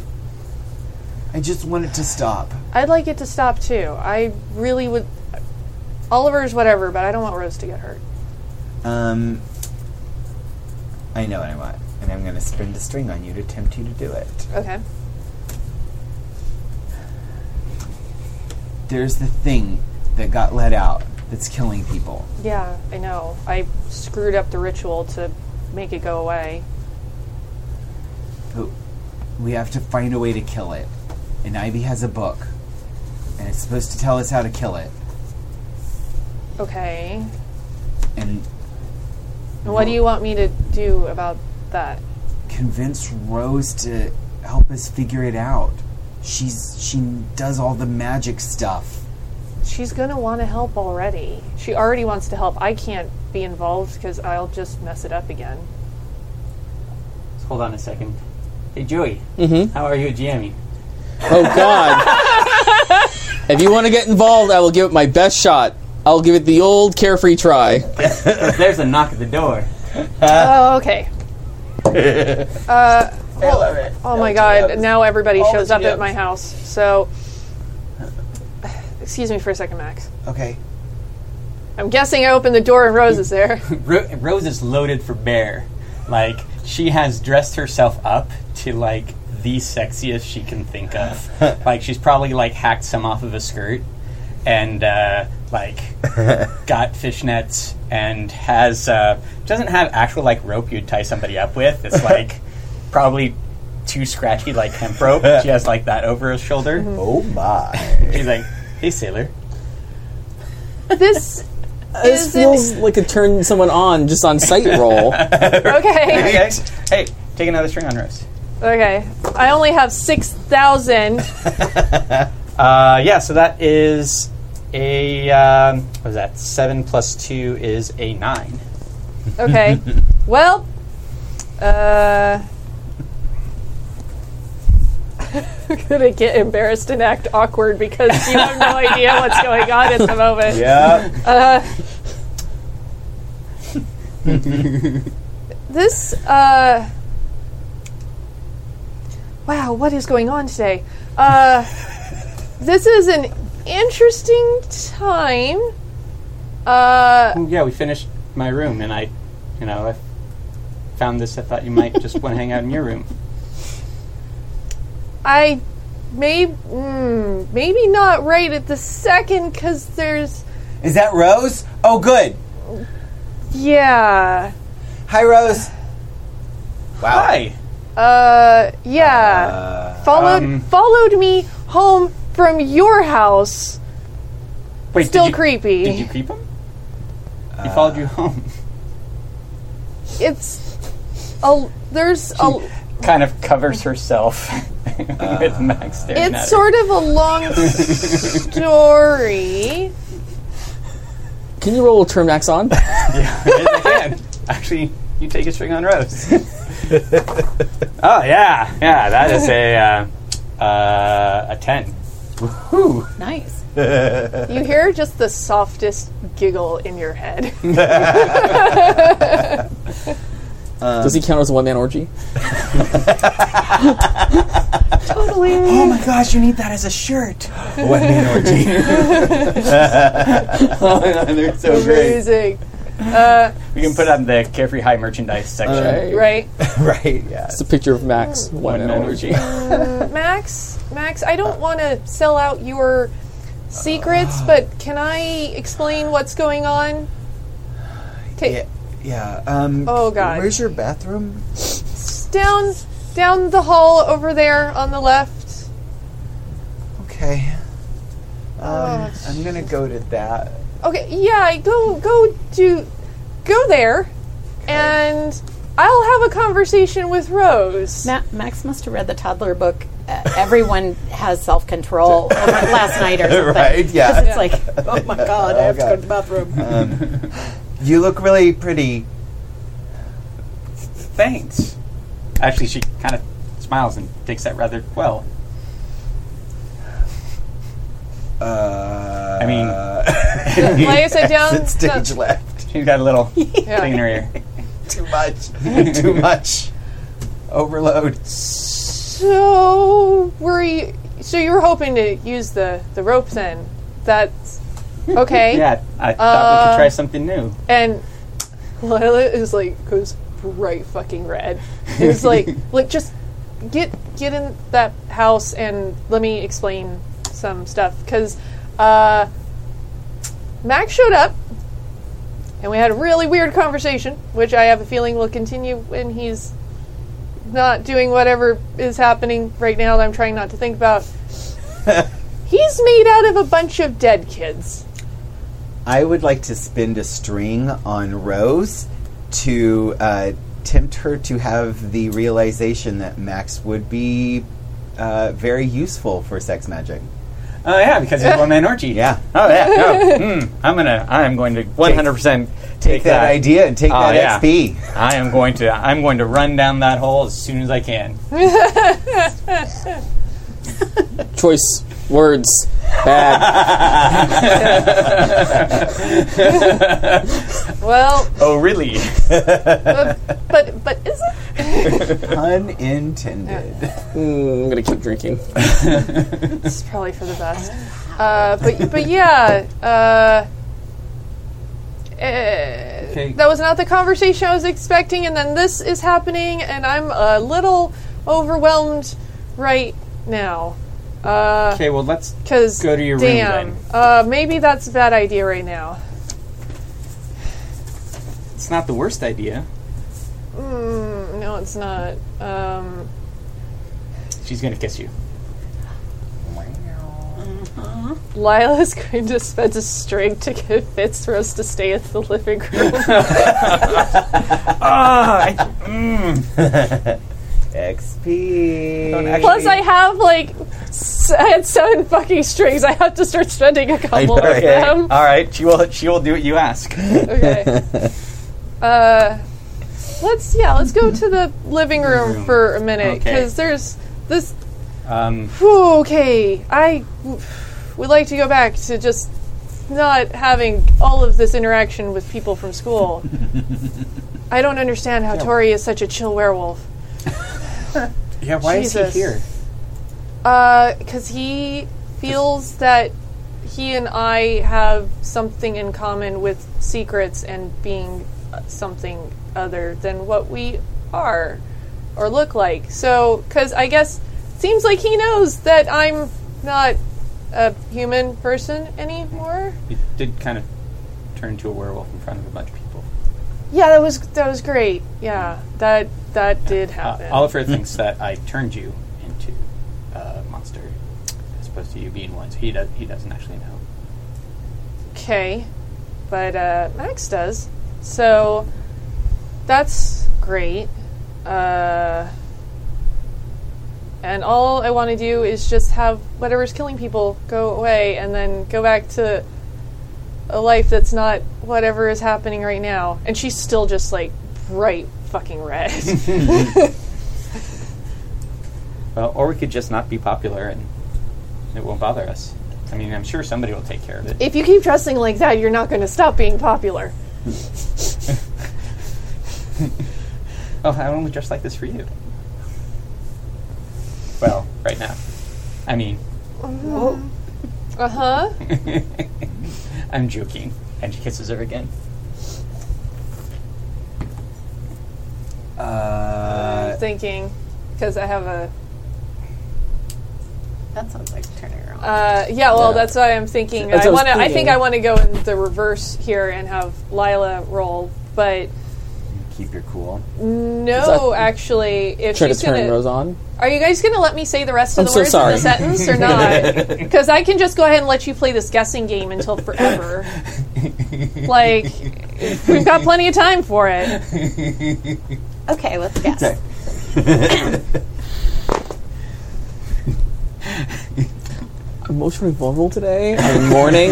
Speaker 2: I just want it to stop.
Speaker 1: I'd like it to stop too. I really would Oliver's whatever, but I don't want Rose to get hurt.
Speaker 2: Um, I know what I want, and I'm going to spin the string on you to tempt you to do it.
Speaker 1: Okay.
Speaker 2: There's the thing.
Speaker 6: that got let out that's killing people.
Speaker 1: Yeah, I know. I screwed up the ritual to make it go away.
Speaker 6: But we have to find a way to kill it. And Ivy has a book, and it's supposed to tell us how to kill it.
Speaker 1: Okay.
Speaker 6: And
Speaker 1: And what do you want me to do about that?
Speaker 6: convince Rose to help us figure it out. She's she does all the magic stuff.
Speaker 1: She's gonna want to help already. She already wants to help. I can't be involved because I'll just mess it up again.
Speaker 5: Hold on a second. Hey, Joey. How are you at GMing?
Speaker 4: Oh God! if you want to get involved, I will give it my best shot. I'll give it the old carefree try.
Speaker 5: There's a knock at the door.
Speaker 1: Oh, okay. Uh,
Speaker 7: Hello.
Speaker 1: Oh my god, now everybody
Speaker 7: All
Speaker 1: shows
Speaker 7: the
Speaker 1: up at
Speaker 7: GMs.
Speaker 1: my house. So, excuse me for a second, Max.
Speaker 6: Okay.
Speaker 1: I'm guessing I opened the door and Rose is there.
Speaker 5: Ro- Rose is loaded for bear. Like she has dressed herself up to like the sexiest she can think of. like she's probably like hacked some off of a skirt and uh, like got fishnets and has uh, doesn't have actual like rope you'd tie somebody up with. It's like probably too scratchy like hemp rope. She has like that over her shoulder.
Speaker 7: Oh my.
Speaker 5: She's like, "Hey sailor,
Speaker 1: this
Speaker 4: This
Speaker 1: is
Speaker 4: feels like a turn someone on just on sight roll.
Speaker 1: okay.
Speaker 5: okay, hey, take another string on Rose."
Speaker 1: Okay. I only have 6,000.
Speaker 5: Uh, yeah, so that is a um, what is that? Seven plus two is a nine.
Speaker 1: Okay. well, uh. I'm gonna get embarrassed and act awkward because you have no idea what's going on at the moment.
Speaker 7: Yeah.
Speaker 1: This, uh. Wow, what is going on today? Uh. this is an interesting time. Uh.
Speaker 5: Yeah, we finished my room, and I, you know, I found this. I thought you might just want to hang out in your room.
Speaker 1: I may mm, maybe not right at the second because there's
Speaker 6: Is that Rose? Oh good.
Speaker 1: yeah
Speaker 6: Hi Rose.
Speaker 5: Hi.
Speaker 1: uh
Speaker 5: Uh,
Speaker 1: yeah followed
Speaker 5: um,
Speaker 1: followed me home from your house
Speaker 5: Wait, did
Speaker 1: still
Speaker 5: you-
Speaker 1: creepy Uh,
Speaker 5: Did you creep him? He followed you home.
Speaker 1: it's a there's a
Speaker 5: kind of covers herself with Max staring at
Speaker 1: it's
Speaker 5: her.
Speaker 1: sort of a long story
Speaker 4: Can you roll a turn max on?
Speaker 1: Uh,
Speaker 5: Yes, I can. Actually, you take a string on Rose. oh yeah, yeah. That is a uh, uh, a ten. Woohoo!
Speaker 3: Nice.
Speaker 1: you hear just the softest giggle in your head
Speaker 4: Does he count as a one man orgy?
Speaker 6: Oh my gosh, you need that as a shirt.
Speaker 7: Oh,
Speaker 6: What an orgy.
Speaker 5: They're so
Speaker 1: amazing
Speaker 5: We can put it on the Carefree High merchandise section.
Speaker 1: uh, right
Speaker 7: right, yeah.
Speaker 4: It's a picture of Max, one man orgy.
Speaker 1: Max, Max, I don't want to sell out your secrets, but can I explain what's going on? Ta-
Speaker 6: Yeah. Yeah. Um,
Speaker 1: Oh, God.
Speaker 6: Where's your bathroom?
Speaker 1: Down, down the hall over there on the left.
Speaker 6: Okay.
Speaker 1: Oh,
Speaker 6: Um, I'm gonna go to that.
Speaker 1: Okay, yeah, go, go do, go there, and I'll have a conversation with Rose.
Speaker 3: Ma- Max must have read the toddler book. Uh, everyone has self control over last night or something.
Speaker 7: Right, yeah.
Speaker 3: 'Cause It's like, oh my god, I have to go to the bathroom.
Speaker 6: You look really pretty.
Speaker 5: Thanks. Actually, she kind of smiles and takes that rather well.
Speaker 6: Uh,
Speaker 5: I mean,
Speaker 1: Like I said, down.
Speaker 7: Exit stage
Speaker 1: down-
Speaker 7: left.
Speaker 5: she's got a little
Speaker 1: yeah.
Speaker 5: thing in her ear.
Speaker 7: Too much. Too much.
Speaker 6: overload.
Speaker 1: So were you? So you were hoping to use the the rope then? That's okay.
Speaker 5: Yeah, I thought we
Speaker 1: Uh,
Speaker 5: could try something new.
Speaker 1: And Lila is like goes bright fucking red. It's like like just get get in that house and let me explain some stuff because uh, Max showed up, and we had a really weird conversation, which I have a feeling will continue when he's not doing whatever is happening right now that I'm trying not to think about. he's made out of a bunch of dead kids.
Speaker 6: I would like to spin a string on Rose to uh, tempt her to have the realization that Max would be uh, very useful for sex magic.
Speaker 5: Oh yeah, because it's one man orgy.
Speaker 6: Yeah.
Speaker 5: Oh yeah. No. Mm, I'm gonna. I am going to 100 percent take,
Speaker 6: Take that, idea and take
Speaker 5: Oh,
Speaker 6: that
Speaker 5: yeah.
Speaker 6: XP.
Speaker 5: I am going to. I'm going to run down that hole as soon as I can.
Speaker 4: Choice words. Bad.
Speaker 1: Well,
Speaker 5: Oh really?
Speaker 1: but, but but is it?
Speaker 6: Unintended.
Speaker 4: Mm, I'm gonna keep drinking.
Speaker 1: It's probably for the best. Uh, but but yeah. Uh, eh, That was not the conversation I was expecting, and then this is happening, and I'm a little overwhelmed right now. Because
Speaker 5: Okay. Well, let's go to your room
Speaker 1: damn,
Speaker 5: then.
Speaker 1: Uh, maybe that's a bad idea right now.
Speaker 5: It's not the worst idea.
Speaker 1: Mm, no, it's not. Um,
Speaker 5: She's gonna kiss you.
Speaker 1: Lila's going to spend a string to get Fitzrose to stay at the living room.
Speaker 6: XP.
Speaker 1: Plus, I have like s- I had seven fucking strings. I have to start spending a couple of
Speaker 5: Okay.
Speaker 1: them.
Speaker 5: All right. She will. She will do what you ask.
Speaker 1: Okay. Uh, let's yeah, let's go to the living room for a minute
Speaker 5: Okay.
Speaker 1: because there's this.
Speaker 5: Um,
Speaker 1: Whew, okay, I would like to go back to just not having all of this interaction with people from school. I don't understand how Tori is such a chill werewolf.
Speaker 5: yeah. Why
Speaker 1: Jesus.
Speaker 5: is he here?
Speaker 1: because Uh, he feels that he and I have something in common with secrets and being uh, something other than what we are or look like. So, because I guess seems like he knows that I'm not a human person anymore.
Speaker 5: He did kind of turn into a werewolf in front of a bunch of people.
Speaker 1: Yeah, that was that was great. Yeah, that that did happen.
Speaker 5: Uh, Oliver thinks that I turned you into a monster, as opposed to you being one. So he does. He doesn't actually know.
Speaker 1: Okay, but uh, Max does. So that's great. Uh, and all I want to do is just have whatever's killing people go away and then go back to a life that's not whatever is happening right now. And she's still just like bright fucking red.
Speaker 5: Well, or we could just not be popular, and it won't bother us. I mean, I'm sure somebody will take care of it.
Speaker 1: if you keep dressing like that, you're not going to stop being popular.
Speaker 5: Oh, I only dress like this for you. Well, right now. I mean,
Speaker 1: Uh huh.
Speaker 5: I'm joking. And she kisses her again. Uh,
Speaker 4: Uh,
Speaker 1: I'm thinking because I have a
Speaker 3: That sounds like turning around.
Speaker 1: Uh, yeah, well, that's why I'm thinking.
Speaker 4: That's
Speaker 1: I
Speaker 4: what
Speaker 1: want
Speaker 4: I
Speaker 1: to. I
Speaker 4: was
Speaker 1: think
Speaker 4: thinking.
Speaker 1: I want to go in the reverse here and have Lila roll, but
Speaker 6: Keep your cool.
Speaker 1: no, actually, if
Speaker 4: Try to
Speaker 1: she's
Speaker 4: turn
Speaker 1: gonna,
Speaker 4: Rose on.
Speaker 1: are you guys gonna let me say the rest of
Speaker 4: I'm
Speaker 1: the
Speaker 4: so
Speaker 1: words
Speaker 4: sorry.
Speaker 1: in the sentence or not? Because I can just go ahead and let you play this guessing game until forever. like, we've got plenty of time for it.
Speaker 3: Okay, let's guess.
Speaker 4: Emotionally vulnerable today. I'm mourning.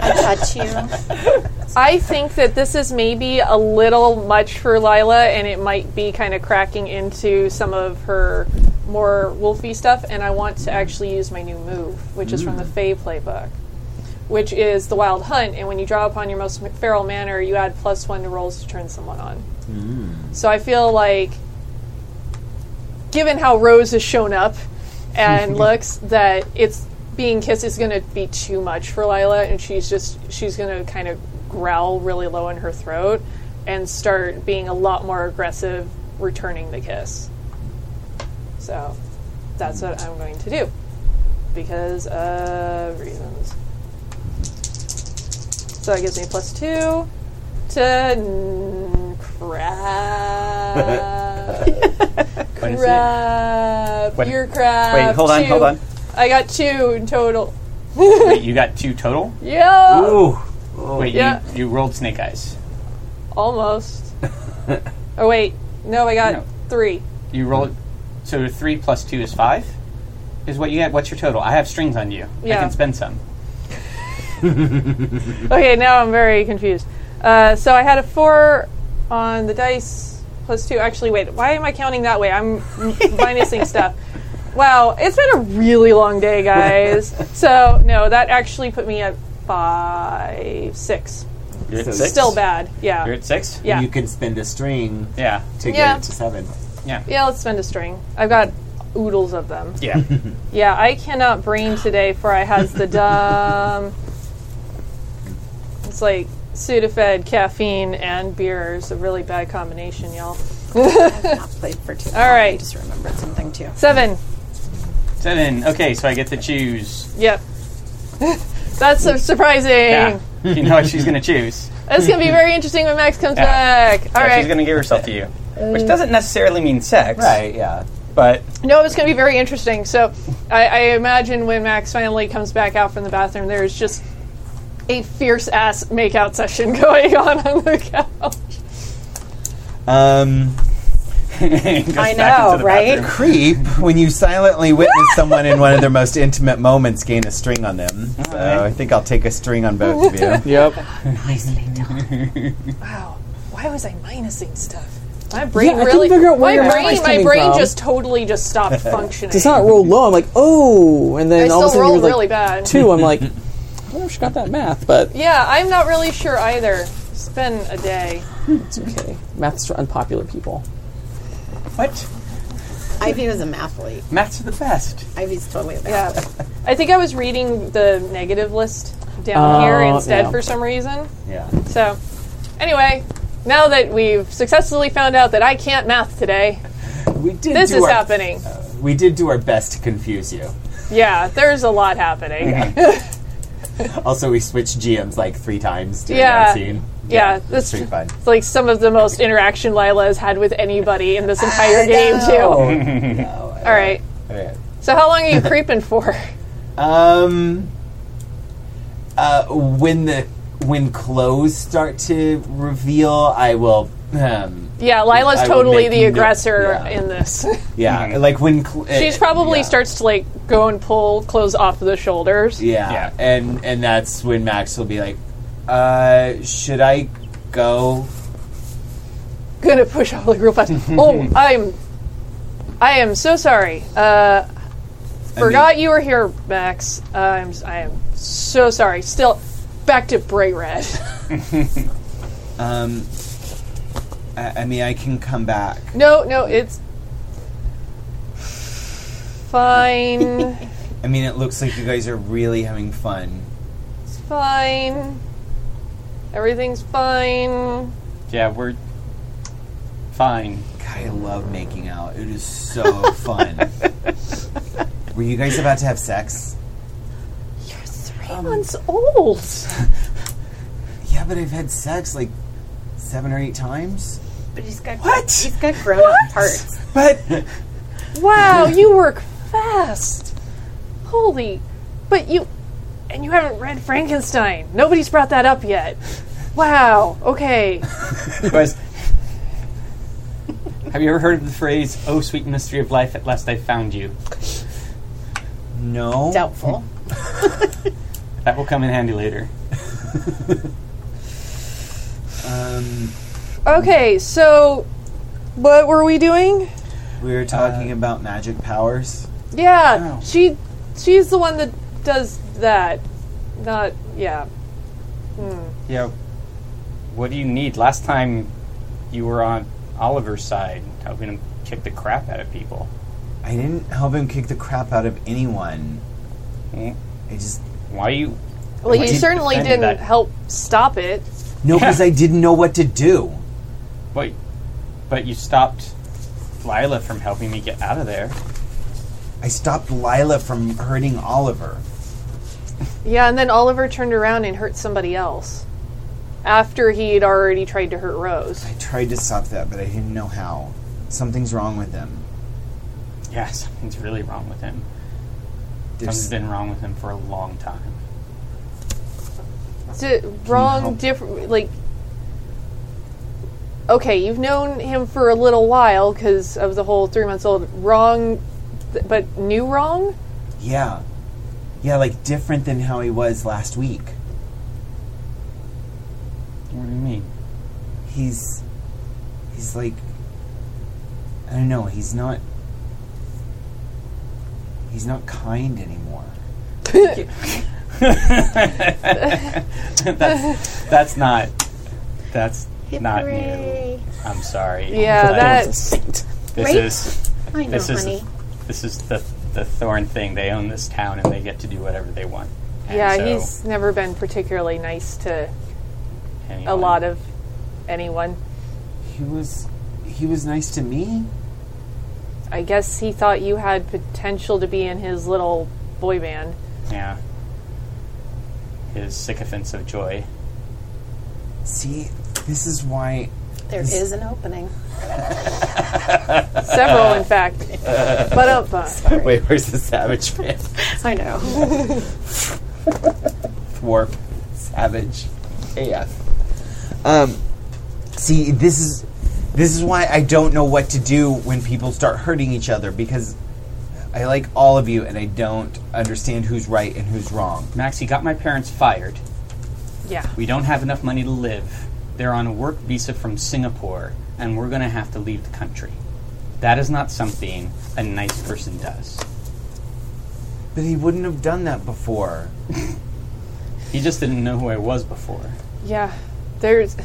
Speaker 3: I touch you.
Speaker 1: I think that this is maybe a little much for Lila, and it might be kind of cracking into some of her more wolfy stuff. And I want to actually use my new move, which is from the Fey playbook, which is the Wild Hunt. And when you draw upon your most feral manner, you add plus one to rolls to turn someone on. So I feel like, given how Rose has shown up and looks, that it's being kissed is going to be too much for Lila, and she's just she's going to kind of growl really low in her throat and start being a lot more aggressive, returning the kiss. So that's what I'm going to do because uh, reasons. So that gives me plus two to mm, crab.
Speaker 5: What is it?
Speaker 1: crab.
Speaker 5: Wait-
Speaker 1: Your crab.
Speaker 5: wait, hold on,
Speaker 1: two.
Speaker 5: hold on.
Speaker 1: I got two in total.
Speaker 5: Wait, you got two total?
Speaker 1: Yeah.
Speaker 5: Ooh. Wait,
Speaker 1: Yeah.
Speaker 5: you, you rolled snake eyes.
Speaker 1: Almost. oh wait, no, I got
Speaker 5: No.
Speaker 1: three.
Speaker 5: You rolled. So three plus two is five? Is what you get? What's your total? I have strings on you. I
Speaker 1: Yeah.
Speaker 5: can spend some.
Speaker 1: Okay, now I'm very confused. Uh, so I had a four on the dice plus two. Actually, wait, why am I counting that way? I'm minusing stuff. Wow, it's been a really long day, guys. so no, that actually put me at five, six.
Speaker 5: You're at
Speaker 6: So
Speaker 5: six?
Speaker 1: Still bad. Yeah.
Speaker 5: You're at six?
Speaker 1: yeah.
Speaker 6: You can spend a string
Speaker 5: Yeah.
Speaker 6: to get
Speaker 1: Yeah.
Speaker 6: it to seven.
Speaker 1: yeah. Let's spend a string. I've got oodles of them.
Speaker 5: Yeah.
Speaker 1: Yeah, I cannot brain today for I has the dumb. It's like Sudafed, caffeine, and beer is a really bad combination, y'all.
Speaker 3: Not played for two.
Speaker 1: All right.
Speaker 3: I just remembered something too.
Speaker 1: Seven.
Speaker 5: Seven. Okay, so I get to choose.
Speaker 1: Yep. That's so surprising.
Speaker 5: Yeah. you know what she's going to choose.
Speaker 1: That's gonna be very interesting when Max comes
Speaker 5: Yeah.
Speaker 1: back. All
Speaker 5: Yeah,
Speaker 1: right. Uh,
Speaker 5: She's going to give herself to you. Which doesn't necessarily mean sex.
Speaker 6: Right, yeah.
Speaker 5: But
Speaker 1: No, it's going to be very interesting. So, I, I imagine when Max finally comes back out from the bathroom, there's just a fierce ass makeout session going on on the couch.
Speaker 6: Um,
Speaker 5: I
Speaker 3: know, right?
Speaker 6: creep when you silently witness someone in one of their most intimate moments gain a string on them. So I think I'll take a string on both of you.
Speaker 4: Yep.
Speaker 1: Wow, why was I minusing stuff? My brain
Speaker 4: I couldn't
Speaker 1: really.
Speaker 4: figure out
Speaker 1: my
Speaker 4: where your math was
Speaker 1: brain, my
Speaker 4: coming
Speaker 1: brain
Speaker 4: from.
Speaker 1: just totally just stopped functioning.
Speaker 4: It's not rolled low. I'm like, oh, and
Speaker 1: I
Speaker 4: then all of a
Speaker 1: still
Speaker 4: sudden
Speaker 1: roll
Speaker 4: you're like
Speaker 1: really bad.
Speaker 4: two. I'm like, I don't know if she got that math, but
Speaker 1: Yeah, I'm not really sure either. It's been a day.
Speaker 4: it's okay. Math's for unpopular people.
Speaker 5: What?
Speaker 3: Ivy was a mathlete.
Speaker 5: Maths are the best.
Speaker 3: Ivy's totally a mathlete.
Speaker 1: Yeah, I think I was reading the negative list down
Speaker 4: Oh,
Speaker 1: here instead
Speaker 4: yeah.
Speaker 1: for some reason.
Speaker 6: Yeah.
Speaker 1: So, anyway, now that we've successfully found out that I can't math today,
Speaker 6: We did
Speaker 1: this
Speaker 6: do
Speaker 1: is
Speaker 6: our,
Speaker 1: happening.
Speaker 6: We did do our best to confuse you.
Speaker 1: Yeah, there's a lot happening.
Speaker 6: Also, we switched GMs like three times during
Speaker 1: Yeah.
Speaker 6: that scene.
Speaker 1: Yeah,
Speaker 6: It's
Speaker 1: this
Speaker 6: pretty fun.
Speaker 1: It's like some of the most interaction Lila has had with anybody in this entire game, too. All right.
Speaker 6: Alright.
Speaker 1: So how long are you creeping for?
Speaker 6: Um, uh, when the when clothes start to reveal, I will. Um,
Speaker 1: Yeah, Lila's
Speaker 6: I will
Speaker 1: totally
Speaker 6: make
Speaker 1: the
Speaker 6: no-
Speaker 1: aggressor
Speaker 6: yeah.
Speaker 1: in this.
Speaker 6: yeah, like when cl-
Speaker 1: She's
Speaker 6: uh,
Speaker 1: probably
Speaker 6: yeah.
Speaker 1: starts to like go and pull clothes off the shoulders.
Speaker 6: Yeah.
Speaker 5: Yeah.
Speaker 6: and and that's when Max will be like, uh, "Should I go?"
Speaker 1: Gonna push all the group out. oh, I'm I am so sorry. Uh forgot you were here, Max. Uh, I'm I am so sorry. Still back to Bray Red.
Speaker 6: Um, I, I mean, I can come back.
Speaker 1: No, no, it's fine.
Speaker 6: I mean, it looks like you guys are really having fun.
Speaker 1: it's fine. Everything's fine.
Speaker 5: Yeah, we're fine.
Speaker 6: God, I love making out. It is so fun. Were you guys about to have sex?
Speaker 1: You're three months old.
Speaker 6: Yeah, but I've had sex like seven or eight times.
Speaker 3: But he's got
Speaker 6: What?
Speaker 3: he's got grown up parts.
Speaker 6: But
Speaker 1: Wow, you work fast. Holy, but you and you haven't read Frankenstein. Nobody's brought that up yet. Wow. Okay.
Speaker 5: Was- have you ever heard of the phrase, oh sweet mystery of life, at last I found you?
Speaker 6: no.
Speaker 3: Doubtful.
Speaker 5: That will come in handy later.
Speaker 6: Um,
Speaker 1: Okay. So, what were we doing?
Speaker 6: we were talking about magic powers.
Speaker 1: Yeah,
Speaker 5: Oh.
Speaker 1: she she's the one that does that. Not yeah.
Speaker 5: Yeah. What do you need? Last time you were on Oliver's side, helping him kick the crap out of people.
Speaker 6: I didn't help him kick the crap out of anyone.
Speaker 5: Mm.
Speaker 6: I just
Speaker 5: Why you?
Speaker 1: Well, you
Speaker 5: did-
Speaker 1: certainly
Speaker 5: I knew
Speaker 1: didn't
Speaker 5: that.
Speaker 1: help stop it.
Speaker 6: no, because I didn't know what to do.
Speaker 5: Wait, but you stopped Lila from helping me get out of there.
Speaker 6: I stopped Lila from hurting Oliver.
Speaker 1: Yeah, and then Oliver turned around and hurt somebody else. after he had already tried to hurt Rose.
Speaker 6: I tried to stop that, but I didn't know how. Something's wrong with them.
Speaker 5: Yeah, something's really wrong with him. Something's
Speaker 6: There's,
Speaker 5: been wrong with him for a long time.
Speaker 1: Is it wrong?
Speaker 6: help?
Speaker 1: Different? Like, okay, you've known him for a little while because of the whole three months old. Wrong, th- but new wrong.
Speaker 6: yeah, yeah, like different than how he was last week.
Speaker 5: What do you mean?
Speaker 6: He's, he's like, I don't know. He's not, he's not kind anymore.
Speaker 5: that's that's not that's not new.
Speaker 3: Hooray.
Speaker 5: I'm sorry.
Speaker 1: Yeah,
Speaker 5: but
Speaker 1: that-
Speaker 4: It's a saint.
Speaker 5: this
Speaker 3: Right?
Speaker 5: is
Speaker 3: I know,
Speaker 5: this is
Speaker 3: honey.
Speaker 5: this is the the thorn thing. They own this town and they get to do whatever they want. And
Speaker 1: yeah,
Speaker 5: so
Speaker 1: he's never been particularly nice to
Speaker 5: anyone-
Speaker 1: a lot of anyone.
Speaker 6: He was, he was nice to me.
Speaker 1: I guess he thought you had potential to be in his little boy band.
Speaker 5: yeah. His sycophants of joy.
Speaker 6: See, this is why
Speaker 3: There is an opening.
Speaker 1: Several, in fact. But up, uh,
Speaker 6: Wait, where's the savage man?
Speaker 3: I know.
Speaker 6: Warp, savage, AF. Um, see, this is this is why I don't know what to do when people start hurting each other because I like all of you and I don't understand who's right and who's wrong.
Speaker 5: Max, he got my parents fired.
Speaker 1: yeah.
Speaker 5: We don't have enough money to live. They're on a work visa from Singapore, and we're going to have to leave the country. That is not something a nice person does.
Speaker 6: But he wouldn't have done that before.
Speaker 5: He just didn't know who I was before.
Speaker 1: Yeah, there's.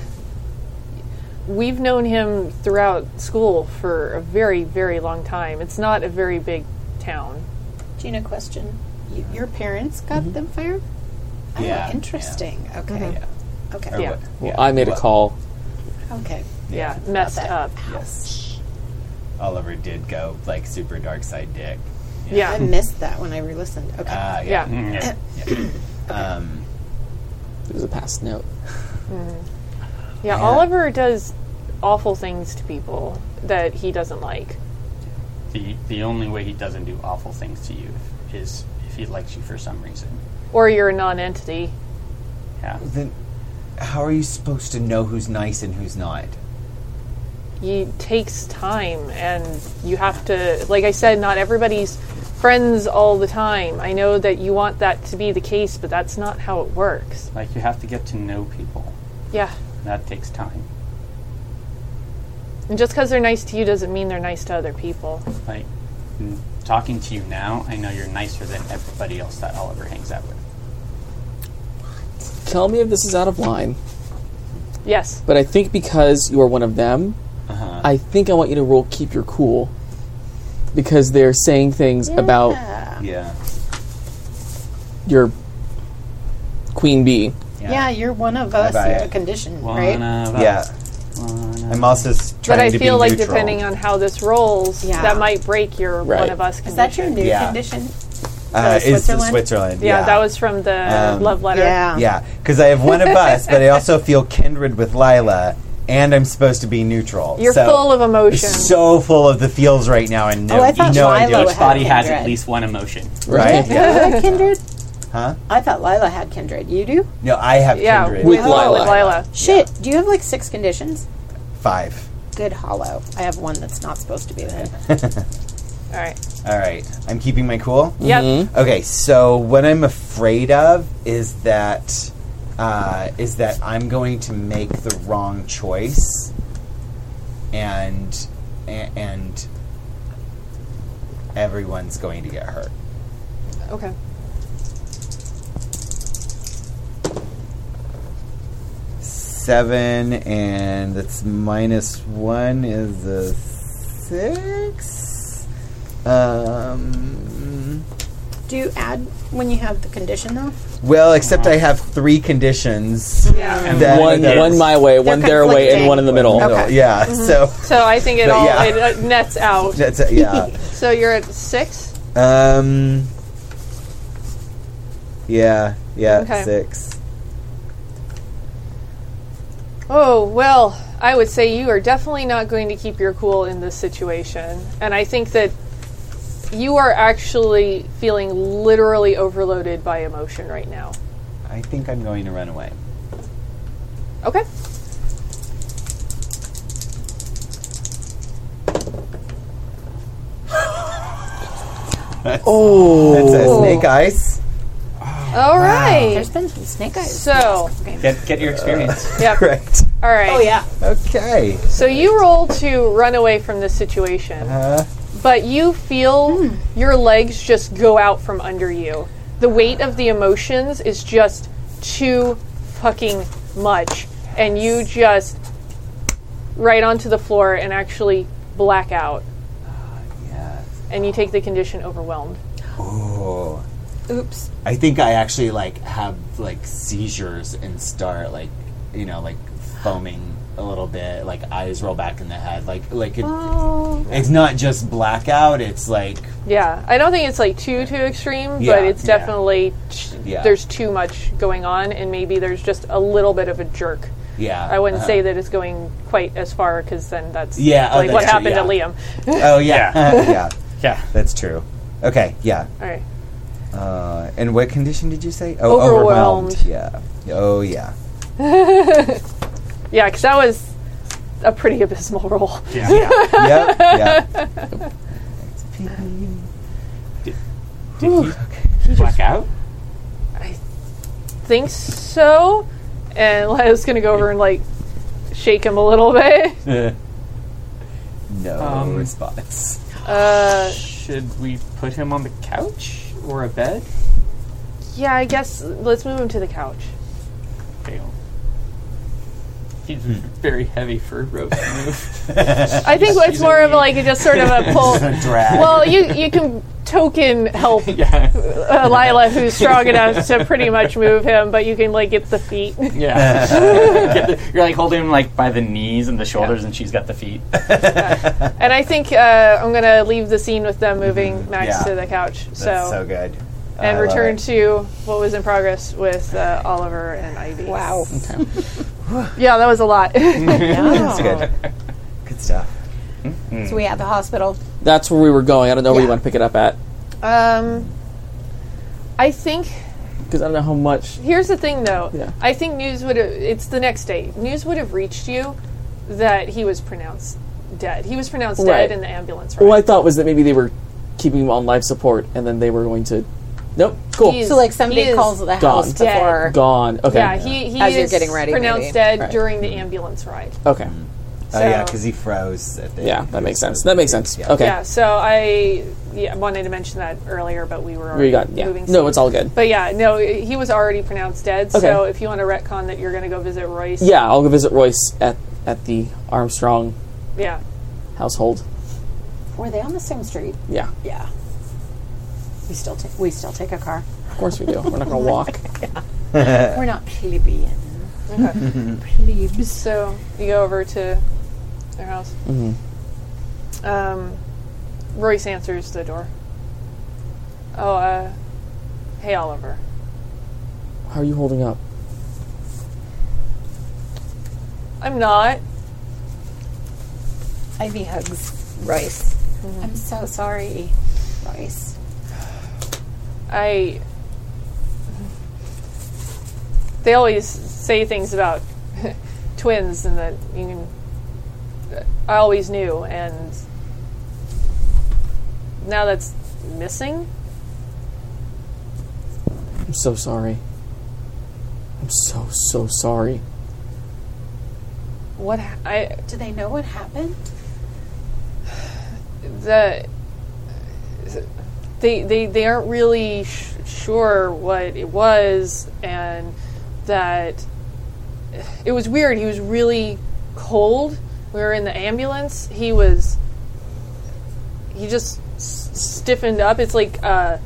Speaker 1: We've known him throughout school for a very, very long time. It's not a very big town.
Speaker 3: Gina, question. Y- your parents got them fired? Oh,
Speaker 5: Yeah,
Speaker 3: interesting. Okay. Okay.
Speaker 1: Yeah,
Speaker 4: Well, I made a call.
Speaker 3: Okay.
Speaker 1: yeah, messed
Speaker 3: that.
Speaker 1: up.
Speaker 6: Yes. Oliver did go like super dark side dick.
Speaker 1: Yeah,
Speaker 3: I missed that when I re-listened. Okay.
Speaker 6: Ah,
Speaker 1: yeah.
Speaker 3: Mm-hmm.
Speaker 5: Yeah.
Speaker 6: Um,
Speaker 4: It was a past note.
Speaker 1: Yeah, Oliver does awful things to people that he doesn't like.
Speaker 5: The, the only way he doesn't do awful things to you is if he likes you for some reason.
Speaker 1: Or you're a non entity.
Speaker 5: Yeah.
Speaker 6: then how are you supposed to know who's nice and who's not?
Speaker 1: It takes time, and you have to, like I said, not everybody's friends all the time. I know that you want that to be the case, but that's not how it works.
Speaker 5: Like, you have to get to know people.
Speaker 1: Yeah.
Speaker 5: That takes time.
Speaker 1: And just because they're nice to you doesn't mean they're nice to other people.
Speaker 5: Like, n- talking to you now, I know you're nicer than everybody else that Oliver hangs out with.
Speaker 4: Tell me if this is out of line,
Speaker 1: Yes.
Speaker 4: but I think because you are one of them,
Speaker 6: Uh-huh.
Speaker 4: I think I want you to roll keep your cool because they're saying things about
Speaker 6: Yeah.
Speaker 4: your queen bee.
Speaker 3: yeah. you're one of us.
Speaker 6: buy
Speaker 3: You have
Speaker 6: it.
Speaker 3: a condition,
Speaker 5: One
Speaker 3: right?
Speaker 5: of us.
Speaker 6: Yeah. I'm also s- trying
Speaker 1: But I
Speaker 6: to
Speaker 1: feel
Speaker 6: be
Speaker 1: like
Speaker 6: neutral.
Speaker 1: depending on how this rolls,
Speaker 3: Yeah.
Speaker 1: that might break your
Speaker 4: Right.
Speaker 1: one of us condition.
Speaker 3: Is that your new
Speaker 6: Yeah.
Speaker 3: condition?
Speaker 6: uh, is the
Speaker 3: Switzerland?
Speaker 6: Switzerland.
Speaker 1: yeah, that was from the
Speaker 6: Um,
Speaker 1: love letter.
Speaker 6: Yeah, because I have one of us, but I also feel kindred with Lila, and I'm supposed to be neutral.
Speaker 1: You're
Speaker 6: So-
Speaker 1: full of emotion.
Speaker 6: So full of the feels right now, and no,
Speaker 3: Oh, I thought
Speaker 6: no idea.
Speaker 3: Lila
Speaker 6: what-
Speaker 5: Each body has
Speaker 3: Kindred.
Speaker 5: at least one emotion.
Speaker 6: Right?
Speaker 3: Did Lila have kindred?
Speaker 6: Huh?
Speaker 3: I thought Lila had kindred. You do?
Speaker 6: No, I have
Speaker 1: yeah,
Speaker 6: kindred.
Speaker 4: With
Speaker 1: oh,
Speaker 4: Lila.
Speaker 1: with Lila.
Speaker 3: Shit. Do you have like six conditions?
Speaker 6: Five.
Speaker 3: Good hollow. I have one that's not supposed to be there.
Speaker 1: All right.
Speaker 6: All right, I'm keeping my cool.
Speaker 1: Yep.
Speaker 4: Mm-hmm.
Speaker 6: Okay, so what I'm afraid of is that uh, is that I'm going to make the wrong choice, and a- and everyone's going to get hurt.
Speaker 1: Okay.
Speaker 6: Seven and that's minus one is a six. Um,
Speaker 3: Do you add when you have the condition though?
Speaker 6: well, except I have three conditions.
Speaker 5: And
Speaker 6: That-
Speaker 4: One,
Speaker 6: that-
Speaker 4: one my way, one their way,
Speaker 3: conflicting.
Speaker 4: and one Mm-hmm. in the middle.
Speaker 6: No, Yeah, so
Speaker 1: So I think it
Speaker 6: But
Speaker 1: all
Speaker 6: yeah.
Speaker 1: it, uh, nets out.
Speaker 6: that's it, yeah.
Speaker 1: So you're at six.
Speaker 6: Um. Yeah. Yeah.
Speaker 1: Okay.
Speaker 6: Six.
Speaker 1: Oh, well, I would say you are definitely not going to keep your cool in this situation. And I think that you are actually feeling literally overloaded by emotion right now.
Speaker 6: I think I'm going to run away.
Speaker 1: Okay.
Speaker 6: That's a snake eyes.
Speaker 1: All right.
Speaker 3: There's been some snake eyes.
Speaker 1: So,
Speaker 5: Get, get
Speaker 6: Uh,
Speaker 5: your experience.
Speaker 1: yep.
Speaker 6: Correct.
Speaker 1: All right.
Speaker 3: Oh yeah.
Speaker 6: Okay.
Speaker 1: So you roll to run away from this situation,
Speaker 6: Uh,
Speaker 1: but you feel
Speaker 6: Hmm.
Speaker 1: your legs just go out from under you. The weight of the emotions is just too fucking much, and you just right onto the floor and actually black out,
Speaker 6: Ah, yeah.
Speaker 1: and you take the condition overwhelmed.
Speaker 6: Oh.
Speaker 3: Oops.
Speaker 6: I think I actually like have like seizures and start like you know like foaming a little bit, like eyes roll back in the head, like like it,
Speaker 1: Oh.
Speaker 6: it's not just blackout. It's like
Speaker 1: Yeah, I don't think it's like too too extreme,
Speaker 6: Yeah,
Speaker 1: but it's
Speaker 6: yeah.
Speaker 1: definitely t-
Speaker 6: Yeah.
Speaker 1: there's too much going on, and maybe there's just a little bit of a jerk.
Speaker 6: yeah.
Speaker 1: I wouldn't
Speaker 6: uh-huh.
Speaker 1: say that it's going quite as far because then that's
Speaker 6: Yeah, oh,
Speaker 1: like
Speaker 6: that's
Speaker 1: what
Speaker 6: true,
Speaker 1: happened
Speaker 6: yeah.
Speaker 1: to Liam.
Speaker 6: Oh yeah, yeah.
Speaker 5: Yeah.
Speaker 6: That's true. Okay, yeah.
Speaker 1: All right,
Speaker 6: Uh, and what condition did you say? Oh,
Speaker 1: Overwhelmed.
Speaker 6: Yeah. Oh yeah.
Speaker 1: yeah, because that was a pretty abysmal roll.
Speaker 6: yep. Yep.
Speaker 5: Did he, black out?
Speaker 1: Think so? And Leo's gonna go over and like shake him a little bit.
Speaker 6: No
Speaker 5: Um,
Speaker 6: response.
Speaker 1: Uh,
Speaker 5: Should we put him on the couch or a bed?
Speaker 1: yeah, I guess let's move him to the couch.
Speaker 5: Fail. He's very heavy for a rope to move.
Speaker 1: I think it's more of like just sort of a pull.
Speaker 6: Drag.
Speaker 1: well, you you can token help
Speaker 5: yeah.
Speaker 1: uh, Lila, who's strong enough to pretty much move him, but you can like get the feet.
Speaker 5: Yeah. Get the- you're like holding him like by the knees and the shoulders, and she's got the feet.
Speaker 1: And I think uh, I'm going to leave the scene with them moving
Speaker 4: Mm-hmm.
Speaker 1: Max
Speaker 6: Yeah.
Speaker 1: to the couch.
Speaker 6: That's
Speaker 1: So,
Speaker 6: so good.
Speaker 1: and
Speaker 6: I love
Speaker 1: return
Speaker 6: it.
Speaker 1: to what was in progress with uh, Oliver and Ivy. Wow. yeah, that was a lot.
Speaker 3: That's
Speaker 6: good. Good stuff.
Speaker 3: So we at the hospital.
Speaker 4: That's where we were going. I don't know where you
Speaker 3: Yeah.
Speaker 4: want to pick it up at
Speaker 1: um, I think
Speaker 4: because I don't know how much.
Speaker 1: here's the thing, though.
Speaker 4: Yeah.
Speaker 1: I think news would have. It's the next day. News would have reached you that he was pronounced dead. He was pronounced
Speaker 4: Right.
Speaker 1: dead in the ambulance. Right?
Speaker 4: What I thought was that maybe they were keeping him on life support, and then they were going to. Nope. Cool.
Speaker 1: He's-
Speaker 3: So like somebody
Speaker 1: He is
Speaker 3: calls the
Speaker 4: gone.
Speaker 3: house
Speaker 1: Dead.
Speaker 3: before.
Speaker 4: Gone. Okay.
Speaker 1: Yeah, he, he
Speaker 8: As you're
Speaker 1: is
Speaker 8: getting ready,
Speaker 1: pronounced
Speaker 8: maybe.
Speaker 1: dead
Speaker 4: Right.
Speaker 1: during the ambulance ride.
Speaker 4: Okay.
Speaker 6: Oh yeah,
Speaker 1: So-
Speaker 6: because he froze. At the
Speaker 4: Yeah, that makes sense. That makes sense.
Speaker 6: Yeah.
Speaker 4: Okay.
Speaker 1: Yeah, so I yeah, wanted to mention that earlier, but we were already
Speaker 4: We got. Yeah.
Speaker 1: moving.
Speaker 4: No,
Speaker 1: so-
Speaker 4: it's all good.
Speaker 1: But yeah, no, he was already pronounced dead. So
Speaker 4: Okay.
Speaker 1: if you want to retcon that you're going to go visit Royce,
Speaker 4: Yeah, I'll go visit Royce at at the Armstrong
Speaker 1: yeah,
Speaker 4: household.
Speaker 3: Were they on the same street?
Speaker 4: Yeah.
Speaker 3: Yeah. We still take we still take a car.
Speaker 4: Of course we do. We're not going to walk.
Speaker 3: We're not plebeian.
Speaker 1: So you go over to their house. Mm-hmm. Um, Royce answers the door. Oh, uh, hey Oliver.
Speaker 4: How are you holding up?
Speaker 1: I'm not.
Speaker 3: Ivy hugs Royce. I'm so sorry, Royce.
Speaker 1: I. They always say things about twins and that you can. I always knew, and now that's missing.
Speaker 4: I'm so sorry. I'm so so sorry.
Speaker 1: What ha- I
Speaker 3: Do they know what happened?
Speaker 1: the they they they aren't really sh- sure what it was, and that it was weird. He was really cold. We were in the ambulance. He was he just s- stiffened up. It's like uh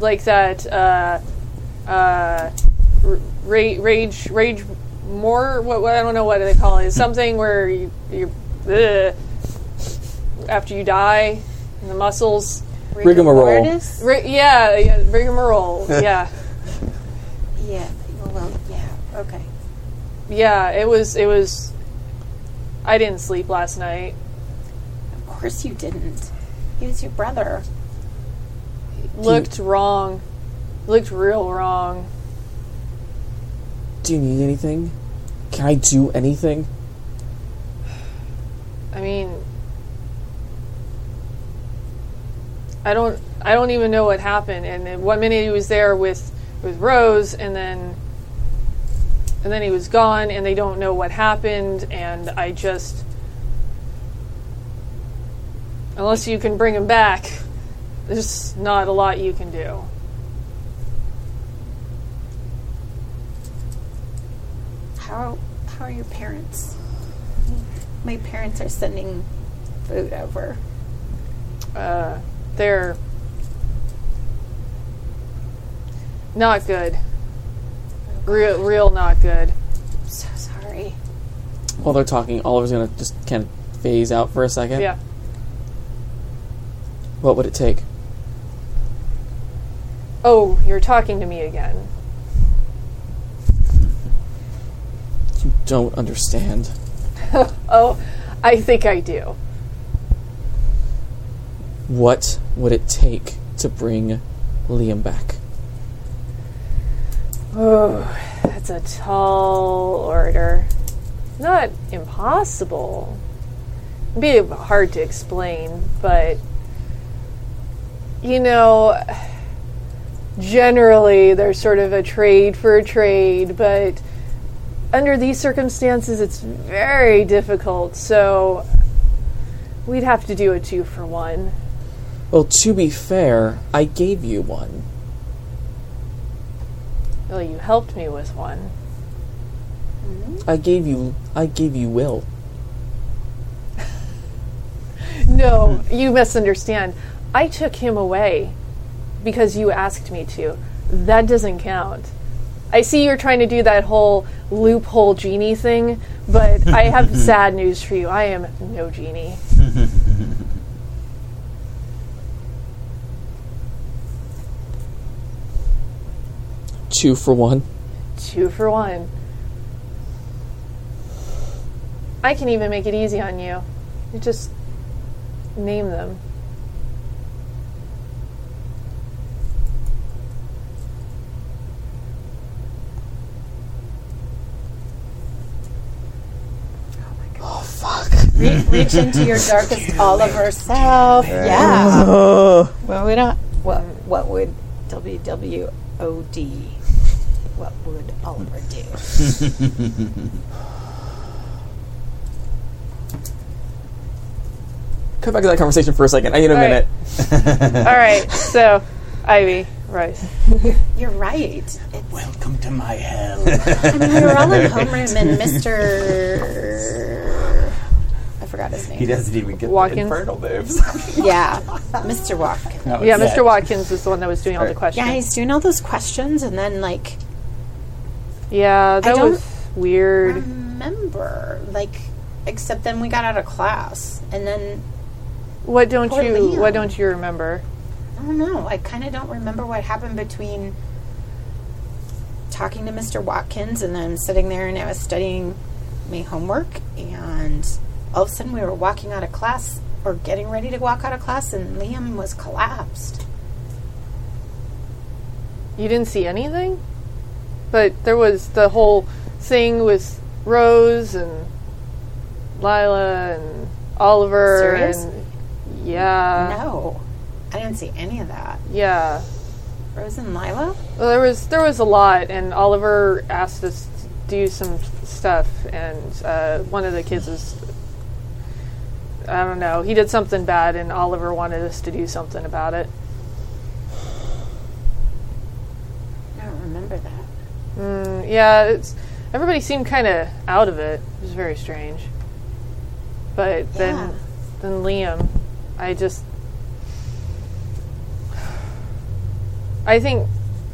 Speaker 1: like that uh uh r- ra- rage rage more what, what I don't know what they call it. It's something where you you ugh, after you die and the muscles
Speaker 4: Rigmarole.
Speaker 3: Mortis?
Speaker 1: Ri- yeah, yeah rigmarole. yeah.
Speaker 3: Yeah. Well, yeah. Okay.
Speaker 1: yeah, it was it was. I didn't sleep last night.
Speaker 3: Of course you didn't. He was your brother.
Speaker 1: Looked wrong. Looked real wrong.
Speaker 4: Do you need anything? Can I do anything?
Speaker 1: I mean, I don't, I don't even know what happened. And then one minute he was there with, with Rose, and then, and then he was gone, and they don't know what happened. And I just, unless you can bring him back, there's not a lot you can do.
Speaker 3: How how are your parents? My parents are sending food over.
Speaker 1: Uh, they're not good. Real, real not good.
Speaker 3: I'm so sorry.
Speaker 4: While they're talking, Oliver's gonna just kind of phase out for a second.
Speaker 1: Yeah.
Speaker 4: What would it take?
Speaker 1: Oh, you're talking to me again.
Speaker 4: You don't understand.
Speaker 1: Oh, I think I do.
Speaker 4: What would it take to bring Liam back?
Speaker 1: Oh, that's a tall order. Not impossible. Be hard to explain, but you know, generally there's sort of a trade for a trade, but under these circumstances it's very difficult. So we'd have to do a two for one.
Speaker 4: Well, to be fair, I gave you one.
Speaker 1: Well, you helped me with one.
Speaker 4: I gave you. I gave you Will.
Speaker 1: No, you misunderstand. I took him away because you asked me to. That doesn't count. I see you're trying to do that whole loophole genie thing, but I have sad news for you. I am no genie.
Speaker 4: Two for one.
Speaker 1: Two for one. I can even make it easy on you. You just name them.
Speaker 3: Re- reach into your darkest Oliver self. Yeah. Well, we don't. What what would WWOD? What would Oliver do?
Speaker 4: Cut back to that conversation for a second. I need a
Speaker 1: All right.
Speaker 4: minute.
Speaker 1: All right, so Ivy, Rice.
Speaker 3: You're right.
Speaker 5: Welcome to my hell.
Speaker 3: We were all in homeroom, and Mister. I forgot his
Speaker 6: He
Speaker 3: name.
Speaker 6: doesn't even get
Speaker 1: Watkins?
Speaker 6: the infernal moves.
Speaker 3: Yeah, Mr. Walk.
Speaker 1: Yeah, Mr. Watkins is the one that was doing all the questions.
Speaker 3: Yeah, he's doing all those questions, and then like
Speaker 1: Yeah, that
Speaker 3: don't-
Speaker 1: was weird.
Speaker 3: remember, like, except then we got out of class, and then
Speaker 1: What don't
Speaker 3: Poor
Speaker 1: you
Speaker 3: Liam.
Speaker 1: What don't you remember?
Speaker 3: I don't know. I kind of don't remember what happened between talking to Mr. Watkins and then sitting there and I was studying my homework. And all of a sudden, we were walking out of class or getting ready to walk out of class, and Liam was collapsed.
Speaker 1: You didn't see anything, but there was the whole thing with Rose and Lila and Oliver
Speaker 3: Serious?
Speaker 1: and yeah,
Speaker 3: no, I didn't see any of that.
Speaker 1: yeah.
Speaker 3: Rose and Lila?
Speaker 1: Well, there was there was a lot, and Oliver asked us to do some stuff, and uh, one of the kids was. I don't know. He did something bad, and Oliver wanted us to do something about it.
Speaker 3: I don't remember that.
Speaker 1: Yeah, it's, everybody seemed kind of out of it. It was very strange. But then,
Speaker 3: Yeah.
Speaker 1: then Liam, I just, I think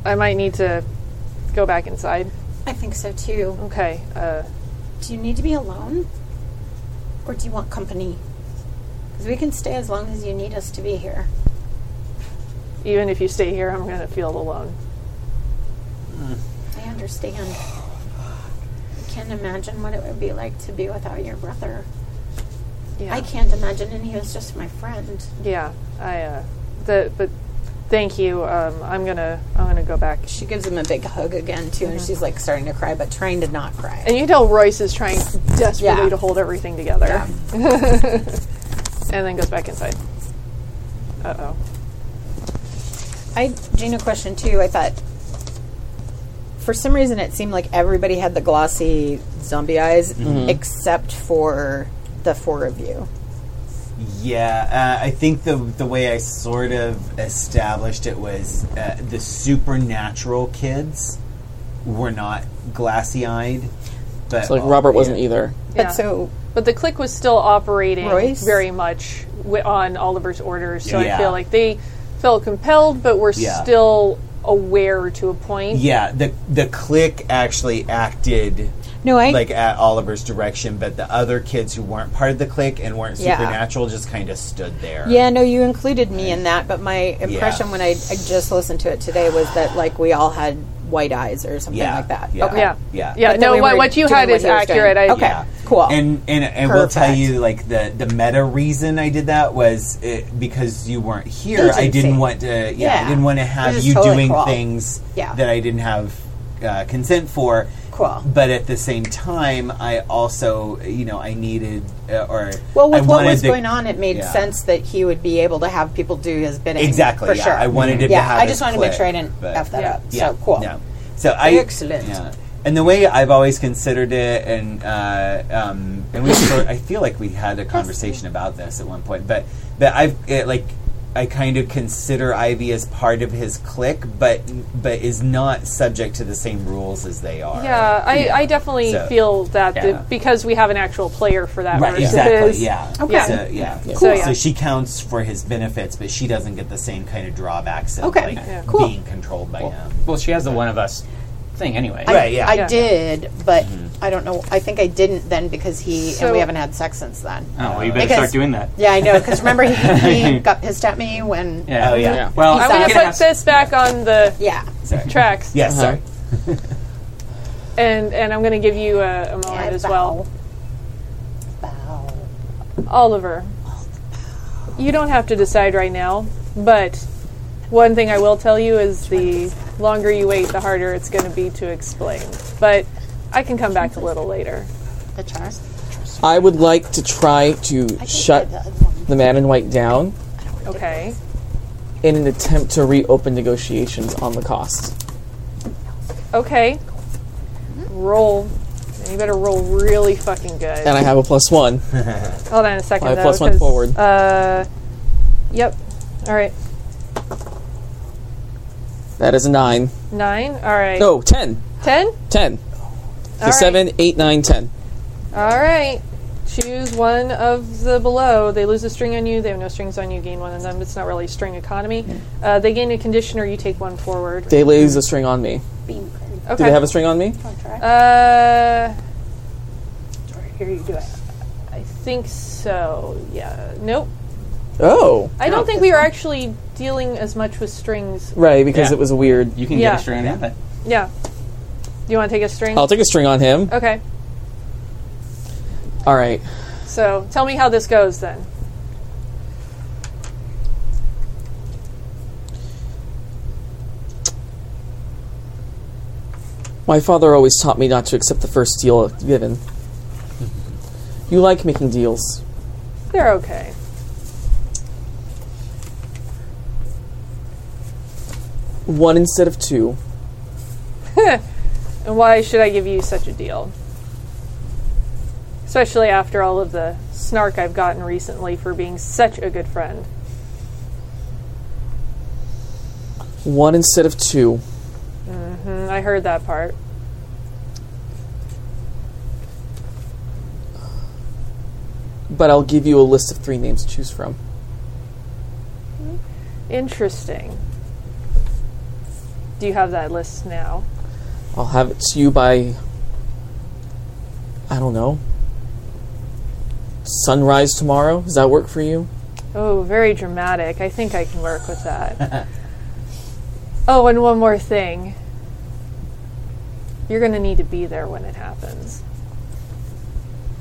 Speaker 1: I might need to go back inside.
Speaker 3: I think so too.
Speaker 1: Okay. Uh,
Speaker 3: Do you need to be alone? Or do you want company? Because we can stay as long as you need us to be here.
Speaker 1: even if you stay here, I'm gonna feel alone.
Speaker 3: I understand. I can't imagine what it would be like to be without your brother.
Speaker 1: Yeah.
Speaker 3: I can't imagine, and he was just my friend.
Speaker 1: Yeah, I. Uh, the but thank you. Um, I'm gonna I'm gonna go back.
Speaker 3: She gives him a big hug again too, and she's like starting to cry, but trying to not cry.
Speaker 1: And you can tell Royce is trying desperately
Speaker 3: Yeah.
Speaker 1: to hold everything together, and then goes back inside. Uh oh.
Speaker 3: I Gina question too. I thought for some reason it seemed like everybody had the glossy zombie eyes except for the four of you.
Speaker 6: Yeah, uh, I think the the way I sort of established it was uh, the supernatural kids were not glassy eyed, but
Speaker 4: So like
Speaker 6: all-
Speaker 4: Robert wasn't either.
Speaker 1: Yeah.
Speaker 3: But so
Speaker 1: But the click was still operating
Speaker 3: Royce?
Speaker 1: very much wi- on Oliver's orders, so I
Speaker 6: Yeah.
Speaker 1: feel like they felt compelled, but were
Speaker 6: Yeah.
Speaker 1: still aware to a point.
Speaker 6: Yeah, the the clique actually acted
Speaker 3: no, I
Speaker 6: like at Oliver's direction, but the other kids who weren't part of the clique and weren't
Speaker 3: Yeah.
Speaker 6: supernatural just kind of stood there.
Speaker 3: yeah, no, you included me in that, but my impression when I, I just listened to it today was that like we all had white eyes or something
Speaker 6: Yeah,
Speaker 3: like that.
Speaker 6: yeah.
Speaker 3: Okay.
Speaker 1: Yeah.
Speaker 6: Yeah.
Speaker 1: Yeah.
Speaker 3: But then
Speaker 1: no,
Speaker 3: we
Speaker 1: what,
Speaker 3: were
Speaker 1: what you
Speaker 3: doing
Speaker 1: had
Speaker 3: what
Speaker 1: is
Speaker 3: he was doing.
Speaker 1: accurate. I,
Speaker 3: Okay. cool.
Speaker 6: And and and we'll tell
Speaker 3: Perfect.
Speaker 6: you like the the meta reason I did that was it, because you weren't here. I
Speaker 3: Agency.
Speaker 6: didn't want to. Yeah,
Speaker 3: Yeah.
Speaker 6: I didn't want to
Speaker 3: This
Speaker 6: have
Speaker 3: is
Speaker 6: you
Speaker 3: totally
Speaker 6: doing
Speaker 3: cool.
Speaker 6: things
Speaker 3: Yeah.
Speaker 6: that I didn't have uh, consent for.
Speaker 3: Cool.
Speaker 6: But at the same time, I also you know I needed uh, or
Speaker 3: Well, with
Speaker 6: I
Speaker 3: what
Speaker 6: wanted
Speaker 3: was
Speaker 6: the-
Speaker 3: going on, it made
Speaker 6: yeah.
Speaker 3: sense that he would be able to have people do his bidding.
Speaker 6: Exactly.
Speaker 3: for
Speaker 6: yeah.
Speaker 3: sure.
Speaker 6: I wanted it to
Speaker 3: yeah,
Speaker 6: have.
Speaker 3: I
Speaker 6: a
Speaker 3: just wanted to make
Speaker 6: click,
Speaker 3: sure I didn't
Speaker 6: but-
Speaker 3: f that
Speaker 1: Yeah.
Speaker 3: up. So cool.
Speaker 6: No. So I
Speaker 3: Excellent.
Speaker 6: Yeah. And the way I've always considered it, and uh, um, and we sort, I feel like we had a conversation about this at one point, but but I've it, like I kind of consider Ivy as part of his clique, but but is not subject to the same rules as they are.
Speaker 1: Yeah, I, I definitely
Speaker 6: So-
Speaker 1: feel that the-
Speaker 6: Yeah.
Speaker 1: because we have an actual player for that.
Speaker 6: Right.
Speaker 1: versus-
Speaker 6: Exactly. Yeah.
Speaker 3: Okay.
Speaker 6: So, yeah.
Speaker 1: So, yeah.
Speaker 6: So she counts for his benefits, but she doesn't get the same kind of drawbacks of
Speaker 3: Okay.
Speaker 6: like
Speaker 3: Yeah. Cool.
Speaker 6: being controlled by him.
Speaker 5: Well, she has the one of us thing anyway.
Speaker 6: Right. Yeah. Mm-hmm.
Speaker 3: I
Speaker 1: Yeah.
Speaker 3: did, but I don't know. I think I didn't then because he
Speaker 1: So-
Speaker 3: and we haven't had sex since then.
Speaker 5: Oh, well, you better
Speaker 3: Because-
Speaker 5: start doing that.
Speaker 3: Yeah, I know. Because remember, he, he got pissed at me when.
Speaker 5: Yeah.
Speaker 6: Oh, yeah.
Speaker 4: Yeah.
Speaker 5: Well,
Speaker 1: I'm
Speaker 3: He's
Speaker 1: going
Speaker 3: Gonna
Speaker 1: to
Speaker 5: it
Speaker 1: put
Speaker 5: has-
Speaker 1: this back on the
Speaker 3: Yeah.
Speaker 6: Sorry.
Speaker 1: tracks.
Speaker 6: Yes.
Speaker 4: Uh-huh.
Speaker 6: Sorry.
Speaker 1: And and I'm going to give you a, a moment
Speaker 3: Yeah,
Speaker 1: as well,
Speaker 3: Bow.
Speaker 1: Oliver. You don't have to decide right now, but one thing I will tell you is the longer you wait, the harder it's going to be to explain. But I can come back a little later.
Speaker 3: The chars.
Speaker 4: I would like to try to shut
Speaker 3: The other one.
Speaker 4: the man in white down
Speaker 1: Okay.
Speaker 4: in an attempt to reopen negotiations on the cost.
Speaker 1: Okay. Roll. And you better roll really fucking good.
Speaker 4: And I have a plus one.
Speaker 1: Hold on a second.
Speaker 4: I have
Speaker 1: though,
Speaker 4: plus one
Speaker 1: 'cause,
Speaker 4: forward.
Speaker 1: Uh, yep. All right.
Speaker 4: That is a nine.
Speaker 1: Nine. All right.
Speaker 4: No, ten.
Speaker 1: Ten.
Speaker 4: Ten.
Speaker 1: right.
Speaker 4: The seven, eight, nine, ten.
Speaker 1: All right. Choose one of the below. They lose a string on you. They have no strings on you. Gain one on them. It's not really string economy. Uh, they gain a conditioner. You take one forward.
Speaker 4: They lose a string on me.
Speaker 3: Beam print
Speaker 1: okay.
Speaker 4: Do they have a string on me?
Speaker 1: Uh, here you do it. I think so. Yeah. Nope.
Speaker 4: Oh,
Speaker 1: I don't think we were actually dealing as much with strings.
Speaker 4: right, because
Speaker 5: Yeah.
Speaker 4: it was a weird.
Speaker 5: You can
Speaker 1: Yeah.
Speaker 5: get a string on that.
Speaker 1: Yeah. Do you want to take a string?
Speaker 4: I'll take a string on him.
Speaker 1: okay.
Speaker 4: All right.
Speaker 1: So tell me how this goes then.
Speaker 4: My father always taught me not to accept the first deal given. You like making deals.
Speaker 1: They're okay.
Speaker 4: One instead of two.
Speaker 1: And why should I give you such a deal? Especially after all of the snark I've gotten recently for being such a good friend.
Speaker 4: One instead of two.
Speaker 1: Mm, I heard that part.
Speaker 4: But I'll give you a list of three names to choose from.
Speaker 1: Interesting. Do you have that list now?
Speaker 4: I'll have it to you by. I don't know. Sunrise tomorrow? Does that work for you?
Speaker 1: Oh, very dramatic. I think I can work with that. oh, and one more thing. You're going to need to be there when it happens.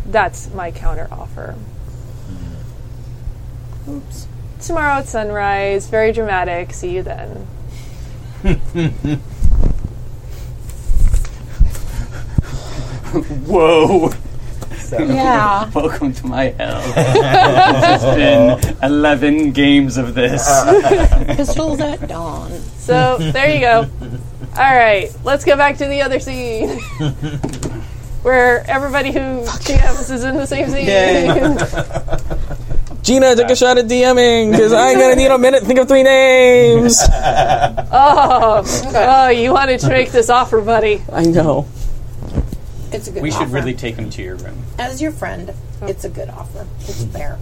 Speaker 1: That's my counter offer.
Speaker 6: Oops.
Speaker 1: Tomorrow at sunrise, very dramatic. See you then.
Speaker 5: Whoa!
Speaker 3: Yeah.
Speaker 5: Welcome to my hell. it's been 11 games of this.
Speaker 3: Pistols at dawn.
Speaker 1: So there you go. All right, let's go back to the other scene where everybody who DMs is in the same scene.
Speaker 4: Gina took a shot at DMing because I'm gonna need a minute. to Think of three names.
Speaker 1: Oh, oh, you wanted to make this offer, buddy?
Speaker 4: I know.
Speaker 3: It's a good
Speaker 5: we
Speaker 3: offer.
Speaker 5: should really take him to your room.
Speaker 3: As your friend, it's a good offer. It's fair.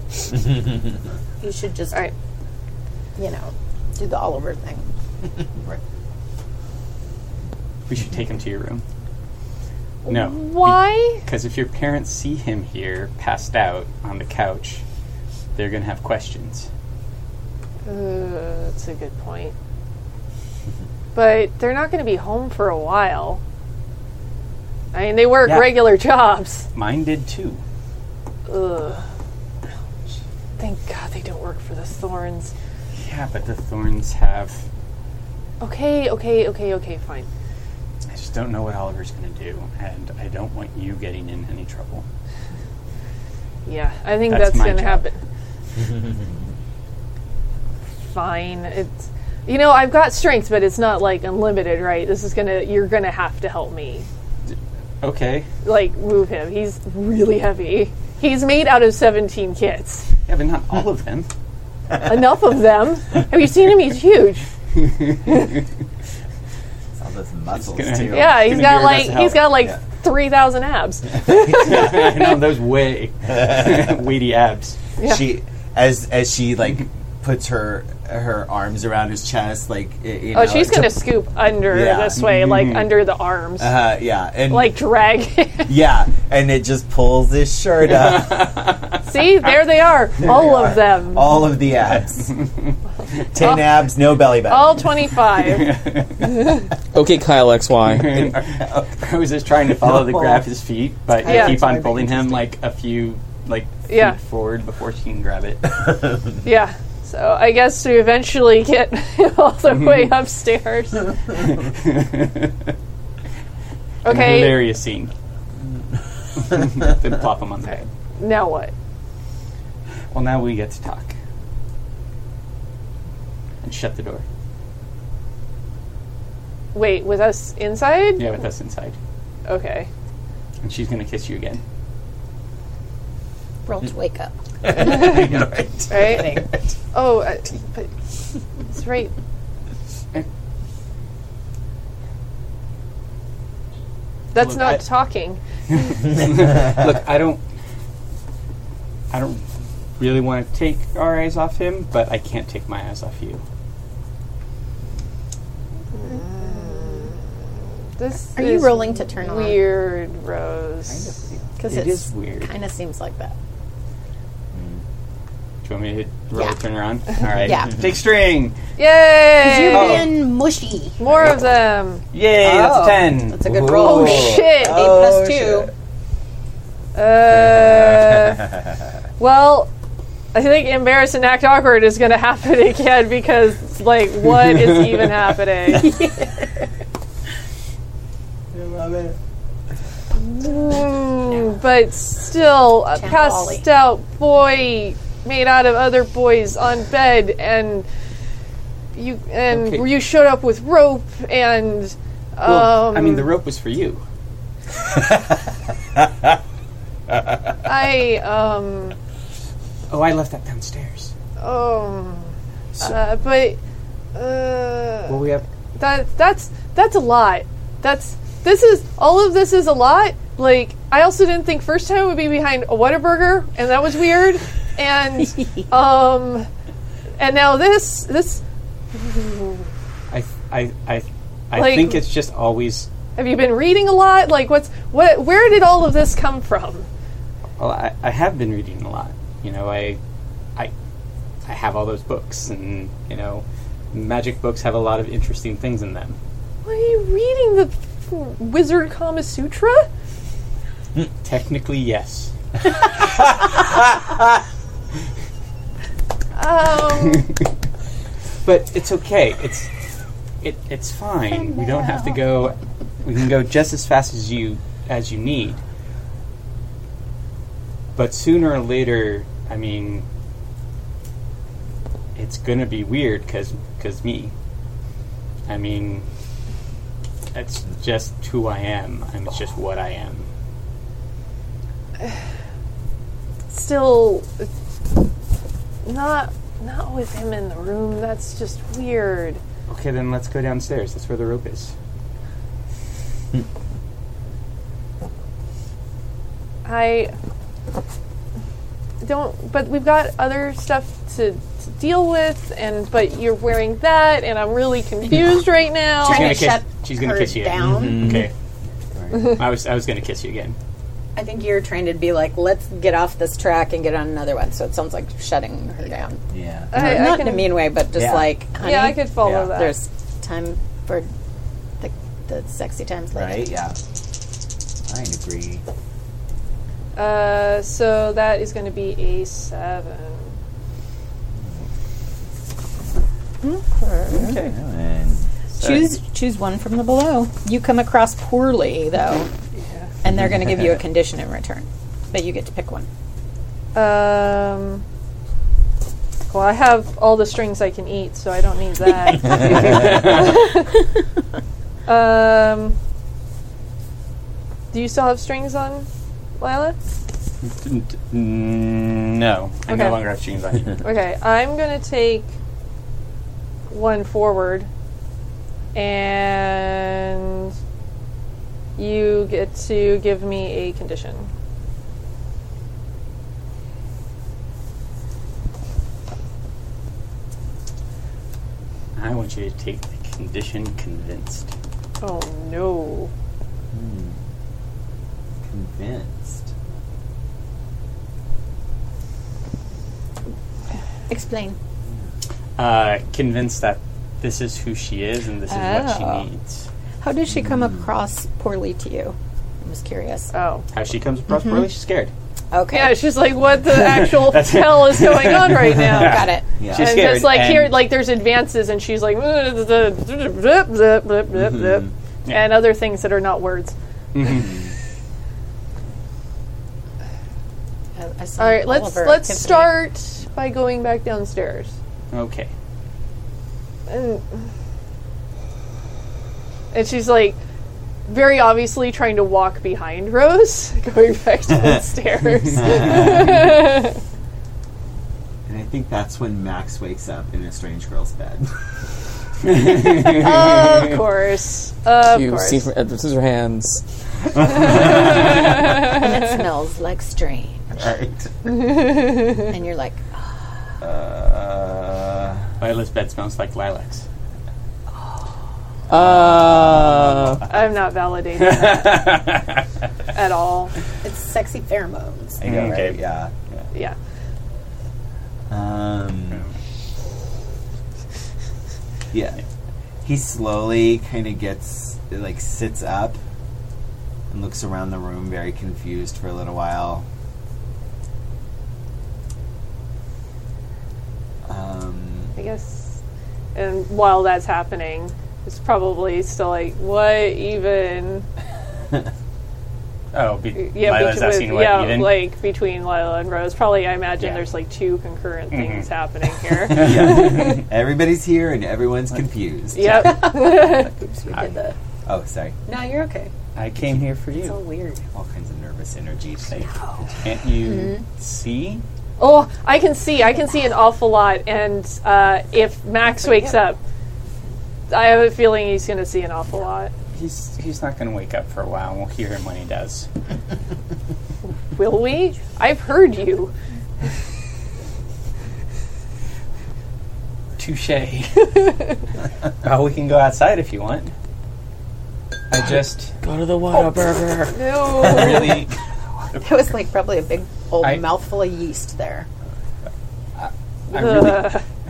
Speaker 3: you should just,
Speaker 1: All right.
Speaker 3: you know, do the Oliver thing.
Speaker 5: We should take him to your room. No,
Speaker 1: Why?
Speaker 5: because if your parents see him here, passed out on the couch, they're going to have questions.
Speaker 1: Uh, that's a good point. But they're not going to be home for a while. I mean, they work
Speaker 5: Yeah.
Speaker 1: regular jobs.
Speaker 5: Mine did too.
Speaker 1: Ugh. Thank God they don't work for the Thorns.
Speaker 5: Yeah, but the thorns have.
Speaker 1: Okay, okay, okay, okay, fine.
Speaker 5: I just don't know what Oliver's going to do, and I don't want you getting in any trouble.
Speaker 1: Yeah, I think
Speaker 5: That's
Speaker 1: that's,
Speaker 5: my
Speaker 1: going to
Speaker 5: job.
Speaker 1: happen. Fine. It's you know I've got strength, but it's not like unlimited, right? This is gonna you're gonna have to help me
Speaker 5: Okay.
Speaker 1: like move him. He's really heavy. He's made out of seventeen kits.
Speaker 5: Yeah, but not all of them.
Speaker 1: Enough of them. Have you seen him? He's huge.
Speaker 6: It's all those muscles
Speaker 5: gonna-
Speaker 6: too.
Speaker 1: Yeah,
Speaker 5: He's
Speaker 1: he's got
Speaker 5: gonna do our best
Speaker 1: like
Speaker 5: to
Speaker 1: he's
Speaker 5: help.
Speaker 1: got like
Speaker 6: Yeah.
Speaker 1: three thousand abs.
Speaker 5: I know those way weighty abs.
Speaker 1: Yeah.
Speaker 6: She as as she like puts her her arms around his chest, like y- you know.
Speaker 1: Oh, she's gonna scoop under
Speaker 6: Yeah.
Speaker 1: this way, like under the arms,
Speaker 6: Uh, yeah, and
Speaker 1: like drag. him.
Speaker 6: yeah, and it just pulls his shirt up,
Speaker 1: See, there they are, all of them,
Speaker 6: all of the abs,
Speaker 1: Oh.
Speaker 6: ten abs, no belly button.
Speaker 1: all twenty-five.
Speaker 4: Okay, Kyle XY.
Speaker 5: I was just trying to follow the grab his feet, but I
Speaker 1: Yeah.
Speaker 5: keep on pulling him like a few like feet
Speaker 1: Yeah.
Speaker 5: forward before she can grab it.
Speaker 1: Yeah. So I guess to eventually get all the way upstairs. okay.
Speaker 5: Hilarious scene. then plop him on the bed.
Speaker 1: Now what?
Speaker 5: Well, now we get to talk and shut the door.
Speaker 1: Wait, with us inside?
Speaker 5: Yeah, with us inside,
Speaker 1: Okay.
Speaker 5: and she's gonna kiss you again.
Speaker 3: Roll to wake up.
Speaker 1: Right. oh, I, but it's right. That's
Speaker 5: Look,
Speaker 1: not
Speaker 5: I-
Speaker 1: talking.
Speaker 5: Look, I don't, I don't really want to take our eyes off him, but I can't take my eyes off you.
Speaker 1: This
Speaker 3: Are you
Speaker 1: is
Speaker 3: rolling to turn on?
Speaker 1: weird, Rose.
Speaker 3: Because
Speaker 5: It is
Speaker 3: it
Speaker 5: weird.
Speaker 3: kind of seems like that.
Speaker 5: Do you want me to roll
Speaker 3: Yeah.
Speaker 5: turn around? All right.
Speaker 3: Yeah.
Speaker 5: Take string.
Speaker 1: Yay!
Speaker 5: Oh.
Speaker 3: You're being mushy.
Speaker 1: More of them.
Speaker 5: Yay,
Speaker 3: Oh.
Speaker 5: that's a 10.
Speaker 3: That's a good roll.
Speaker 6: Oh,
Speaker 1: Shit.
Speaker 3: Eight
Speaker 5: Oh,
Speaker 3: plus two.
Speaker 1: Uh, well, I think embarrass and act awkward is going to happen again because, like, what is even happening? Mm, but still, a
Speaker 3: Town
Speaker 1: passed out boy made out of other boys on bed, and you and
Speaker 5: Okay.
Speaker 1: you showed up with rope and. Um,
Speaker 5: Well, I mean, the rope was for you.
Speaker 1: I um
Speaker 5: Oh, I left that downstairs.
Speaker 1: um, uh, but uh,
Speaker 5: Well, we have.
Speaker 1: that that's that's a lot. That's this is all of this is a lot. Like I also didn't think first time would be behind a Whataburger, and that was weird. And um, and now this this
Speaker 5: I, I, I, I
Speaker 1: Like-
Speaker 5: think it's just always.
Speaker 1: have you been reading a lot? Like what's what? Where did all of this come from?
Speaker 5: Well, I, I have been reading a lot. You know, I, I, I have all those books, and you know, magic books have a lot of interesting things in them.
Speaker 1: Why are you reading the wizard Kama Sutra?
Speaker 5: Technically, yes.
Speaker 1: Um,
Speaker 5: But it's okay. It's it, it's fine. We don't have to go. We can go just as fast as you as you need. But sooner or later, I mean, it's gonna be weird because because me. I mean, that's just who I am. I'm just what I am.
Speaker 1: still, not not with him in the room. That's just weird.
Speaker 5: Okay, then let's go downstairs. That's where the rope is.
Speaker 1: I don't. But we've got other stuff to, to deal with, and but you're wearing that, and I'm really confused right now.
Speaker 3: Trying
Speaker 5: gonna
Speaker 3: to
Speaker 5: kiss-
Speaker 3: shut
Speaker 5: she's gonna
Speaker 3: her
Speaker 5: kiss you. Mm-hmm.
Speaker 3: down.
Speaker 5: Okay. I was I was gonna kiss you again.
Speaker 3: I think you're trying to be like, let's get off this track and get on another one. So it sounds like shutting her down.
Speaker 6: Yeah.
Speaker 1: I, I
Speaker 3: Not
Speaker 1: can,
Speaker 3: in a mean way, but just
Speaker 6: Yeah.
Speaker 3: like, honey,
Speaker 1: yeah, I could
Speaker 3: Oh,
Speaker 1: follow
Speaker 6: Yeah.
Speaker 1: that.
Speaker 3: there's time for the, the sexy times later.
Speaker 6: Right? Yeah. I agree.
Speaker 1: Uh, so that is going to be a seven.
Speaker 6: And
Speaker 3: Choose choose one from the below. You come across poorly though, and they're going to give you a condition in return, but you get to pick one.
Speaker 1: Um, well, I have all the strings I can eat, so I don't need that. um, do you still have strings on, Lila?
Speaker 5: Mm, No, I
Speaker 1: Okay.
Speaker 5: no longer have jeans on. you.
Speaker 1: Okay, I'm going to take one forward, and you get to give me a condition.
Speaker 5: I want you to take the condition convinced.
Speaker 1: Oh no.
Speaker 6: convinced.
Speaker 3: Explain.
Speaker 5: Uh, convinced that this is who she is and this is
Speaker 1: Oh.
Speaker 5: what she needs.
Speaker 3: How does she come across poorly to you? I was curious.
Speaker 1: Oh.
Speaker 5: How she comes across poorly, she's scared.
Speaker 3: Okay,
Speaker 1: Yeah, she's like, what the actual
Speaker 5: That's it.
Speaker 1: hell is going on right now?
Speaker 3: Oh, got it.
Speaker 6: Yeah.
Speaker 5: She's
Speaker 1: and
Speaker 5: scared.
Speaker 1: just like
Speaker 5: and
Speaker 1: here, like there's advances, and she's like, "Blip, blip, blip, blip, blip,
Speaker 5: Mm-hmm.
Speaker 1: blip," and other things that are not words.
Speaker 3: I- I saw
Speaker 1: All right,
Speaker 3: all
Speaker 1: let's
Speaker 3: of her
Speaker 1: let's
Speaker 3: activity.
Speaker 1: start by going back downstairs.
Speaker 5: okay.
Speaker 1: And, and she's like very obviously trying to walk behind Rose, going back downstairs. Oh.
Speaker 6: And I think that's when Max wakes up in a strange girl's bed.
Speaker 1: of course. Of
Speaker 4: you
Speaker 1: course.
Speaker 4: see from Edward Scissorhands.
Speaker 3: And it smells like strange,
Speaker 6: right.
Speaker 3: and you're like, "Oh,
Speaker 6: Uh,
Speaker 5: Lila's bed smells like lilacs.
Speaker 4: Uh,
Speaker 1: I'm not validating that at all.
Speaker 3: it's sexy pheromones.
Speaker 6: I know,
Speaker 5: Okay.
Speaker 6: right? Yeah.
Speaker 1: Yeah.
Speaker 6: Um, yeah. He slowly kind of gets, like, sits up and looks around the room very confused for a little while. Um,
Speaker 1: I guess. And while that's happening, it's probably still like, what even?
Speaker 5: Oh, be-
Speaker 1: Yeah,
Speaker 5: Lila's
Speaker 1: between-
Speaker 5: asking what
Speaker 1: yeah,
Speaker 5: even.
Speaker 1: like between Lila and Rose. Probably, I imagine
Speaker 5: Yeah. Mm-hmm.
Speaker 1: there's like two concurrent things happening here.
Speaker 6: everybody's here and everyone's confused.
Speaker 1: yep.
Speaker 3: Oops, we did the.
Speaker 6: Oh, sorry.
Speaker 3: No, you're okay.
Speaker 5: I came here for
Speaker 3: It's all
Speaker 5: you.
Speaker 3: weird.
Speaker 6: All kinds of nervous energy.
Speaker 5: Like, can't you
Speaker 1: Mm-hmm.
Speaker 5: see?
Speaker 1: Oh, I can see. I can see an awful lot. And uh, if Max wakes up, I have a feeling he's going to see an awful lot.
Speaker 5: He's he's not going to wake up for a while. and We'll hear him when he does.
Speaker 1: Will we? I've heard you.
Speaker 5: Touche. well, we can go outside if you want. I just
Speaker 4: go to the Whataburger.
Speaker 1: No.
Speaker 5: really
Speaker 3: That was like probably a big old
Speaker 5: I-
Speaker 3: mouthful of yeast there.
Speaker 5: I really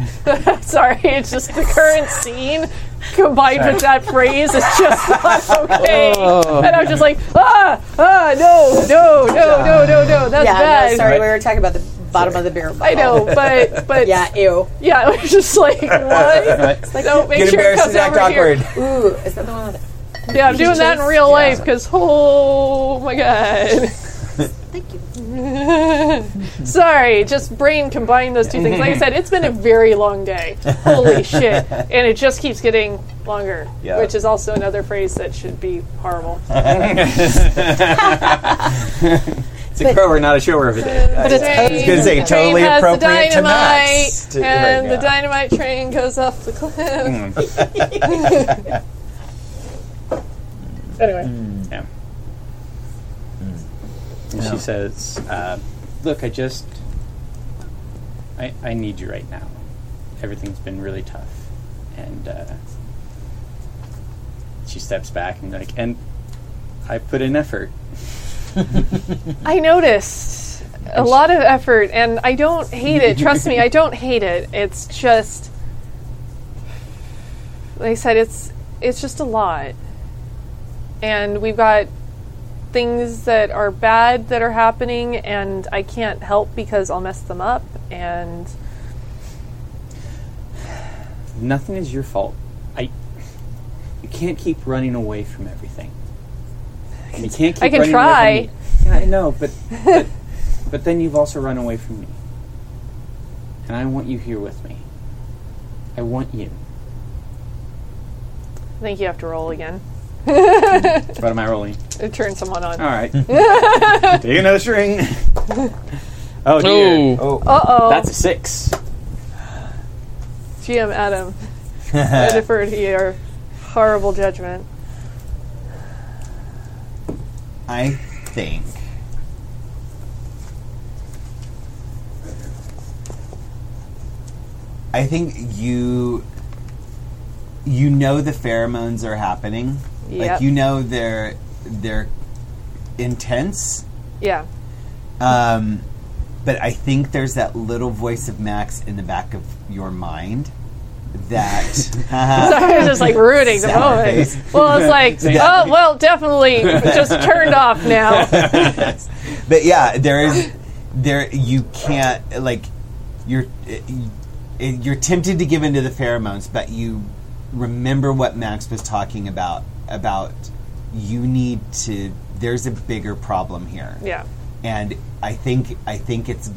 Speaker 1: Sorry, it's just the current scene. combined with that phrase is just not okay.
Speaker 6: Oh.
Speaker 4: oh,
Speaker 1: And I was just like, ah, ah, no, no, no, no, no, no, that's
Speaker 3: yeah,
Speaker 1: bad.
Speaker 3: no, sorry, we were talking about the bottom of the barrel.
Speaker 1: I know, but but
Speaker 3: Yeah, ew.
Speaker 1: yeah, it was just like what?
Speaker 6: It's
Speaker 1: Don't make
Speaker 6: Get
Speaker 1: sure it
Speaker 6: embarrassed
Speaker 1: comes
Speaker 6: and act
Speaker 1: over
Speaker 6: awkward.
Speaker 1: here.
Speaker 3: Ooh, is that the one? With
Speaker 1: Yeah, I'm doing that in real
Speaker 3: Yeah.
Speaker 1: life because oh my god.
Speaker 3: Thank you.
Speaker 1: Sorry, just brain combined those two things. Like I said, it's been a very long day. Holy shit. And it just keeps getting longer,
Speaker 6: Yeah.
Speaker 1: which is also another phrase that should be horrible.
Speaker 5: It's a cover, not a shower of a day.
Speaker 1: But it's I was
Speaker 6: gonna say, totally appropriate to Max to-
Speaker 1: and
Speaker 6: right
Speaker 1: the
Speaker 6: now.
Speaker 1: dynamite train goes off the cliff. Mm. anyway,
Speaker 5: Yeah. And she says, uh, "Look, I just, I, I need you right now. Everything's been really tough." And uh, she steps back and like, and I put in effort.
Speaker 1: I noticed
Speaker 6: Mm.
Speaker 1: a lot of effort, and I don't hate it. Trust me, I don't hate it. It's just, like I said, it's it's just a lot, and we've got things that are bad that are happening, and I can't help because I'll mess them up, and
Speaker 5: Nothing is your fault. I, you can't keep running away from everything. You can't. Keep
Speaker 1: I can
Speaker 5: running
Speaker 1: try.
Speaker 5: Away from me. Yeah, I know, but, but but then you've also run away from me, and I want you here with me. I want you.
Speaker 1: I think you have to roll again.
Speaker 5: What am I rolling?
Speaker 1: Turn someone on.
Speaker 5: All right. Take another string. oh dear.
Speaker 4: Oh,
Speaker 1: Uh oh.
Speaker 5: That's a six.
Speaker 1: GM Adam. I defer to your horrible judgment.
Speaker 6: I think. I think you you know the pheromones are happening.
Speaker 1: Yep.
Speaker 6: Like you know they're they're intense.
Speaker 1: Yeah.
Speaker 6: Um, but I think there's that little voice of Max in the back of your mind that
Speaker 1: So I was just like rooting the
Speaker 6: Sour
Speaker 1: moment.
Speaker 6: face.
Speaker 1: Well, it's like, oh, well, definitely just turned off now.
Speaker 6: but yeah, there is there you can't like you're it, it- you're tempted to give into the pheromones, but you remember what Max was talking about about you need to there's a bigger problem here.
Speaker 1: Yeah.
Speaker 6: And I think I think it's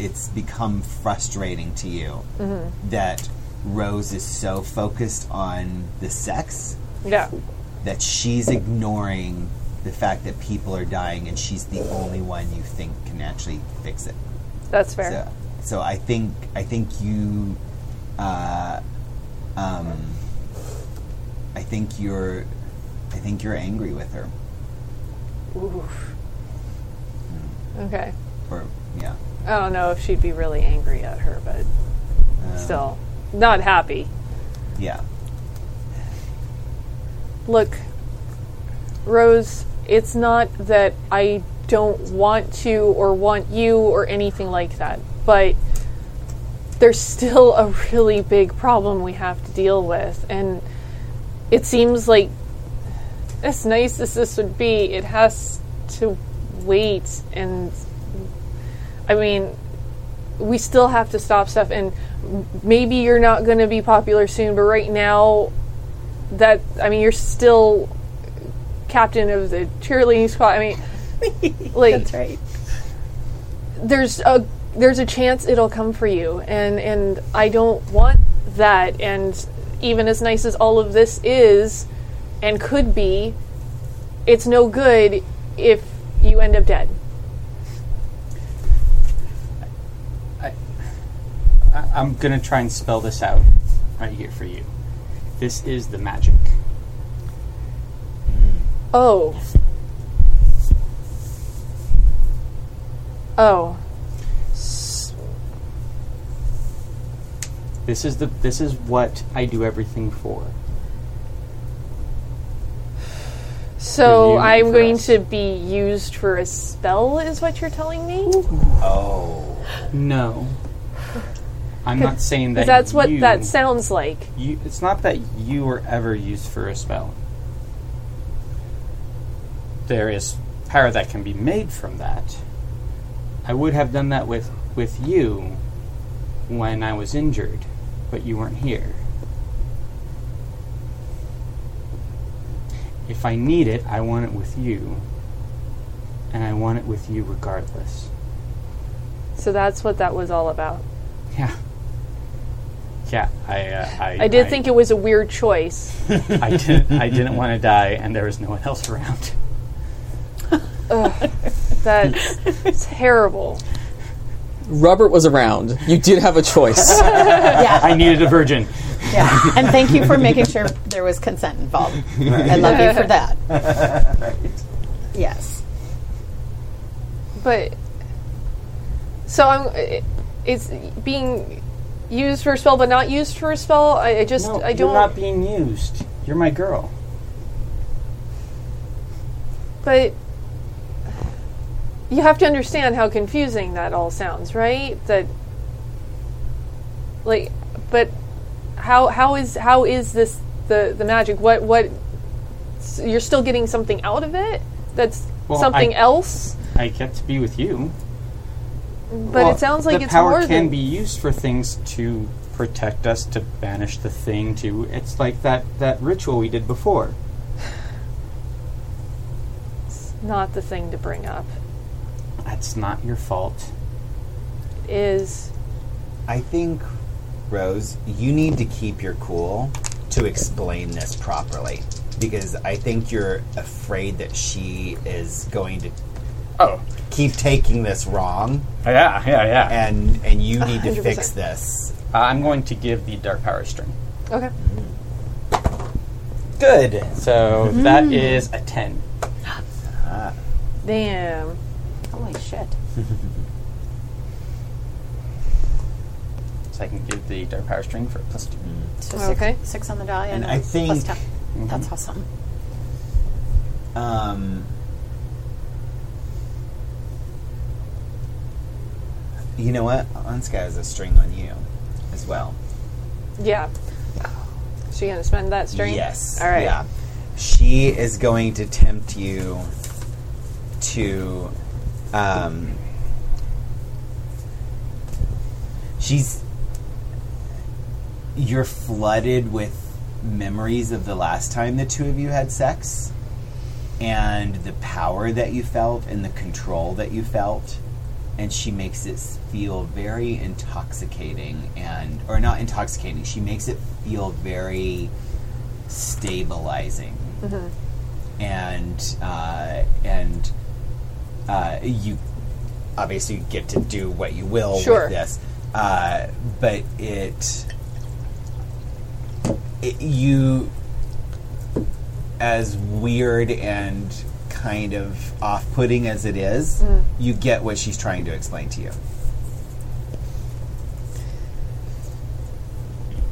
Speaker 6: it's become frustrating to you that Rose is so focused on the sex
Speaker 1: Yeah.
Speaker 6: that she's ignoring the fact that people are dying and she's the only one you think can actually fix it.
Speaker 1: That's fair.
Speaker 6: So, so I think I think you, uh, um, I think you're, I think you're angry with her,
Speaker 1: Okay.
Speaker 6: or yeah,
Speaker 1: I don't know if she'd be really angry at her, but still not happy.
Speaker 6: yeah,
Speaker 1: Look, Rose, it's not that I don't want to or want you or anything like that, but there's still a really big problem we have to deal with. And it seems like, as nice as this would be, it has to wait. And I mean, we still have to stop stuff. And maybe you're not going to be popular soon, but right now, that I mean, you're still captain of the cheerleading squad. I mean, like
Speaker 3: That's right.
Speaker 1: there's a there's a chance it'll come for you, and and I don't want that. And even as nice as all of this is, and could be, it's no good if you end up dead.
Speaker 5: I, I'm gonna try and spell this out right here for you. This is the magic.
Speaker 1: Oh. Oh.
Speaker 5: This is the this is what I do everything for.
Speaker 1: So
Speaker 5: you and
Speaker 1: I'm
Speaker 5: for
Speaker 1: going
Speaker 5: us.
Speaker 1: to be used for a spell, is what you're telling me?
Speaker 5: No. I'm not saying that.
Speaker 1: That's what
Speaker 5: you,
Speaker 1: that sounds like.
Speaker 5: You, it's not that you were ever used for a spell. There is power that can be made from that. I would have done that with with you when I was injured, but you weren't here. If I need it, I want it with you. And I want it with you regardless.
Speaker 1: So that's what that was all about.
Speaker 5: Yeah. Yeah, I, uh, I,
Speaker 1: I did think it was a weird choice.
Speaker 5: I didn't, I didn't want to die, and there was no one else around.
Speaker 1: That's terrible.
Speaker 4: Robert was around. You did have a choice.
Speaker 3: yeah,
Speaker 5: I needed a virgin.
Speaker 3: yeah. And thank you for making sure there was consent involved. I love you for that. Yes.
Speaker 1: But so I'm. i- It's being used for a spell, but not used for a spell. I, I just I don't.
Speaker 5: You're not being used. You're my girl.
Speaker 1: But you have to understand how confusing that all sounds, right? That like but how how is how is this the the magic what what s- you're still getting something out of it that's
Speaker 5: Well,
Speaker 1: something
Speaker 5: I-
Speaker 1: else
Speaker 5: I get to be with you.
Speaker 1: but
Speaker 5: Well,
Speaker 1: it sounds like
Speaker 5: the
Speaker 1: it's
Speaker 5: power
Speaker 1: more
Speaker 5: can
Speaker 1: than
Speaker 5: be used for things to protect us, to banish the thing. To it's like that that ritual we did before.
Speaker 1: not the thing to bring up
Speaker 5: That's not your fault.
Speaker 1: is
Speaker 6: I think, Rose, you need to keep your cool to explain this properly because I think you're afraid that she is going to
Speaker 5: Oh
Speaker 6: keep taking this wrong,
Speaker 5: yeah, yeah, yeah.
Speaker 6: and and you need to fix
Speaker 1: 100%.
Speaker 6: this.
Speaker 5: Uh, I'm going to give the dark power string.
Speaker 1: okay
Speaker 5: Good. So that
Speaker 1: Mm.
Speaker 5: is a ten.
Speaker 1: damn
Speaker 3: Holy shit.
Speaker 5: So I can give the dark power string for a plus two.
Speaker 3: So
Speaker 1: Okay.
Speaker 3: six, six on the die, and,
Speaker 6: And I
Speaker 3: plus
Speaker 6: think-
Speaker 3: 10. that's awesome.
Speaker 6: Um, you know what? Anska has a string on you as well.
Speaker 1: yeah is she gonna spend that string
Speaker 6: Yes.
Speaker 1: all right
Speaker 6: Yeah. She is going to tempt you to. Um, she's. You're flooded with memories of the last time the two of you had sex and the power that you felt and the control that you felt and she makes it feel very intoxicating and or not intoxicating she makes it feel very stabilizing
Speaker 3: Mm-hmm.
Speaker 6: and uh, and uh, you obviously get to do what you will
Speaker 1: Sure.
Speaker 6: with this uh, but it, it you as weird and kind of off-putting as it is
Speaker 3: Mm.
Speaker 6: you get what she's trying to explain to you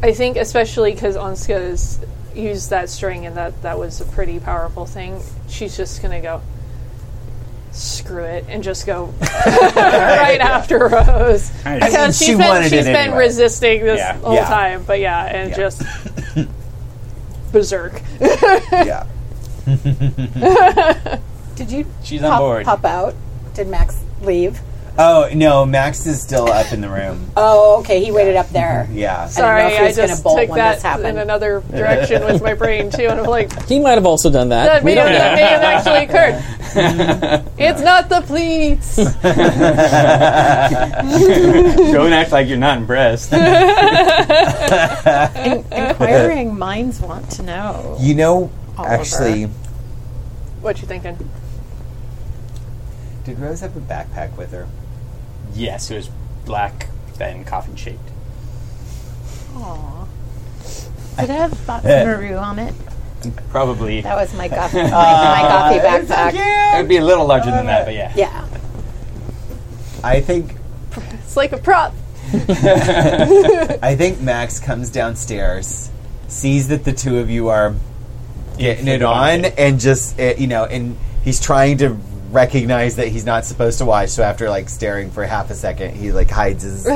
Speaker 1: I think especially because Onska's used that string and that that was a pretty powerful thing. She's just gonna go screw it and just go right after Rose
Speaker 5: I mean,
Speaker 1: because
Speaker 6: she
Speaker 1: she's been
Speaker 6: wanted
Speaker 1: she's
Speaker 6: it
Speaker 1: been
Speaker 6: anyway.
Speaker 1: resisting this
Speaker 5: Yeah.
Speaker 1: whole
Speaker 6: Yeah.
Speaker 1: time, but yeah, and
Speaker 6: Yeah.
Speaker 1: just berserk.
Speaker 6: yeah
Speaker 3: Did you
Speaker 5: She's on
Speaker 3: pop,
Speaker 5: board.
Speaker 3: pop out? Did Max leave?
Speaker 6: oh no max is still up in the room
Speaker 3: Oh, okay. He waited up there.
Speaker 6: yeah
Speaker 1: Sorry,
Speaker 3: I didn't know if he was
Speaker 1: just
Speaker 3: gonna bolt
Speaker 1: took
Speaker 3: when
Speaker 1: that
Speaker 3: this happened.
Speaker 1: in another direction with my brain too, and I'm like,
Speaker 4: he might have also done that.
Speaker 1: that
Speaker 4: we
Speaker 1: may,
Speaker 4: don't
Speaker 1: have, that may have actually occurred. it's not the pleats.
Speaker 5: Don't act like you're not impressed.
Speaker 3: Inquiring Uh, minds want to know.
Speaker 6: you know
Speaker 3: Oliver.
Speaker 6: actually
Speaker 1: What you thinking?
Speaker 6: did rose have a backpack with her
Speaker 5: yes, it was black, then coffin shaped.
Speaker 3: Aww. Did it have Maru on it?
Speaker 5: Probably.
Speaker 3: That was my coffee,
Speaker 6: Uh,
Speaker 3: my, my coffee backpack.
Speaker 5: It would be a little larger than that, but yeah.
Speaker 3: Yeah.
Speaker 6: i think
Speaker 1: It's like a prop.
Speaker 6: I think Max comes downstairs, sees that the two of you are getting it on, and just eh, you know, and he's trying to recognize that he's not supposed to watch. So after like staring for half a second, he like hides his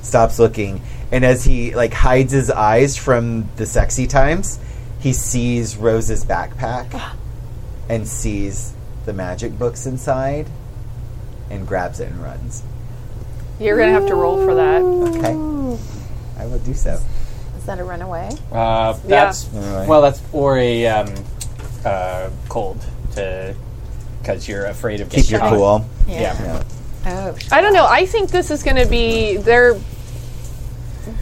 Speaker 6: stops looking, and as he like hides his eyes from the sexy times, he sees Rose's backpack and sees the magic books inside and grabs it and runs.
Speaker 1: You're gonna have to roll for that.
Speaker 6: Okay. I will do so.
Speaker 8: Is that a runaway?
Speaker 5: Uh, that's
Speaker 6: Alright.
Speaker 5: well, that's or a um, uh, cold to because you're afraid of getting
Speaker 6: Keep your
Speaker 5: caught.
Speaker 6: cool.
Speaker 5: Yeah.
Speaker 8: Oh,
Speaker 1: I don't know. I think this is gonna be they're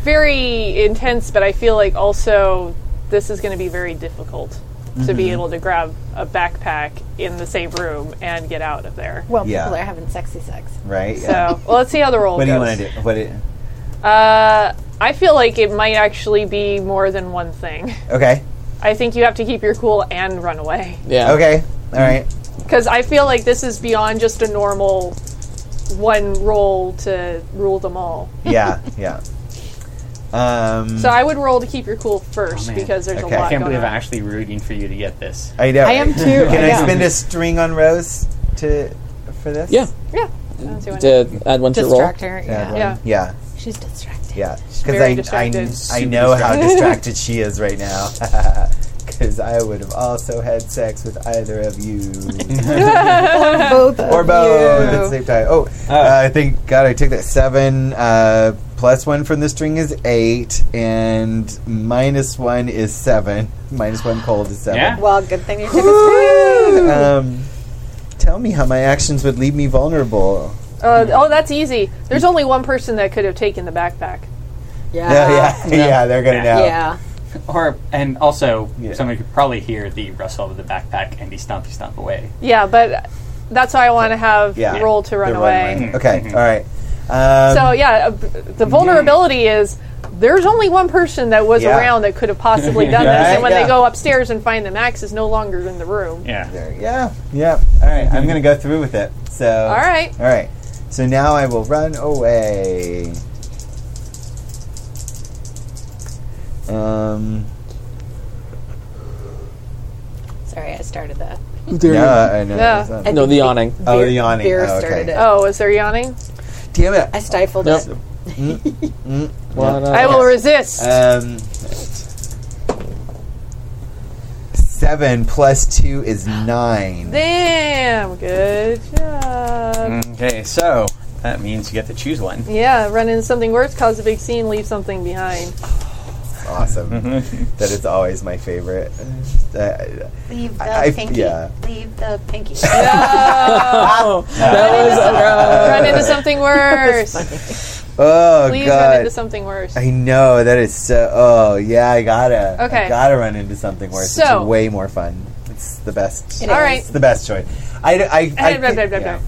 Speaker 1: very intense, but I feel like also this is gonna be very difficult to be able to grab a backpack in the same room and get out of there.
Speaker 8: well,
Speaker 6: Yeah.
Speaker 8: people are having sexy sex.
Speaker 6: Right? Yeah.
Speaker 1: So well, let's see how the roll
Speaker 6: What do
Speaker 1: goes.
Speaker 6: you want to do? What do you-
Speaker 1: Uh, I feel like it might actually be more than one thing.
Speaker 6: Okay.
Speaker 1: I think you have to keep your cool and run away.
Speaker 4: Yeah.
Speaker 6: Okay. All right.
Speaker 1: Because I feel like this is beyond just a normal one roll to rule them all.
Speaker 6: Yeah. Yeah. Um,
Speaker 1: So I would roll to keep your cool first
Speaker 5: man.
Speaker 1: because there's
Speaker 6: Okay.
Speaker 1: a lot
Speaker 5: I can't
Speaker 1: going
Speaker 5: believe I'm
Speaker 1: on.
Speaker 5: actually rooting for you to get this.
Speaker 6: I know.
Speaker 8: I am too.
Speaker 6: Can
Speaker 8: Yeah.
Speaker 6: I spend a string on Rose to for this?
Speaker 4: Yeah.
Speaker 1: Yeah. I don't see why not.
Speaker 4: To add one to your roll.
Speaker 8: Distract her.
Speaker 6: Yeah.
Speaker 8: Yeah.
Speaker 1: Yeah.
Speaker 6: Yeah.
Speaker 8: She's distracted.
Speaker 6: Yeah.
Speaker 1: very
Speaker 6: Because I,
Speaker 1: distracted.
Speaker 6: I, I know how distracted she is right now. Because I would have also had sex with either of you.
Speaker 8: Both
Speaker 6: or
Speaker 8: of
Speaker 6: both
Speaker 8: you.
Speaker 6: at the same time. Oh, uh, I think, God, I took that seven. Uh, plus one from the string is eight, and minus one is seven. Minus one cold is seven.
Speaker 5: Yeah.
Speaker 3: Well, good thing you took a
Speaker 6: Um, tell me how my actions would leave me vulnerable.
Speaker 1: Uh, oh, that's easy. There's only one person that could have taken the backpack. Ah.
Speaker 6: yeah, yeah, yeah, they're gonna know.
Speaker 3: Yeah.
Speaker 5: Or and also someone could probably hear the rustle of the backpack and the stompy stomp away.
Speaker 1: Yeah, but that's why I want to have
Speaker 6: Yeah.
Speaker 1: roll to run
Speaker 6: The
Speaker 1: away.
Speaker 6: runway. Okay, all right. Um,
Speaker 1: So yeah, uh, b- the vulnerability is there's only one person that was
Speaker 6: Yeah.
Speaker 1: around that could have possibly done this,
Speaker 6: Right,
Speaker 1: and when
Speaker 6: yeah.
Speaker 1: they go upstairs and find the Max is no longer in the room.
Speaker 5: Yeah.
Speaker 6: yeah, yeah. All right, I'm gonna go through with it. So
Speaker 1: All right,
Speaker 6: all right. So now I will run away. Um,
Speaker 8: Sorry, I started that.
Speaker 6: yeah, I know.
Speaker 1: Yeah.
Speaker 6: it's not-
Speaker 4: No, the yawning.
Speaker 6: Oh,
Speaker 3: Beer-
Speaker 6: the yawning.
Speaker 3: beer
Speaker 6: oh, okay.
Speaker 3: started it.
Speaker 1: Oh, is there yawning?
Speaker 6: Damn it.
Speaker 3: I stifled
Speaker 4: Yep.
Speaker 3: it.
Speaker 4: What, uh,
Speaker 1: I will resist.
Speaker 6: Um, seven plus two is nine.
Speaker 1: Damn, good job.
Speaker 5: Okay, so that means you get to choose one.
Speaker 1: Yeah, run into something worse, cause a big scene, leave something behind.
Speaker 6: awesome. that is always my favorite. Uh,
Speaker 3: Leave the
Speaker 6: I- I-
Speaker 3: pinky.
Speaker 6: yeah.
Speaker 3: Leave the pinky.
Speaker 1: Oh.
Speaker 6: Uh,
Speaker 1: run into something worse.
Speaker 6: oh
Speaker 1: Please run
Speaker 6: god,
Speaker 1: into something worse.
Speaker 6: I know that is so. Oh yeah, I gotta.
Speaker 1: Okay.
Speaker 6: I gotta run into something worse.
Speaker 1: So-
Speaker 6: it's way more fun. It's the best.
Speaker 1: All right.
Speaker 6: It's the best choice. I. I, I
Speaker 1: Eh, blah,
Speaker 6: think-
Speaker 1: blah, blah,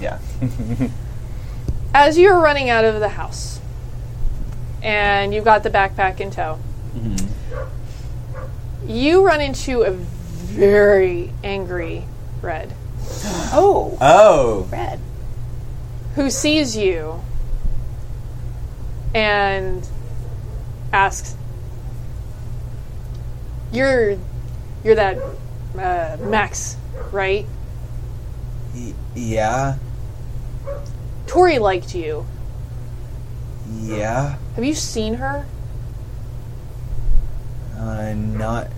Speaker 6: yeah.
Speaker 1: blah.
Speaker 6: yeah.
Speaker 1: As you're running out of the house, and you've got the backpack in tow, you run into a very angry Red
Speaker 3: Oh,
Speaker 6: Oh.
Speaker 3: red.
Speaker 1: who sees you and asks, "You're, you're that uh, Max, right?
Speaker 6: Y- yeah.
Speaker 1: Tori liked you.
Speaker 6: Yeah.
Speaker 1: Have you seen her?
Speaker 6: Uh, not f-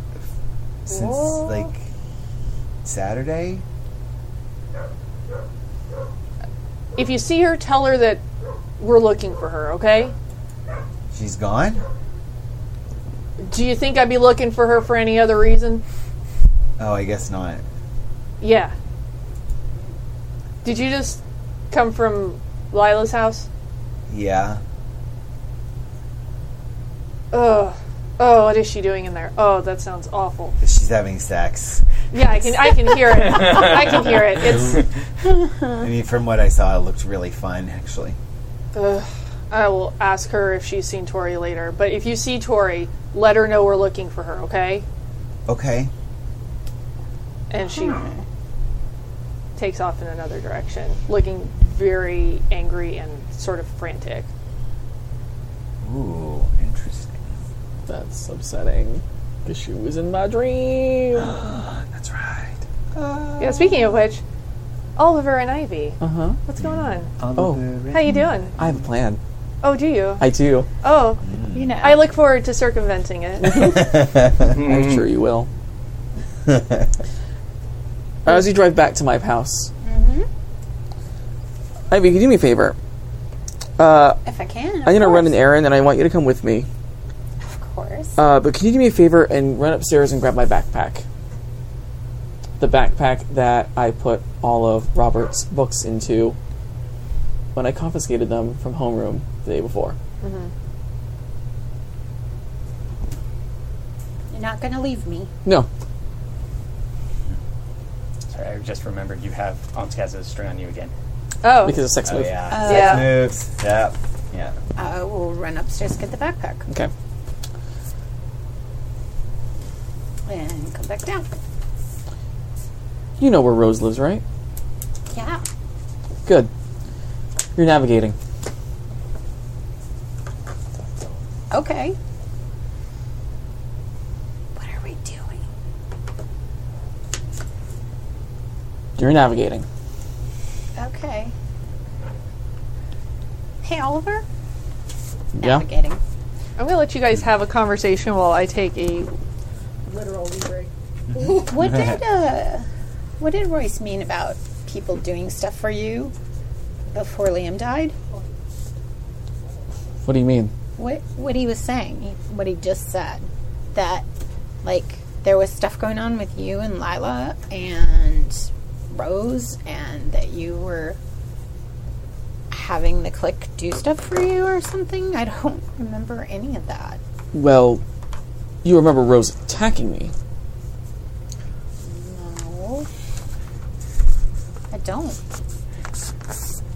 Speaker 6: since
Speaker 1: What?
Speaker 6: like Saturday.
Speaker 1: If you see her, tell her that we're looking for her. Okay."
Speaker 6: She's gone.
Speaker 1: Do you think I'd be looking for her for any other reason?
Speaker 6: Oh, I guess not.
Speaker 1: Yeah. Did you just come from Lila's house?
Speaker 6: Yeah.
Speaker 1: Ugh. Oh, what is she doing in there? Oh, that sounds awful.
Speaker 6: She's having sex.
Speaker 1: Yeah, I can I can hear it. I can hear it. It's
Speaker 6: I mean, from what I saw, it looked really fun, actually.
Speaker 1: ugh. I will ask her if she's seen Tori later. But if you see Tori, let her know we're looking for her, okay?
Speaker 6: Okay.
Speaker 1: And she takes off in another direction, looking very angry and sort of frantic.
Speaker 6: Ooh, interesting.
Speaker 4: That's upsetting. Because she was in my dream.
Speaker 6: That's right.
Speaker 1: Yeah, speaking of which, Oliver and Ivy,
Speaker 4: Uh huh.
Speaker 1: Uh-huh. what's going on?
Speaker 4: Oh.
Speaker 1: How you doing?
Speaker 4: I have a plan.
Speaker 1: Oh, do you?
Speaker 4: I do.
Speaker 1: Oh,
Speaker 8: You know.
Speaker 1: I look forward to circumventing it.
Speaker 4: I'm sure you will. As you drive back to my house, mm-hmm. Ivy, can you do me a favor? Uh,
Speaker 3: If I can.
Speaker 4: I'm gonna run an errand, and I want you to come with me.
Speaker 3: Of course.
Speaker 4: Uh, but can you do me a favor and run upstairs and grab my backpack? The backpack that I put all of Robert's books into when I confiscated them from homeroom the day before.
Speaker 3: You're not going to leave me.
Speaker 4: No,
Speaker 5: Sorry, I just remembered you have Aunt Kaz's string on you again.
Speaker 1: Oh,
Speaker 4: because of sex
Speaker 5: Oh
Speaker 4: move.
Speaker 5: yeah.
Speaker 1: yeah.
Speaker 6: Moves. Yep.
Speaker 5: yeah.
Speaker 3: Uh, I will run upstairs, get the backpack,
Speaker 4: Okay.
Speaker 3: and come back down.
Speaker 4: You know where Rose lives, right?
Speaker 3: Yeah.
Speaker 4: Good. You're navigating.
Speaker 3: Okay. What are we doing?
Speaker 4: You're navigating.
Speaker 3: Okay. Hey, Oliver.
Speaker 4: Yeah?
Speaker 3: Navigating.
Speaker 1: I'm gonna let you guys have a conversation while I take a.
Speaker 3: What did uh, what did Royce mean about people doing stuff for you before Liam died?
Speaker 4: What do you mean?
Speaker 3: What what he was saying, he- what he just said, that like there was stuff going on with you and Lila and Rose, and that you were having the clique do stuff for you or something. I don't remember any of that.
Speaker 4: Well, you remember Rose attacking me.
Speaker 3: No, I don't.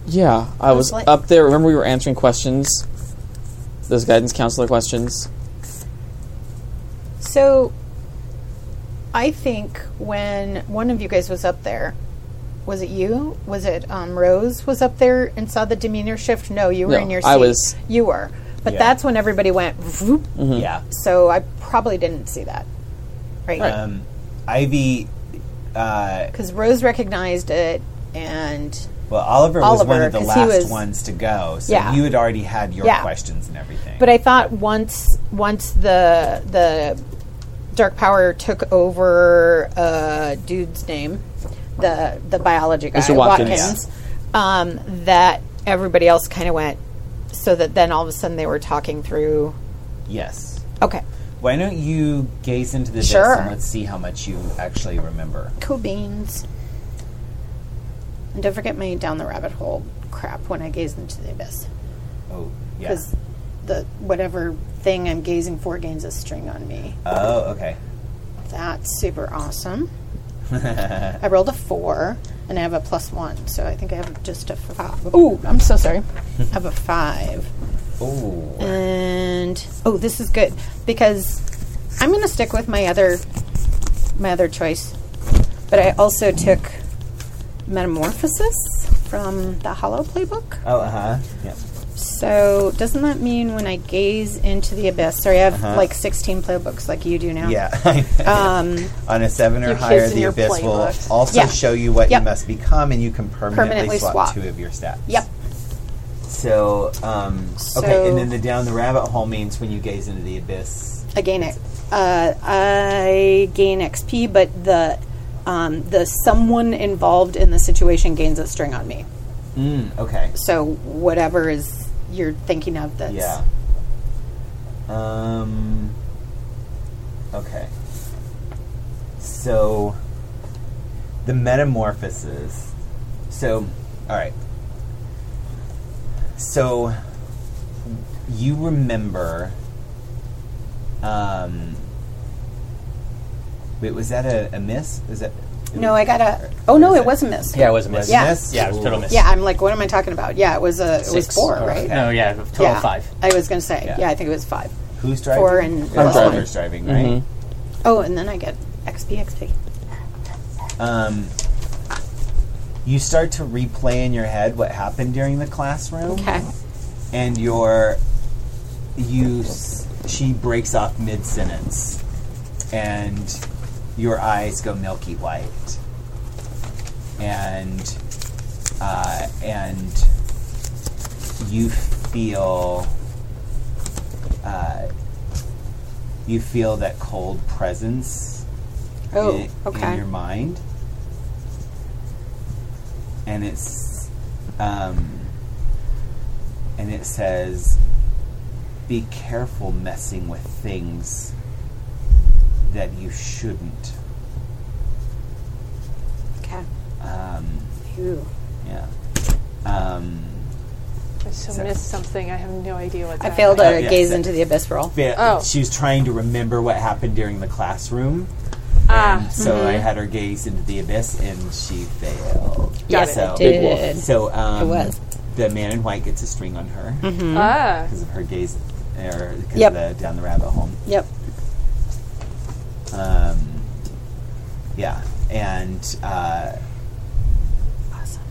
Speaker 4: Yeah, I was
Speaker 3: That's what-
Speaker 4: up there. Remember, we were answering questions, those guidance counselor questions.
Speaker 3: So I think when one of you guys was up there, was it you? Was it um, Rose was up there and saw the demeanor shift? No, you were
Speaker 4: No,
Speaker 3: in your seat.
Speaker 4: I was- Mm-hmm.
Speaker 3: You were. But
Speaker 6: Yeah.
Speaker 3: that's when everybody went vroom.
Speaker 5: Yeah.
Speaker 3: So I probably didn't see that. Right.
Speaker 6: Um, Ivy. Uh,
Speaker 3: Because Rose recognized it and
Speaker 6: well, Oliver was one
Speaker 3: Oliver,
Speaker 6: of the
Speaker 3: 'cause he
Speaker 6: last
Speaker 3: was-
Speaker 6: ones to go, so
Speaker 3: Yeah.
Speaker 6: you had already had your
Speaker 3: Yeah.
Speaker 6: questions and everything.
Speaker 3: But I thought once once the the dark power took over uh, dude's name, the the biology guy
Speaker 4: Mr. Watkins.
Speaker 3: Watkins, um, that everybody else kind of went, so that then all of a sudden they were talking through.
Speaker 6: yes.
Speaker 3: Okay,
Speaker 6: Why don't you gaze into the
Speaker 3: Sure.
Speaker 6: disc and let's see how much you actually remember?
Speaker 3: cool beans. And don't forget my down the rabbit hole crap when I gaze into the abyss
Speaker 6: Oh, yeah.
Speaker 3: because the whatever thing I'm gazing for gains a string on me.
Speaker 6: Oh, okay.
Speaker 3: That's super awesome. I rolled a four, and I have a plus one, so I think I have just a five. Ooh, I'm so sorry. I have a five.
Speaker 6: Oh,
Speaker 3: And oh, this is good because I'm going to stick with my other my other choice. But I also took Metamorphosis from the Hollow Playbook.
Speaker 6: oh, uh huh. Yeah.
Speaker 3: So doesn't that mean when I gaze into the abyss? Sorry, I have like 16 playbooks, like you do now.
Speaker 6: Yeah.
Speaker 3: Um,
Speaker 6: On a seven or
Speaker 1: Your
Speaker 6: higher,
Speaker 1: kids and
Speaker 6: the
Speaker 1: your
Speaker 6: abyss will
Speaker 1: playbook.
Speaker 6: also
Speaker 3: Yeah.
Speaker 6: show you what
Speaker 3: Yep.
Speaker 6: you must become, and you can permanently,
Speaker 3: Permanently
Speaker 6: swap,
Speaker 3: swap.
Speaker 6: two of your stats.
Speaker 3: Yep.
Speaker 6: So, um, okay,
Speaker 3: So-
Speaker 6: and then the down the rabbit hole means when you gaze into the abyss.
Speaker 3: I gain it. Uh, I gain XP, but the um, the someone involved in the situation gains a string on me.
Speaker 6: Mm, okay.
Speaker 3: So whatever is you're thinking of, that's
Speaker 6: Yeah. Um. Okay. So, the metamorphoses. So, all right. So, you remember? Um. Wait, was that a, a miss? Is that?
Speaker 3: No, I got a. Oh no, it was a miss.
Speaker 5: Yeah, it was a miss.
Speaker 6: Was
Speaker 3: Yeah.
Speaker 6: a miss?
Speaker 5: Yeah, it was a total
Speaker 6: Ooh.
Speaker 5: miss.
Speaker 3: Yeah, I'm like, what am I talking about? Yeah, it was a. It was
Speaker 5: Six.
Speaker 3: four,
Speaker 5: Oh,
Speaker 3: right?
Speaker 5: No, yeah, total
Speaker 3: Yeah.
Speaker 5: five.
Speaker 3: I was gonna say.
Speaker 6: Yeah.
Speaker 3: Yeah, I think it was five.
Speaker 6: Who's driving?
Speaker 3: Four and
Speaker 6: It
Speaker 3: I'm
Speaker 6: was
Speaker 3: driving.
Speaker 6: Oliver's driving, right?
Speaker 4: Mhm.
Speaker 5: Mm-hmm.
Speaker 3: Oh, and then I get XP, XP.
Speaker 6: um, you start to replay in your head what happened during the classroom
Speaker 3: Okay.
Speaker 6: and your you s- she breaks off mid sentence and your eyes go milky white and uh, and you feel uh, you feel that cold presence
Speaker 3: Oh,
Speaker 6: in,
Speaker 3: okay.
Speaker 6: in your mind, and it's um, and it says, "Be careful messing with things that you shouldn't."
Speaker 3: Okay.
Speaker 6: Um,
Speaker 3: Ooh.
Speaker 6: yeah. Um,
Speaker 1: I so
Speaker 6: Six.
Speaker 1: missed something. I have no idea what
Speaker 3: I failed
Speaker 5: Uh,
Speaker 6: Oh,
Speaker 3: a
Speaker 6: yeah,
Speaker 3: gaze
Speaker 6: that-
Speaker 3: into the abyss roll.
Speaker 6: fa-
Speaker 1: Oh.
Speaker 6: She was trying to remember what happened during the classroom.
Speaker 1: Ah.
Speaker 6: and so I had her gaze into the abyss, and she failed.
Speaker 3: Yes,
Speaker 6: so,
Speaker 3: I
Speaker 4: Big wolf.
Speaker 3: did.
Speaker 6: So um,
Speaker 3: It was.
Speaker 6: the man in white gets a string on her because
Speaker 1: Ah,
Speaker 6: of her gaze, or because
Speaker 3: Yep.
Speaker 6: of the down the rabbit hole.
Speaker 3: Yep.
Speaker 6: Um, yeah, and uh,
Speaker 3: Awesome.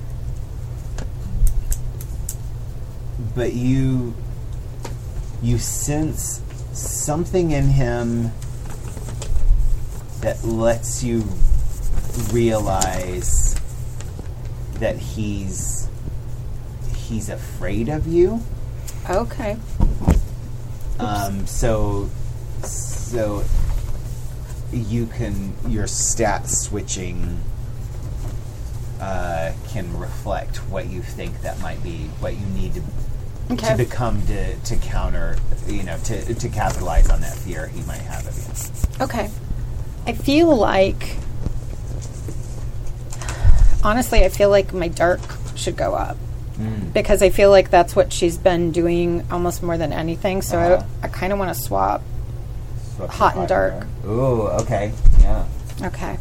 Speaker 6: but you you sense something in him that lets you realize that he's he's afraid of you
Speaker 3: Okay.
Speaker 6: um, so so you can your stat switching uh, can reflect what you think that might be what you need to
Speaker 3: Okay.
Speaker 6: to become to, to counter you know to, to capitalize on that fear he might have of you
Speaker 3: Okay. I feel like. Honestly, I feel like my dark should go up. Because I feel like that's what she's been doing almost more than anything. So
Speaker 6: Uh-huh.
Speaker 3: I, I kind of want to swap.
Speaker 6: Swap
Speaker 3: Hot
Speaker 6: to
Speaker 3: and dark.
Speaker 6: ooh okay yeah
Speaker 3: Okay.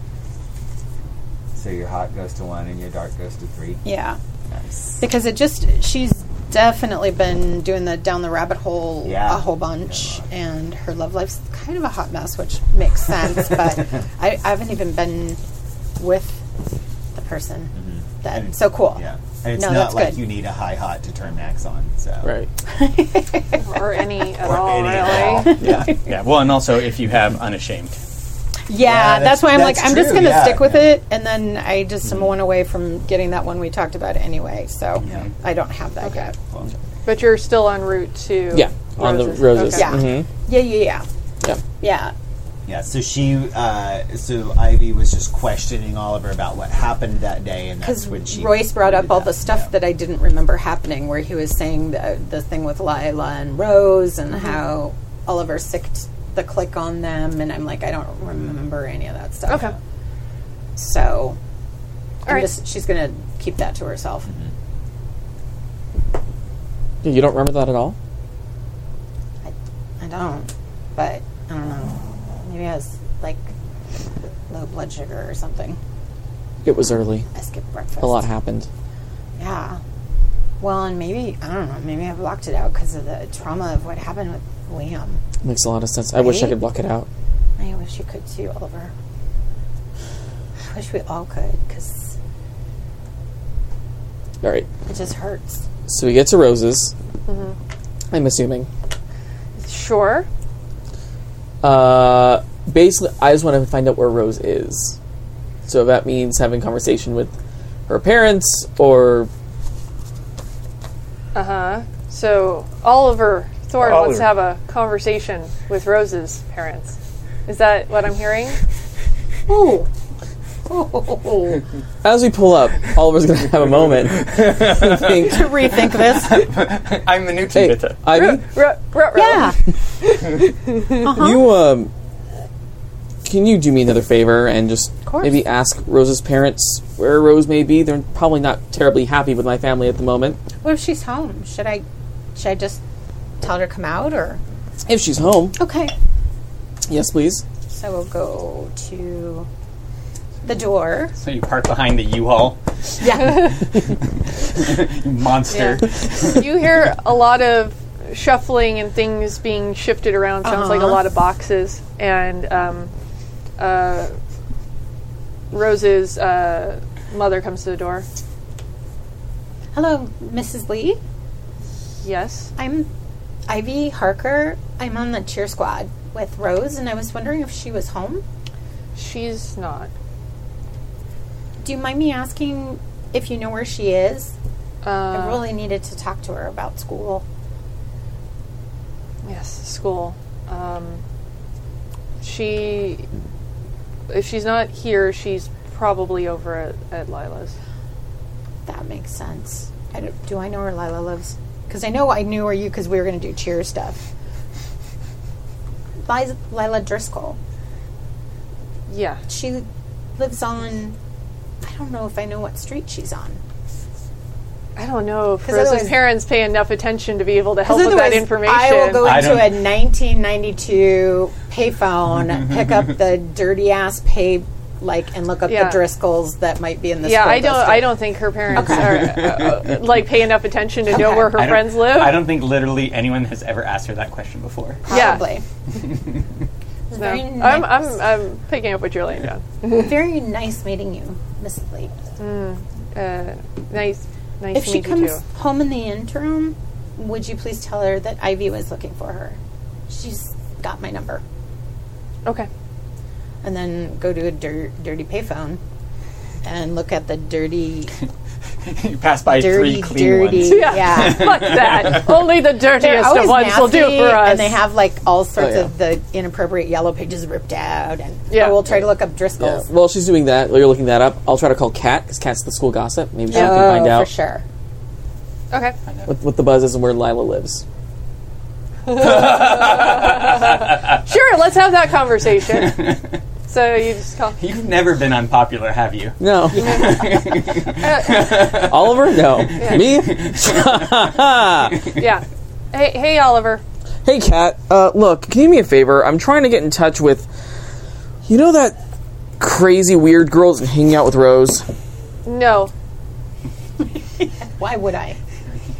Speaker 6: so your hot goes to one and your dark goes to three
Speaker 3: Yeah.
Speaker 6: nice
Speaker 3: Because it just. She's definitely been doing the down the rabbit hole
Speaker 6: Yeah.
Speaker 3: a whole bunch. And her love life's kind of a hot mess, which makes sense. but I, I haven't even been with the person. That,
Speaker 6: Mm-hmm. And-
Speaker 3: so cool.
Speaker 6: yeah and it's
Speaker 3: No,
Speaker 6: not
Speaker 3: that's
Speaker 6: like
Speaker 3: good.
Speaker 6: you need a high hot to turn max on so
Speaker 4: Right.
Speaker 1: or any at
Speaker 6: Or
Speaker 1: all,
Speaker 3: Oh,
Speaker 6: any
Speaker 1: really.
Speaker 6: at all. yeah
Speaker 5: Yeah. Well, and also if you have unashamed.
Speaker 3: Yeah,
Speaker 6: Yeah,
Speaker 3: that's,
Speaker 6: that's-
Speaker 3: why I'm like,
Speaker 6: that's
Speaker 3: I'm just
Speaker 6: true,
Speaker 3: going to
Speaker 6: yeah.
Speaker 3: stick with it. And then I just am one away from getting that one we talked about anyway. So
Speaker 6: Yeah.
Speaker 3: I don't have that yet.
Speaker 1: But you're still en route to
Speaker 4: Yeah, on the roses. Mm-hmm.
Speaker 3: Yeah. Yeah, yeah, yeah.
Speaker 4: Yeah.
Speaker 3: Yeah.
Speaker 6: Yeah, so she, uh, so Ivy was just questioning Oliver about what happened that day, and that's
Speaker 3: Because
Speaker 6: when she.
Speaker 3: Royce brought up
Speaker 6: did
Speaker 3: all
Speaker 6: that,
Speaker 3: the stuff
Speaker 6: yeah.
Speaker 3: that I didn't remember happening, where he was saying the, the thing with Lila and Rose and how Oliver sicked the click on them. And I'm like, I don't remember any of that stuff.
Speaker 1: Okay.
Speaker 3: So I'm
Speaker 1: right.
Speaker 3: just, she's going to keep that to herself.
Speaker 4: Yeah, You don't remember that at all?
Speaker 3: I don't, but I don't know. Maybe I was like low blood sugar or something.
Speaker 4: It was early.
Speaker 3: I skipped breakfast.
Speaker 4: A lot happened.
Speaker 3: Yeah. Well, and maybe I don't know. Maybe I blocked it out because of the trauma of what happened with Liam.
Speaker 4: Makes a lot of sense. I wish I
Speaker 3: Right?
Speaker 4: could block it out.
Speaker 3: I wish you could too, Oliver. I wish we all could because
Speaker 4: All right.
Speaker 3: it just hurts.
Speaker 4: So we get to roses. I'm assuming.
Speaker 1: Sure.
Speaker 4: Uh, basically, I just want to find out where Rose is. So that means having conversation with her parents or
Speaker 1: Uh huh. So Oliver Thorne wants
Speaker 5: Oliver.
Speaker 1: to have a conversation
Speaker 6: Oh.
Speaker 1: with Rose's parents. Is that what I'm hearing?
Speaker 3: Oh,
Speaker 4: as we pull up, Oliver's going to have a moment. to think,
Speaker 3: rethink this.
Speaker 5: I'm the new
Speaker 4: hey,
Speaker 5: Tivita.
Speaker 4: Ivy,
Speaker 1: Ro- ro- ro-
Speaker 3: yeah.
Speaker 4: you um, can you do me another favor and just maybe ask Rose's parents where Rose may be? They're probably not terribly happy with my family at the moment.
Speaker 3: What if she's home? Should I? Should I just tell her to come out or?
Speaker 4: If she's home,
Speaker 3: Okay.
Speaker 4: yes, please.
Speaker 3: So we'll go to the door.
Speaker 5: So you park behind the U-Haul.
Speaker 3: Yeah.
Speaker 5: You monster.
Speaker 1: You hear a lot of shuffling and things being shifted around. Sounds like a lot of boxes. And um, uh, Rose's uh, mother comes to the door.
Speaker 3: Hello, Mrs. Lee.
Speaker 1: Yes.
Speaker 3: I'm Ivy Harker. I'm on the cheer squad with Rose, and I was wondering if she was home.
Speaker 1: She's not.
Speaker 3: Do you mind me asking if you know where she is?
Speaker 1: Uh,
Speaker 3: I really needed to talk to her about school.
Speaker 1: Yes, school. Um, she, if she's not here, she's probably over at, at Lila's.
Speaker 3: That makes sense. I don't, do I know where Lila lives? Because I know I knew where you because we were going to do cheer stuff. Liza, Lila Driscoll.
Speaker 1: Yeah,
Speaker 3: She lives on. I don't know if I know what street she's on.
Speaker 1: I don't know if
Speaker 3: 'Cause
Speaker 1: Rose's
Speaker 3: otherwise-
Speaker 1: parents pay enough attention to be able to help
Speaker 3: Because
Speaker 1: with that
Speaker 3: otherwise,
Speaker 1: information.
Speaker 3: I will go
Speaker 5: I
Speaker 3: into
Speaker 5: don't-
Speaker 3: a 1992 payphone,
Speaker 5: Mm-hmm,
Speaker 3: pick up the dirty ass pay like, and look up
Speaker 1: Yeah.
Speaker 3: the Driscolls that might be in the
Speaker 1: yeah,
Speaker 3: school
Speaker 1: I don't.
Speaker 3: district.
Speaker 1: I don't think her parents are uh, uh, like pay enough attention to know
Speaker 3: Okay.
Speaker 1: where her
Speaker 5: I don't-
Speaker 1: friends live.
Speaker 5: I don't think literally anyone has ever asked her that question before.
Speaker 1: yeah.
Speaker 3: Probably.
Speaker 1: so.
Speaker 3: very
Speaker 1: I'm,
Speaker 3: nice.
Speaker 1: I'm, I'm picking up what you're laying down.
Speaker 3: Very nice meeting you, Miss Lee.
Speaker 1: Uh, nice, nice
Speaker 3: If
Speaker 1: to
Speaker 3: she
Speaker 1: meet
Speaker 3: comes
Speaker 1: you too.
Speaker 3: home in the interim, would you please tell her that Ivy was looking for her? She's got my number.
Speaker 1: Okay.
Speaker 3: And then go to a dir- dirty payphone and look at the dirty,
Speaker 5: you pass by
Speaker 3: dirty,
Speaker 5: three clean ones.
Speaker 3: dirty.
Speaker 1: Yeah.
Speaker 3: yeah.
Speaker 1: Fuck that. Only the
Speaker 3: They're
Speaker 1: dirtiest of
Speaker 3: always
Speaker 1: ones
Speaker 3: nasty,
Speaker 1: will do for us.
Speaker 3: and they have like all sorts
Speaker 4: Oh, yeah.
Speaker 3: of the inappropriate yellow pages ripped out, and
Speaker 1: Yeah.
Speaker 3: yeah. we'll try to look up
Speaker 4: Yeah.
Speaker 3: Driscoll's.
Speaker 4: Well, Uh, she's doing that. You're looking that up. I'll try to call Kat because Kat's the school gossip. Maybe she
Speaker 3: Oh,
Speaker 4: can find out
Speaker 3: for sure.
Speaker 1: okay.
Speaker 4: what, what the buzz is and where Lila lives.
Speaker 1: Sure, let's have that conversation. so you just call.
Speaker 5: You've never been unpopular, have you?
Speaker 4: No, Oliver. No, me.
Speaker 1: Yeah. Hey, hey, Oliver.
Speaker 4: Hey, Kat. Uh, look, can you do me a favor? I'm trying to get in touch with. You know that crazy weird girl that's hanging out with Rose,
Speaker 1: No.
Speaker 3: Why would I?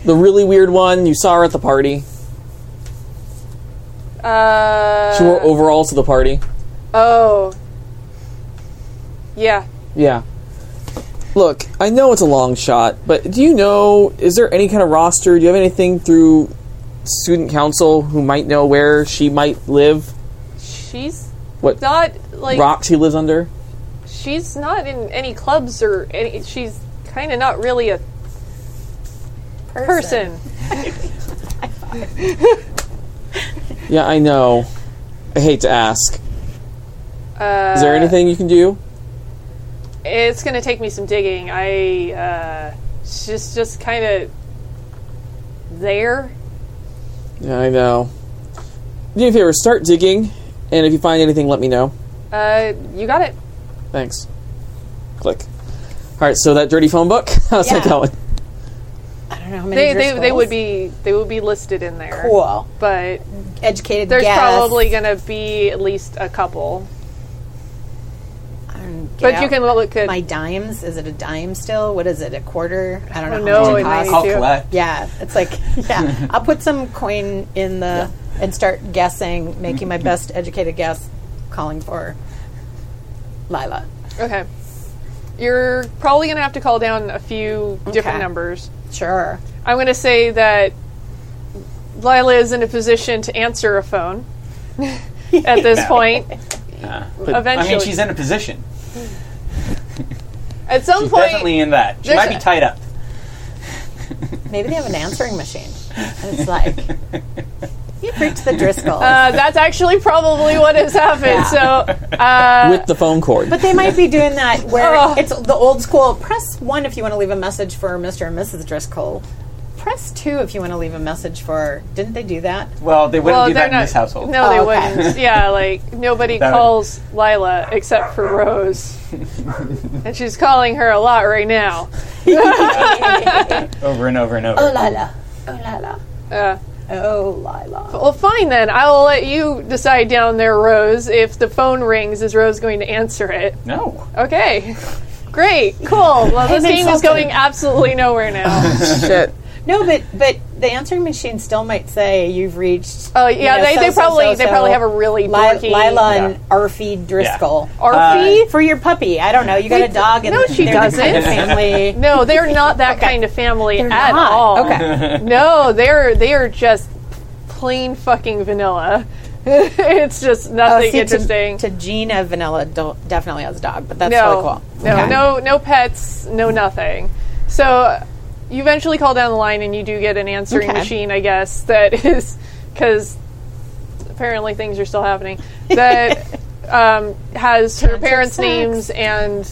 Speaker 4: the really weird one. You saw her at the party.
Speaker 1: Uh.
Speaker 4: She wore overalls to the party.
Speaker 1: Oh. Yeah.
Speaker 4: Yeah. Look, I know it's a long shot, but do you know? Is there any kind of roster? Do you have anything through student council who might know where she might live?
Speaker 1: She's
Speaker 4: What
Speaker 1: not like
Speaker 4: rock she lives under?
Speaker 1: she's not in any clubs or any. She's kind of not really a person.
Speaker 4: Yeah, I know. I hate to ask.
Speaker 1: Uh,
Speaker 4: Is there anything you can do?
Speaker 1: It's gonna take me some digging. I uh, she's just kind of there.
Speaker 4: Yeah, I know. Do me a favor, start digging, and if you find anything, let me know.
Speaker 1: Uh, you got it.
Speaker 4: Thanks. Click. All right, so that dirty phone book. How's that
Speaker 3: Yeah.
Speaker 4: going?
Speaker 3: I don't know how many.
Speaker 1: They, they, they
Speaker 3: Driscolls.
Speaker 1: would be they would be listed in there.
Speaker 3: cool,
Speaker 1: But
Speaker 3: educated.
Speaker 1: there's
Speaker 3: guess.
Speaker 1: probably gonna be at least a couple.
Speaker 3: Um, get
Speaker 1: But
Speaker 3: out
Speaker 1: you can look at
Speaker 3: my dimes. Is it a dime still? What is it? A quarter? I don't know.
Speaker 1: Oh, no,
Speaker 3: how much it
Speaker 1: it
Speaker 3: costs.
Speaker 1: might-
Speaker 5: Call
Speaker 1: do.
Speaker 5: collect.
Speaker 3: Yeah, it's like yeah. I'll put some coin in the and start guessing, making my best educated guess, calling for Lila.
Speaker 1: okay. You're probably gonna have to call down a few different
Speaker 3: Okay.
Speaker 1: numbers.
Speaker 3: Sure.
Speaker 1: I'm gonna say that Lila is in a position to answer a phone at this point.
Speaker 5: Uh, I
Speaker 1: Eventually,
Speaker 5: mean, she's in a position.
Speaker 1: at some
Speaker 5: She's
Speaker 1: point. uh,
Speaker 5: definitely in that. She
Speaker 1: there's
Speaker 5: might be
Speaker 1: a-
Speaker 5: tied up.
Speaker 3: Maybe they have an answering machine. And it's like you preach the Driscoll.
Speaker 1: Uh, that's actually probably what has happened. So, uh,
Speaker 4: With the phone cord.
Speaker 3: but they might be doing that where
Speaker 1: Ugh.
Speaker 3: it's the old school. Press one if you want to leave a message for Mr. and Mrs. Driscoll. Press two if you want to leave a message for. Didn't they do that?
Speaker 5: Well, they wouldn't
Speaker 1: well,
Speaker 5: do
Speaker 1: they're
Speaker 5: that
Speaker 1: not.
Speaker 5: in this household.
Speaker 1: No, they
Speaker 3: Oh, okay.
Speaker 1: wouldn't. Yeah, like nobody
Speaker 5: That would-
Speaker 1: calls Lila except for Rose, and she's calling her a lot right now.
Speaker 5: Over and over and over.
Speaker 3: Oh Lila. Oh Lila.
Speaker 1: Uh,
Speaker 3: Oh Lila.
Speaker 1: well, fine then. I will let you decide down there, Rose. If the phone rings, is Rose going to answer it?
Speaker 5: No.
Speaker 1: Okay. Great, cool. Well, this
Speaker 3: make
Speaker 1: game is
Speaker 3: something.
Speaker 1: going absolutely nowhere now.
Speaker 4: Shit.
Speaker 3: No, but but the answering machine still might say you've reached.
Speaker 1: Oh yeah,
Speaker 3: you know,
Speaker 1: they, they
Speaker 3: so, so,
Speaker 1: probably
Speaker 3: so,
Speaker 1: they probably have a really
Speaker 3: Li-
Speaker 1: dorky
Speaker 3: Lila
Speaker 5: Yeah.
Speaker 3: and Arfie Driscoll.
Speaker 1: Arfie.
Speaker 3: For your puppy, I don't know. You got a dog, and
Speaker 1: No, she
Speaker 3: they're the kind
Speaker 1: doesn't.
Speaker 3: of family.
Speaker 1: No, they're not that kind of family at
Speaker 3: not.
Speaker 1: all.
Speaker 3: Okay.
Speaker 1: No, they're they are just plain fucking vanilla. it's just
Speaker 3: Oh,
Speaker 1: nothing
Speaker 3: see,
Speaker 1: interesting.
Speaker 3: To, to Gina, Vanilla do- definitely has a dog, but that's really
Speaker 1: no,
Speaker 3: cool.
Speaker 1: no,
Speaker 3: Okay.
Speaker 1: no, no pets, no nothing. So you eventually call down the line and you do get an answering
Speaker 3: Okay.
Speaker 1: machine, I guess. That is because apparently things are still happening, that um, has her parents' names and,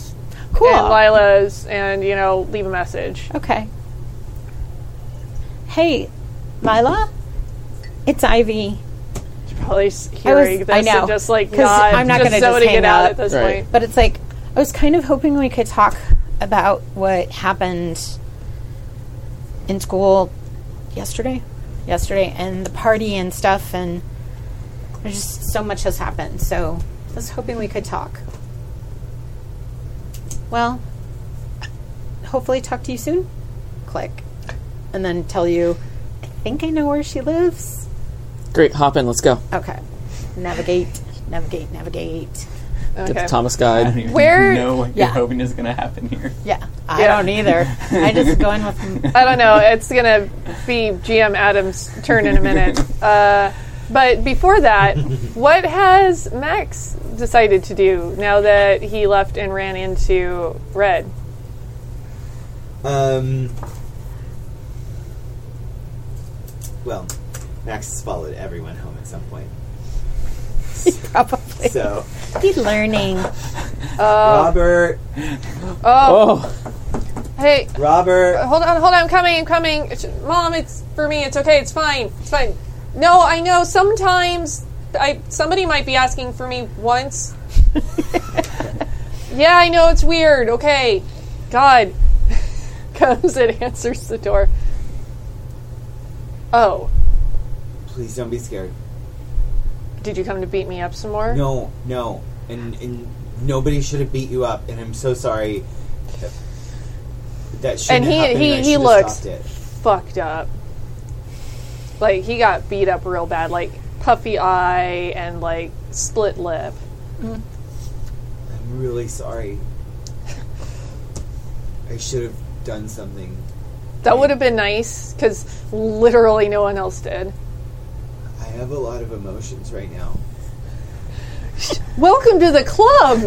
Speaker 3: Cool.
Speaker 1: and Lila's and, you know, leave a message.
Speaker 3: Okay. Hey, Lila, it's Ivy.
Speaker 1: Probably s- hearing this
Speaker 3: I know,
Speaker 1: and just like
Speaker 3: 'cause
Speaker 1: not,
Speaker 3: I'm not
Speaker 1: just
Speaker 3: gonna
Speaker 1: so
Speaker 3: just
Speaker 1: to
Speaker 3: hang
Speaker 1: get out
Speaker 3: up.
Speaker 1: at this
Speaker 4: Right.
Speaker 1: point.
Speaker 3: But it's like I was kind of hoping we could talk about what happened in school yesterday, yesterday, and the party and stuff, and there's just so much has happened. So I was hoping we could talk. Well, hopefully talk to you soon. Click, and then tell you. I think I know where she lives.
Speaker 4: Great, hop in, let's go.
Speaker 3: Okay, navigate, navigate, navigate.
Speaker 4: Get
Speaker 1: Okay.
Speaker 4: the Thomas guide.
Speaker 5: even
Speaker 1: Where-
Speaker 5: know what
Speaker 3: Yeah.
Speaker 5: you're hoping is going to happen here.
Speaker 3: Yeah, I
Speaker 1: Yeah.
Speaker 3: don't either. I just go in with.
Speaker 1: I don't know. It's going to be GM Adams' turn in a minute. Uh, but before that, what has Max decided to do now that he left and ran into Red?
Speaker 6: Um. Well, Max followed everyone home at some point.
Speaker 3: Probably
Speaker 6: So
Speaker 3: be learning.
Speaker 1: Um,
Speaker 6: Robert,
Speaker 4: Oh,
Speaker 1: Hey,
Speaker 6: Robert,
Speaker 1: hold on, hold on. I'm coming, I'm coming. It's- Mom, it's for me. It's okay. It's fine. It's fine. No, I know sometimes I somebody might be asking for me once. yeah, I know it's weird. Okay. God comes and answers the door. Oh,
Speaker 6: please don't be scared.
Speaker 1: did you come to beat me up some more?
Speaker 6: No, no, and and nobody should have beat you up, and I'm so sorry. That shouldn't
Speaker 1: And he-
Speaker 6: have happened,
Speaker 1: he-
Speaker 6: I
Speaker 1: he
Speaker 6: should have
Speaker 1: looks-
Speaker 6: stopped it.
Speaker 1: Fucked up. Like he got beat up real bad, like puffy eye and like split lip.
Speaker 6: I'm really sorry. I should have done something.
Speaker 1: That would have been nice because literally no one else did.
Speaker 6: I have a lot of emotions right now.
Speaker 1: Welcome to the club.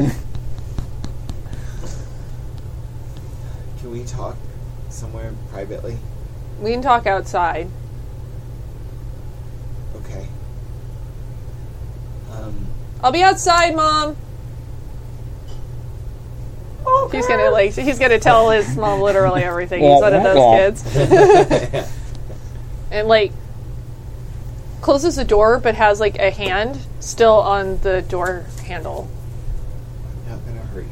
Speaker 6: Can we talk somewhere privately?
Speaker 1: we can talk outside.
Speaker 6: Okay. Um,
Speaker 1: I'll be outside, mom. He's gonna like he's gonna tell his mom literally everything. He's one of those kids. and like closes the door but has like a hand still on the door handle.
Speaker 6: I'm not gonna hurt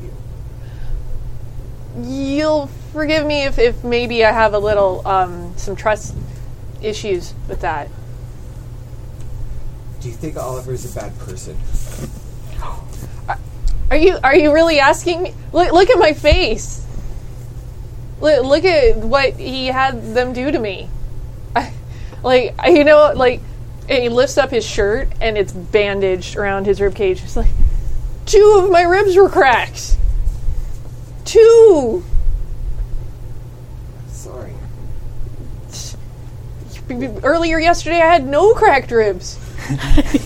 Speaker 6: you.
Speaker 1: You'll forgive me if, if maybe I have a little um, some trust issues with that.
Speaker 6: Do you think Oliver's a bad person?
Speaker 1: Are you are you really asking me? Look, look at my face. Look, look at what he had them do to me. I, like I- you know, like and he lifts up his shirt and it's bandaged around his rib cage. It's like two of my ribs were cracked. Two.
Speaker 6: Sorry.
Speaker 1: Earlier yesterday, I had no cracked ribs.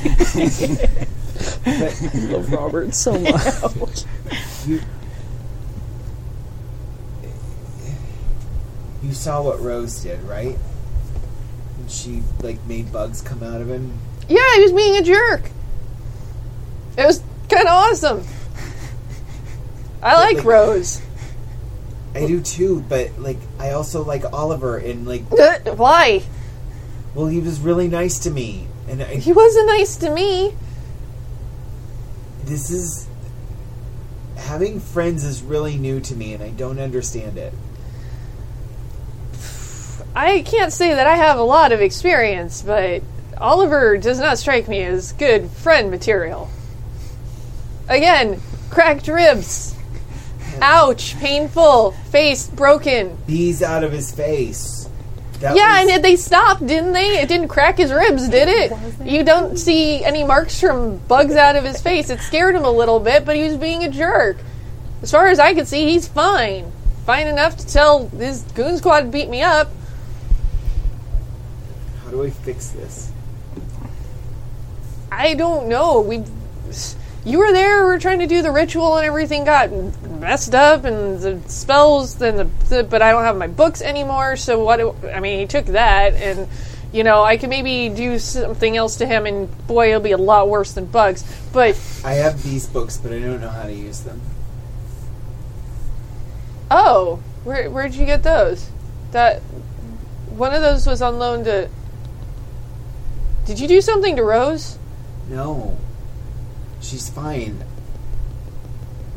Speaker 4: love Robert so much.
Speaker 6: You saw what Rose did, right? And she like made bugs come out of him.
Speaker 1: Yeah, he was being a jerk. It was kind of awesome. I like Rose.
Speaker 6: I do too, but like I also like Oliver, and like
Speaker 1: Why?
Speaker 6: well, he was really nice to me, and I,
Speaker 1: He wasn't nice to me.
Speaker 6: this is having friends is really new to me, and I don't understand it.
Speaker 1: I can't say that I have a lot of experience, but Oliver does not strike me as good friend material. Again, cracked ribs. Ouch, painful. Face broken.
Speaker 6: Bees out of his face. That
Speaker 1: Yeah,
Speaker 6: was-
Speaker 1: and they stopped, didn't they? It didn't crack his ribs, did it? You don't see any marks from bugs out of his face. It scared him a little bit, but he was being a jerk. As far as I could see, he's fine. Fine enough to tell his goon squad to beat me up.
Speaker 6: How do I fix this?
Speaker 1: I don't know. We, you were there. We were trying to do the ritual, and everything got messed up, and the spells. Then the, the but I don't have my books anymore. So what? do- I mean, he took that, and You know, I can maybe do something else to him, and boy, it'll be a lot worse than bugs. But
Speaker 6: I have these books, but I don't know how to use them.
Speaker 1: oh, where where'd you get those? That one of those was on loan to. Did you do something to Rose?
Speaker 6: No. She's fine.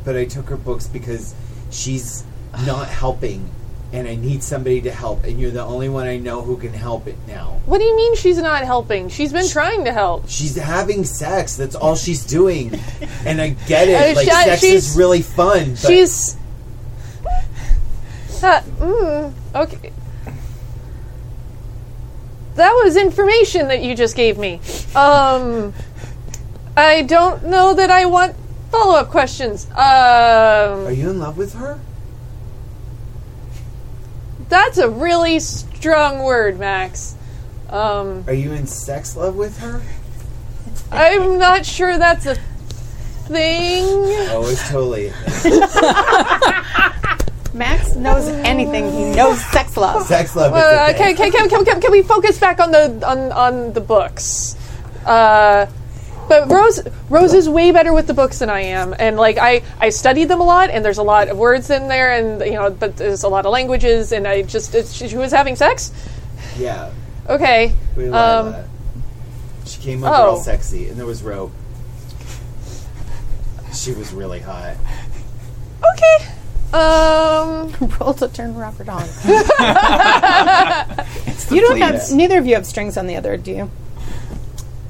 Speaker 6: But I took her books because she's not helping and I need somebody to help and you're the only one I know who can help it now.
Speaker 1: What do you mean she's not helping? She's been trying to help.
Speaker 6: She's having sex. That's all she's doing. And I get it.
Speaker 1: Uh,
Speaker 6: Like
Speaker 1: shut-
Speaker 6: sex
Speaker 1: she's-
Speaker 6: is really fun. But
Speaker 1: She's. That, mm, okay. That was information that you just gave me. Um, I don't know that I want follow up questions.
Speaker 6: Are
Speaker 1: Um,
Speaker 6: you in love with her?
Speaker 1: that's a really strong word, Max. Um,
Speaker 6: Are you in sex love with her?
Speaker 1: I'm not sure that's a thing.
Speaker 6: Oh, it's totally a thing.
Speaker 3: Max knows anything. He knows sex love.
Speaker 6: sex love
Speaker 1: Uh,
Speaker 6: is a
Speaker 1: can,
Speaker 6: thing.
Speaker 1: can, can, can, can, can we focus back on the on, on the books? Uh, but Rose Rose is way better with the books than I am, and like I I studied them a lot, and there's a lot of words in there, and you know, but there's a lot of languages, and I just it's, she, she was having sex.
Speaker 6: Yeah.
Speaker 1: Okay,
Speaker 6: We
Speaker 1: Um,
Speaker 6: Lila. She came over
Speaker 1: oh.
Speaker 6: all sexy, and there was rope. She was really hot.
Speaker 1: okay. Um,
Speaker 3: Roll to turn Robert on. you don't have. Neither of you have strings on the other, do you?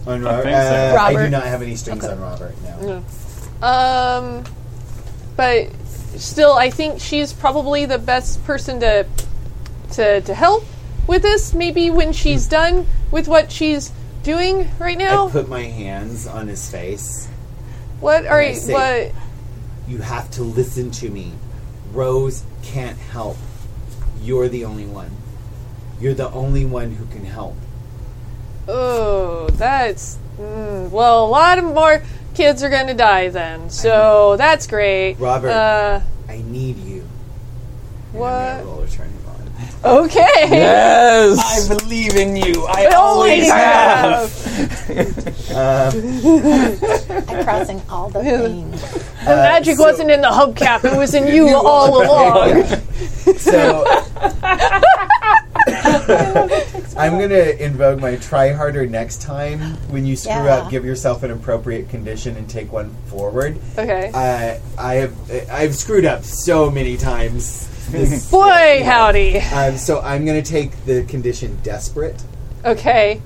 Speaker 6: On Robert,
Speaker 5: think so.
Speaker 6: uh, I
Speaker 3: Robert.
Speaker 6: do not have any strings on Robert now.
Speaker 1: um, but still, I think she's probably the best person to to to help with this. Maybe when she's done with what she's doing right now.
Speaker 6: I put my hands on his face.
Speaker 1: What are you?
Speaker 6: say-
Speaker 1: What?
Speaker 6: You have to listen to me. Rose can't help. You're the only one. You're the only one who can help.
Speaker 1: Oh, that's mm, well. A lot of more kids are going to die then, so that's great.
Speaker 6: Robert.
Speaker 1: Uh,
Speaker 6: I need you.
Speaker 1: what?
Speaker 6: Roller turn him on.
Speaker 1: Okay.
Speaker 4: Yes.
Speaker 5: I believe in you. I
Speaker 1: Holy
Speaker 5: always have.
Speaker 1: crap.
Speaker 3: I'm crossing all the things.
Speaker 1: The
Speaker 6: Uh,
Speaker 1: magic wasn't in the hubcap; it was in you all along.
Speaker 6: So I'm gonna invoke my try harder next time. When you screw
Speaker 3: Yeah.
Speaker 6: up, give yourself an appropriate condition and take one forward.
Speaker 1: Okay.
Speaker 6: Uh, I have I've screwed up so many times. This,
Speaker 1: Boy, howdy.
Speaker 6: um, so I'm gonna take the condition desperate.
Speaker 1: Okay.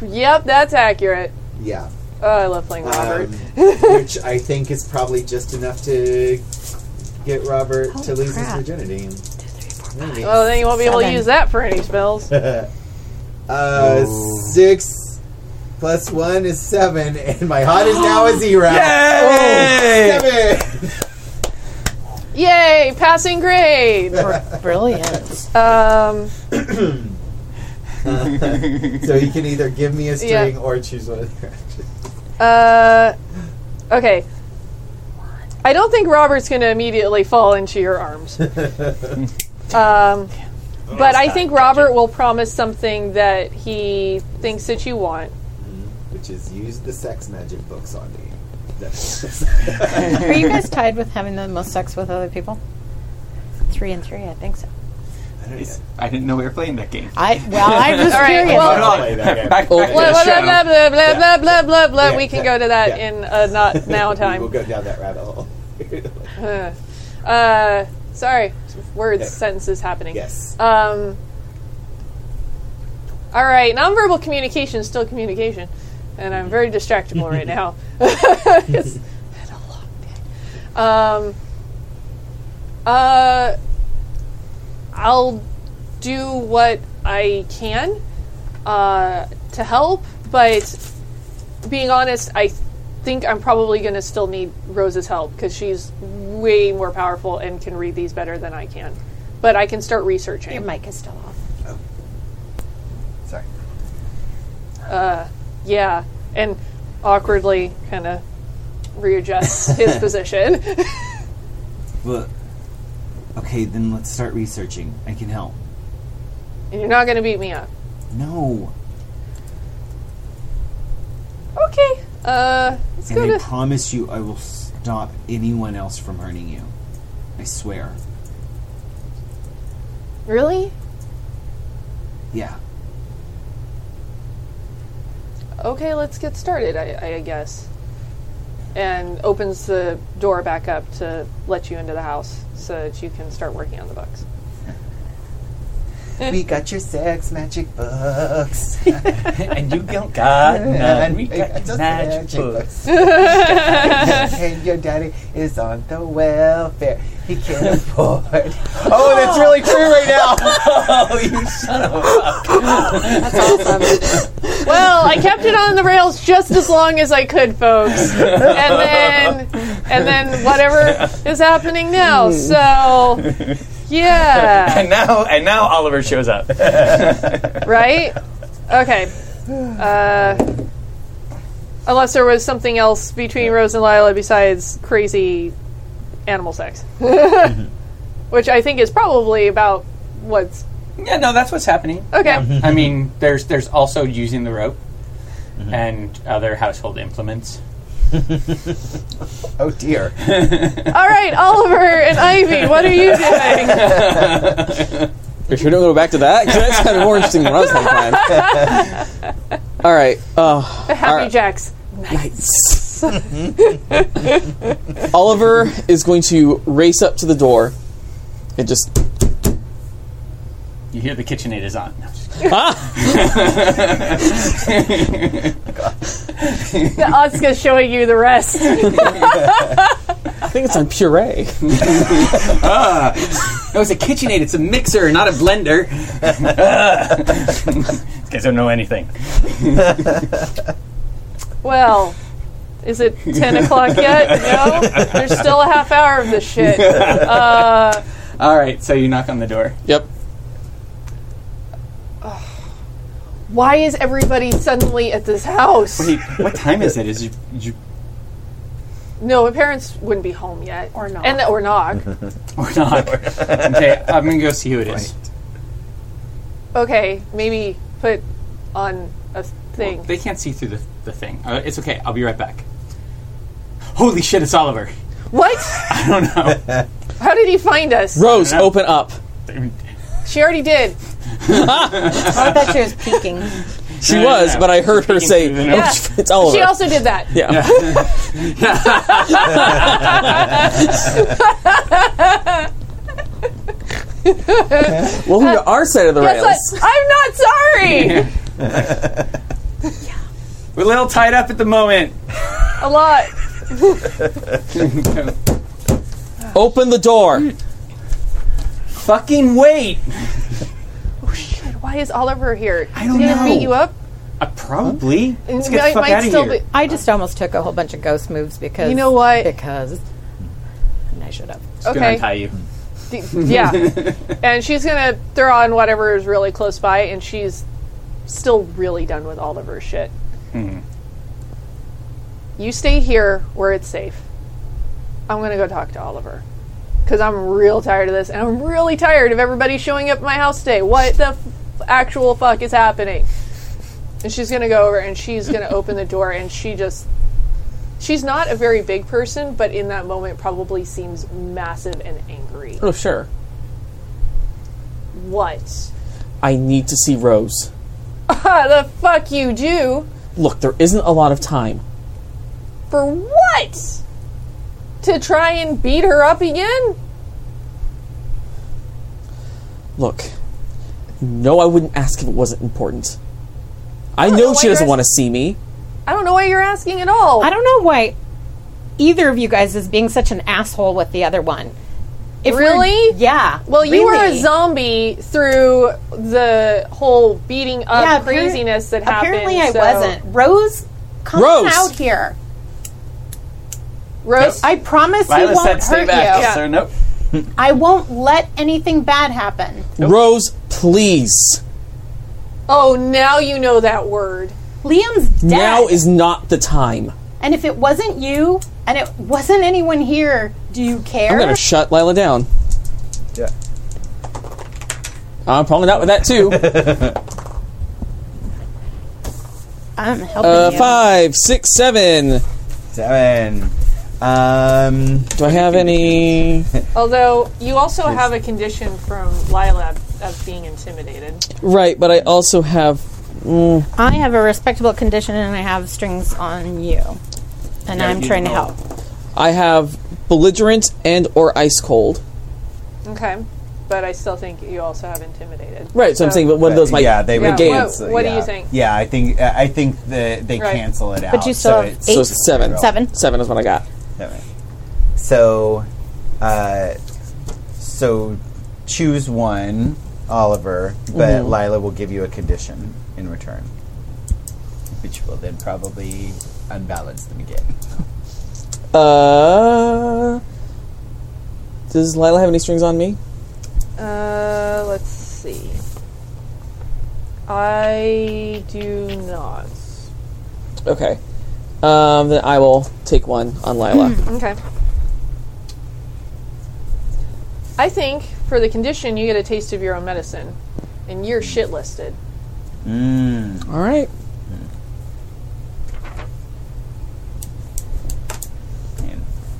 Speaker 1: Yep, that's accurate.
Speaker 6: Yeah,
Speaker 1: Oh, I love playing Robert.
Speaker 6: um, which I think is probably just enough to get Robert to lose
Speaker 3: crap.
Speaker 6: his virginity. Maybe.
Speaker 1: well, Oh, then you won't be able to
Speaker 3: seven.
Speaker 1: use that for any spells.
Speaker 6: Uh, six plus one is seven, and my hot is now a zero. Oh,
Speaker 4: Yay!
Speaker 6: Seven.
Speaker 1: Yay! Passing grade.
Speaker 3: Brilliant.
Speaker 1: Um.
Speaker 6: So you can either give me a string
Speaker 1: Yeah.
Speaker 6: or choose one of the actions.
Speaker 1: Uh, okay. I don't think Robert's going to immediately fall into your arms. um, but I think Robert will promise something that he thinks that you want.
Speaker 6: which is use the sex magic books on me. That's-
Speaker 3: Are you guys tied with having the most sex with other people?
Speaker 8: Three and three, I think so.
Speaker 5: I didn't know we were playing that game.
Speaker 3: I well, I'm just
Speaker 1: All right.
Speaker 3: curious.
Speaker 1: Well,
Speaker 6: I'll play that game.
Speaker 5: Back- back to
Speaker 4: Oh.
Speaker 1: blah,
Speaker 5: the
Speaker 1: blah, blah,
Speaker 5: show.
Speaker 1: blah, blah, blah, blah, blah, blah, blah.
Speaker 6: Yeah,
Speaker 1: We can
Speaker 6: yeah,
Speaker 1: go to that
Speaker 6: yeah.
Speaker 1: in uh, not now
Speaker 6: We'll
Speaker 1: time.
Speaker 6: go down that rabbit hole.
Speaker 1: Uh, sorry, words,
Speaker 6: Yeah.
Speaker 1: sentences happening.
Speaker 6: yes.
Speaker 1: Um, all right, nonverbal communication is still communication, and I'm very distractible right now. it's been a long day. Um, uh, I'll do what I can uh, to help, but being honest, I think I'm probably going to still need Rose's help because she's way more powerful and can read these better than I can. But I can start researching.
Speaker 3: Your mic is still off.
Speaker 6: Sorry.
Speaker 1: Yeah, and awkwardly kind of readjusts his position.
Speaker 6: Well, okay, then let's start researching. I can help.
Speaker 1: And you're not going to beat me up.
Speaker 2: No.
Speaker 1: Okay. Uh, let's
Speaker 2: And
Speaker 1: go
Speaker 2: I
Speaker 1: to.
Speaker 2: promise you, I will stop anyone else from hurting you. I swear.
Speaker 1: Really?
Speaker 2: Yeah.
Speaker 1: Okay, let's get started, I, I guess. And opens the door back up to let you into the house so that you can start working on the books.
Speaker 6: we got your sex magic books.
Speaker 5: and you don't got
Speaker 2: uh,
Speaker 5: none. We got
Speaker 6: your
Speaker 5: magic books.
Speaker 6: and your daddy is on the welfare. He can't afford. Oh, that's really true right now.
Speaker 5: Oh, you son of a...
Speaker 1: Well, I kept it on the rails just as long as I could, folks. And then and then whatever is happening now. So yeah.
Speaker 5: And now, and now Oliver shows up.
Speaker 1: Right? Okay. Uh Unless there was something else between Rose and Lila besides crazy animal sex. Which I think is probably about what's.
Speaker 5: yeah, no, that's what's happening.
Speaker 1: Okay.
Speaker 5: I mean, there's there's also using the rope and other household implements.
Speaker 6: Oh dear.
Speaker 1: All right, Oliver and Ivy, what are you doing?
Speaker 4: You sure don't go back to that? 'Cause that's kind of more interesting than what I was thinking. Time. All right. Uh,
Speaker 1: Happy
Speaker 4: right.
Speaker 1: Jacks.
Speaker 4: Oliver is going to race up to the door and just
Speaker 5: You hear the KitchenAid is on. No, I'm just kidding.
Speaker 1: Oscar's showing you the rest.
Speaker 4: I think it's on puree.
Speaker 5: No, it's a KitchenAid. It's a mixer, not a blender. These guys don't know anything.
Speaker 1: Well, is it 10 o'clock yet? No? There's still a half hour of this shit. Uh,
Speaker 5: All right, so you knock on the door.
Speaker 4: Yep.
Speaker 1: why is everybody suddenly at this house?
Speaker 5: Wait, what time is it? Is you, you
Speaker 1: No, my parents wouldn't be home yet.
Speaker 3: Or not.
Speaker 1: And, or knock.
Speaker 5: or not? okay, I'm gonna go see who it is.
Speaker 1: okay, maybe put on a thing.
Speaker 5: Well, they can't see through the, the thing. Uh, it's okay. I'll be right back. Holy shit! It's Oliver.
Speaker 1: what?
Speaker 5: I don't know.
Speaker 1: How did he find us?
Speaker 4: Rose, open up.
Speaker 1: She already did.
Speaker 3: I thought she was peeking.
Speaker 4: She was, but I heard her say,
Speaker 5: through the
Speaker 4: "Oh,
Speaker 1: nose.
Speaker 4: it's Oliver."
Speaker 1: She also did that.
Speaker 4: yeah. Welcome to our side of the
Speaker 1: That's
Speaker 4: rails.
Speaker 1: Uh, what- I'm not sorry.
Speaker 5: We're a little tied up at the moment.
Speaker 1: A lot.
Speaker 4: Open the door.
Speaker 5: Fucking wait.
Speaker 1: Why is Oliver here? I
Speaker 5: don't
Speaker 1: did
Speaker 5: know.
Speaker 1: he beat you up?
Speaker 5: Uh, probably. Let's
Speaker 1: It
Speaker 5: get the
Speaker 1: might-
Speaker 5: fuck
Speaker 1: might
Speaker 5: out of
Speaker 1: still
Speaker 5: here.
Speaker 1: be-
Speaker 8: I just almost took a whole bunch of ghost moves because
Speaker 1: You know what?
Speaker 8: Because and I should have.
Speaker 5: Just gonna
Speaker 1: okay.
Speaker 5: untie you.
Speaker 1: D- yeah. and she's going to throw on whatever is really close by, and she's still really done with all of her shit. You stay here where it's safe. I'm going to go talk to Oliver. Because I'm real tired of this, and I'm really tired of everybody showing up at my house today. What the f- actual fuck is happening? And she's going to go over and she's going to open the door, and she just She's not a very big person, but in that moment probably seems massive and angry.
Speaker 4: Oh, sure.
Speaker 1: What?
Speaker 4: I need to see Rose.
Speaker 1: Ha, the fuck you do?
Speaker 4: Look, there isn't a lot of time.
Speaker 1: For what? To try and beat her up again?
Speaker 4: Look, no, I wouldn't ask if it wasn't important. I know
Speaker 1: why
Speaker 4: she doesn't
Speaker 1: you're
Speaker 4: want to see me.
Speaker 1: I don't know why you're asking at all.
Speaker 8: I don't know why either of you guys is being such an asshole with the other one. If we're-
Speaker 1: Really?
Speaker 8: Yeah.
Speaker 1: well, you were a
Speaker 8: really.
Speaker 1: zombie through the whole beating up
Speaker 3: Yeah, appar-
Speaker 1: craziness that happened.
Speaker 3: Apparently, I
Speaker 1: so-
Speaker 3: wasn't. Rose, come
Speaker 4: Rose!
Speaker 3: out here.
Speaker 1: Rose,
Speaker 3: I promise he
Speaker 5: Lila
Speaker 3: won't
Speaker 5: said stay
Speaker 3: hurt
Speaker 5: back,
Speaker 3: you.
Speaker 5: so nope.
Speaker 3: I won't let anything bad happen.
Speaker 4: Rose, please.
Speaker 1: oh, now you know that word.
Speaker 3: Liam's dead.
Speaker 4: Now is not the time.
Speaker 3: and if it wasn't you, and it wasn't anyone here, do you care?
Speaker 4: I'm gonna shut Lila down.
Speaker 6: Yeah.
Speaker 4: I'm probably not with that too.
Speaker 3: I'm helping
Speaker 4: Uh,
Speaker 3: you.
Speaker 4: five, six, seven.
Speaker 6: Seven. Um,
Speaker 4: Do I have any?
Speaker 1: Although you also have a condition from Lila of being intimidated.
Speaker 4: Right, but I also have. Mm,
Speaker 3: I have a respectable condition and I have strings on you. And
Speaker 5: Yeah,
Speaker 3: I'm
Speaker 5: you
Speaker 3: trying to
Speaker 5: roll.
Speaker 3: help.
Speaker 4: I have belligerent and or ice cold.
Speaker 1: Okay. But I still think you also have intimidated.
Speaker 4: Right, so, I'm saying, but one of those might.
Speaker 6: Uh, yeah, they would
Speaker 4: Yeah,
Speaker 6: cancel.
Speaker 1: what- what do you
Speaker 6: yeah.
Speaker 1: think?
Speaker 6: Yeah, I think uh, I think the, they
Speaker 1: Right.
Speaker 6: cancel it out.
Speaker 3: you still have
Speaker 6: it's
Speaker 4: So it's seven.
Speaker 3: Seven.
Speaker 4: Seven is what I got.
Speaker 6: Seven. So, uh, so choose one, Oliver, but Lila will give you a condition in return, which will then probably unbalance them again.
Speaker 4: Uh, does Lila have any strings on me?
Speaker 1: Uh, let's see. I do not.
Speaker 4: Okay. Um, then I will take one on Lila.
Speaker 3: Mm.
Speaker 1: Okay. I think for the condition, you get a taste of your own medicine, and you're shit listed.
Speaker 6: Mm.
Speaker 4: All right.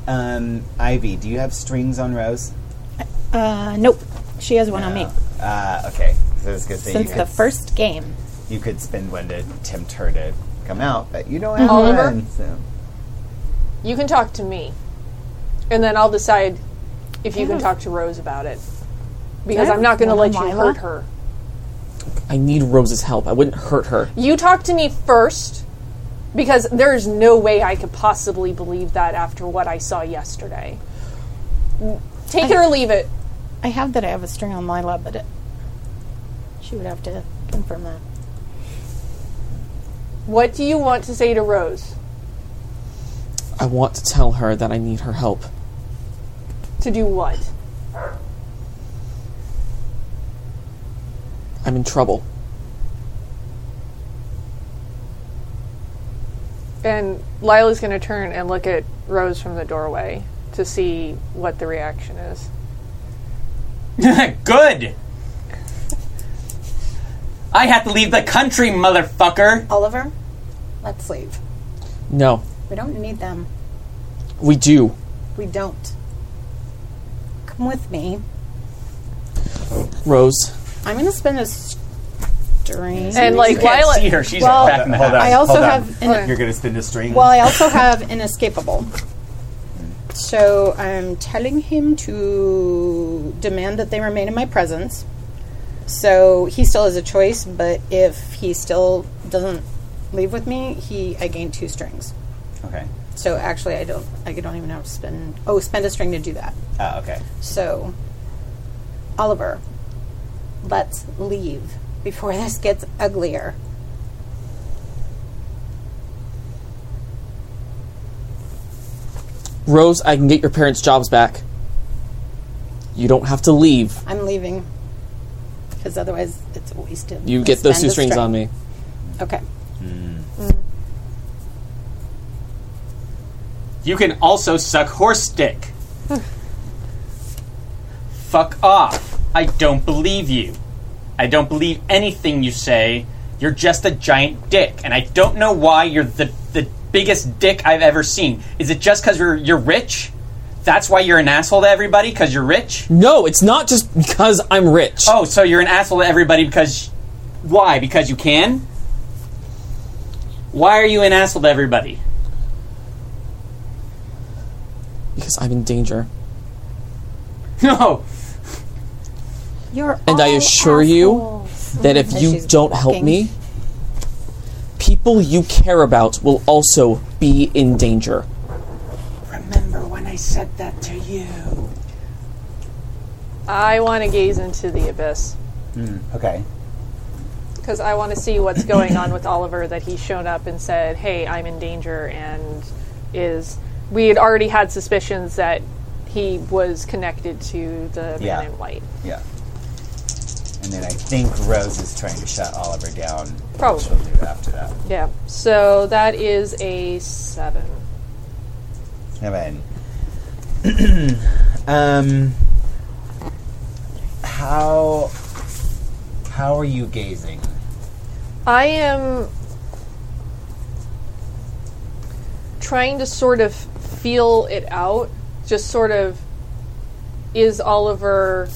Speaker 6: Um, Ivy, do you have strings on Rose?
Speaker 3: Uh, nope. She has one on me.
Speaker 6: Uh, okay. So I was gonna say
Speaker 3: Since
Speaker 6: you
Speaker 3: the
Speaker 6: could,
Speaker 3: first game.
Speaker 6: you could spend one to tempt her to come out, but you don't have
Speaker 1: Oliver?
Speaker 6: one. So.
Speaker 1: You can talk to me, and then I'll decide if you can talk to Rose about it, because I'm not going to let you hurt her.
Speaker 4: I need Rose's help. I wouldn't hurt her.
Speaker 1: You talk to me first, because there's no way I could possibly believe that after what I saw yesterday. Take it or leave it.
Speaker 3: I have that I have a string on Lila, but it, she would have to confirm that.
Speaker 1: What do you want to say to Rose?
Speaker 4: I want to tell her that I need her help.
Speaker 1: To do what?
Speaker 4: I'm in trouble.
Speaker 1: And Lila's going to turn and look at Rose from the doorway to see what the reaction is.
Speaker 5: Good. I had to leave the country, motherfucker.
Speaker 3: Oliver, let's leave.
Speaker 4: No,
Speaker 3: We don't need them.
Speaker 4: we do.
Speaker 3: We don't. Come with me.
Speaker 4: Rose,
Speaker 3: I'm going to spend a string.
Speaker 1: And
Speaker 5: You
Speaker 1: like
Speaker 5: can't
Speaker 1: Lila,
Speaker 5: see her. She's
Speaker 3: Well-
Speaker 5: back in the house.
Speaker 3: I also have an,
Speaker 6: You're gonna spin a string.
Speaker 3: Well, I also have inescapable. So I'm telling him to demand that they remain in my presence. So he still has a choice, but if he still doesn't leave with me, he I gain two strings.
Speaker 6: okay.
Speaker 3: So actually, I don't. I don't even have to spend. Oh, spend a string to do that.
Speaker 6: Ah, okay.
Speaker 3: So, Oliver, let's leave before this gets uglier.
Speaker 4: Rose, I can get your parents' jobs back. You don't have to leave.
Speaker 3: I'm leaving because otherwise it's wasted.
Speaker 4: You get those
Speaker 3: Spend
Speaker 4: two
Speaker 3: a
Speaker 4: strings
Speaker 3: string.
Speaker 4: on me.
Speaker 3: Okay.
Speaker 5: You can also suck horse dick. Fuck off. I don't believe you. I don't believe anything you say. You're just a giant dick, and I don't know why you're the, the biggest dick I've ever seen. Is it just because you're, you're rich? That's why you're an asshole to everybody? Because you're rich?
Speaker 4: No, it's not just because I'm rich.
Speaker 5: Oh, so you're an asshole to everybody because. Why? Because you can? Why are you an asshole to everybody?
Speaker 4: Because I'm in danger.
Speaker 5: No.
Speaker 3: You're
Speaker 4: And I
Speaker 3: all
Speaker 4: assure you that if
Speaker 3: And
Speaker 4: you
Speaker 3: she's
Speaker 4: don't help
Speaker 3: walking.
Speaker 4: me, people you care about will also be in danger.
Speaker 5: Remember when I said that to you?
Speaker 1: I want to gaze into the abyss
Speaker 6: Okay.
Speaker 1: because I want to see what's going on with Oliver that he's shown up and said, "Hey, I'm in danger," and is we had already had suspicions that he was connected to the
Speaker 6: Yeah.
Speaker 1: man in white.
Speaker 6: Yeah. And then I think Rose is trying to shut Oliver down.
Speaker 1: Probably.
Speaker 6: She'll do after that.
Speaker 1: Yeah. So that is a seven.
Speaker 6: Seven. um, how how are you gazing?
Speaker 1: I am trying to sort of feel it out. Just sort of is Oliver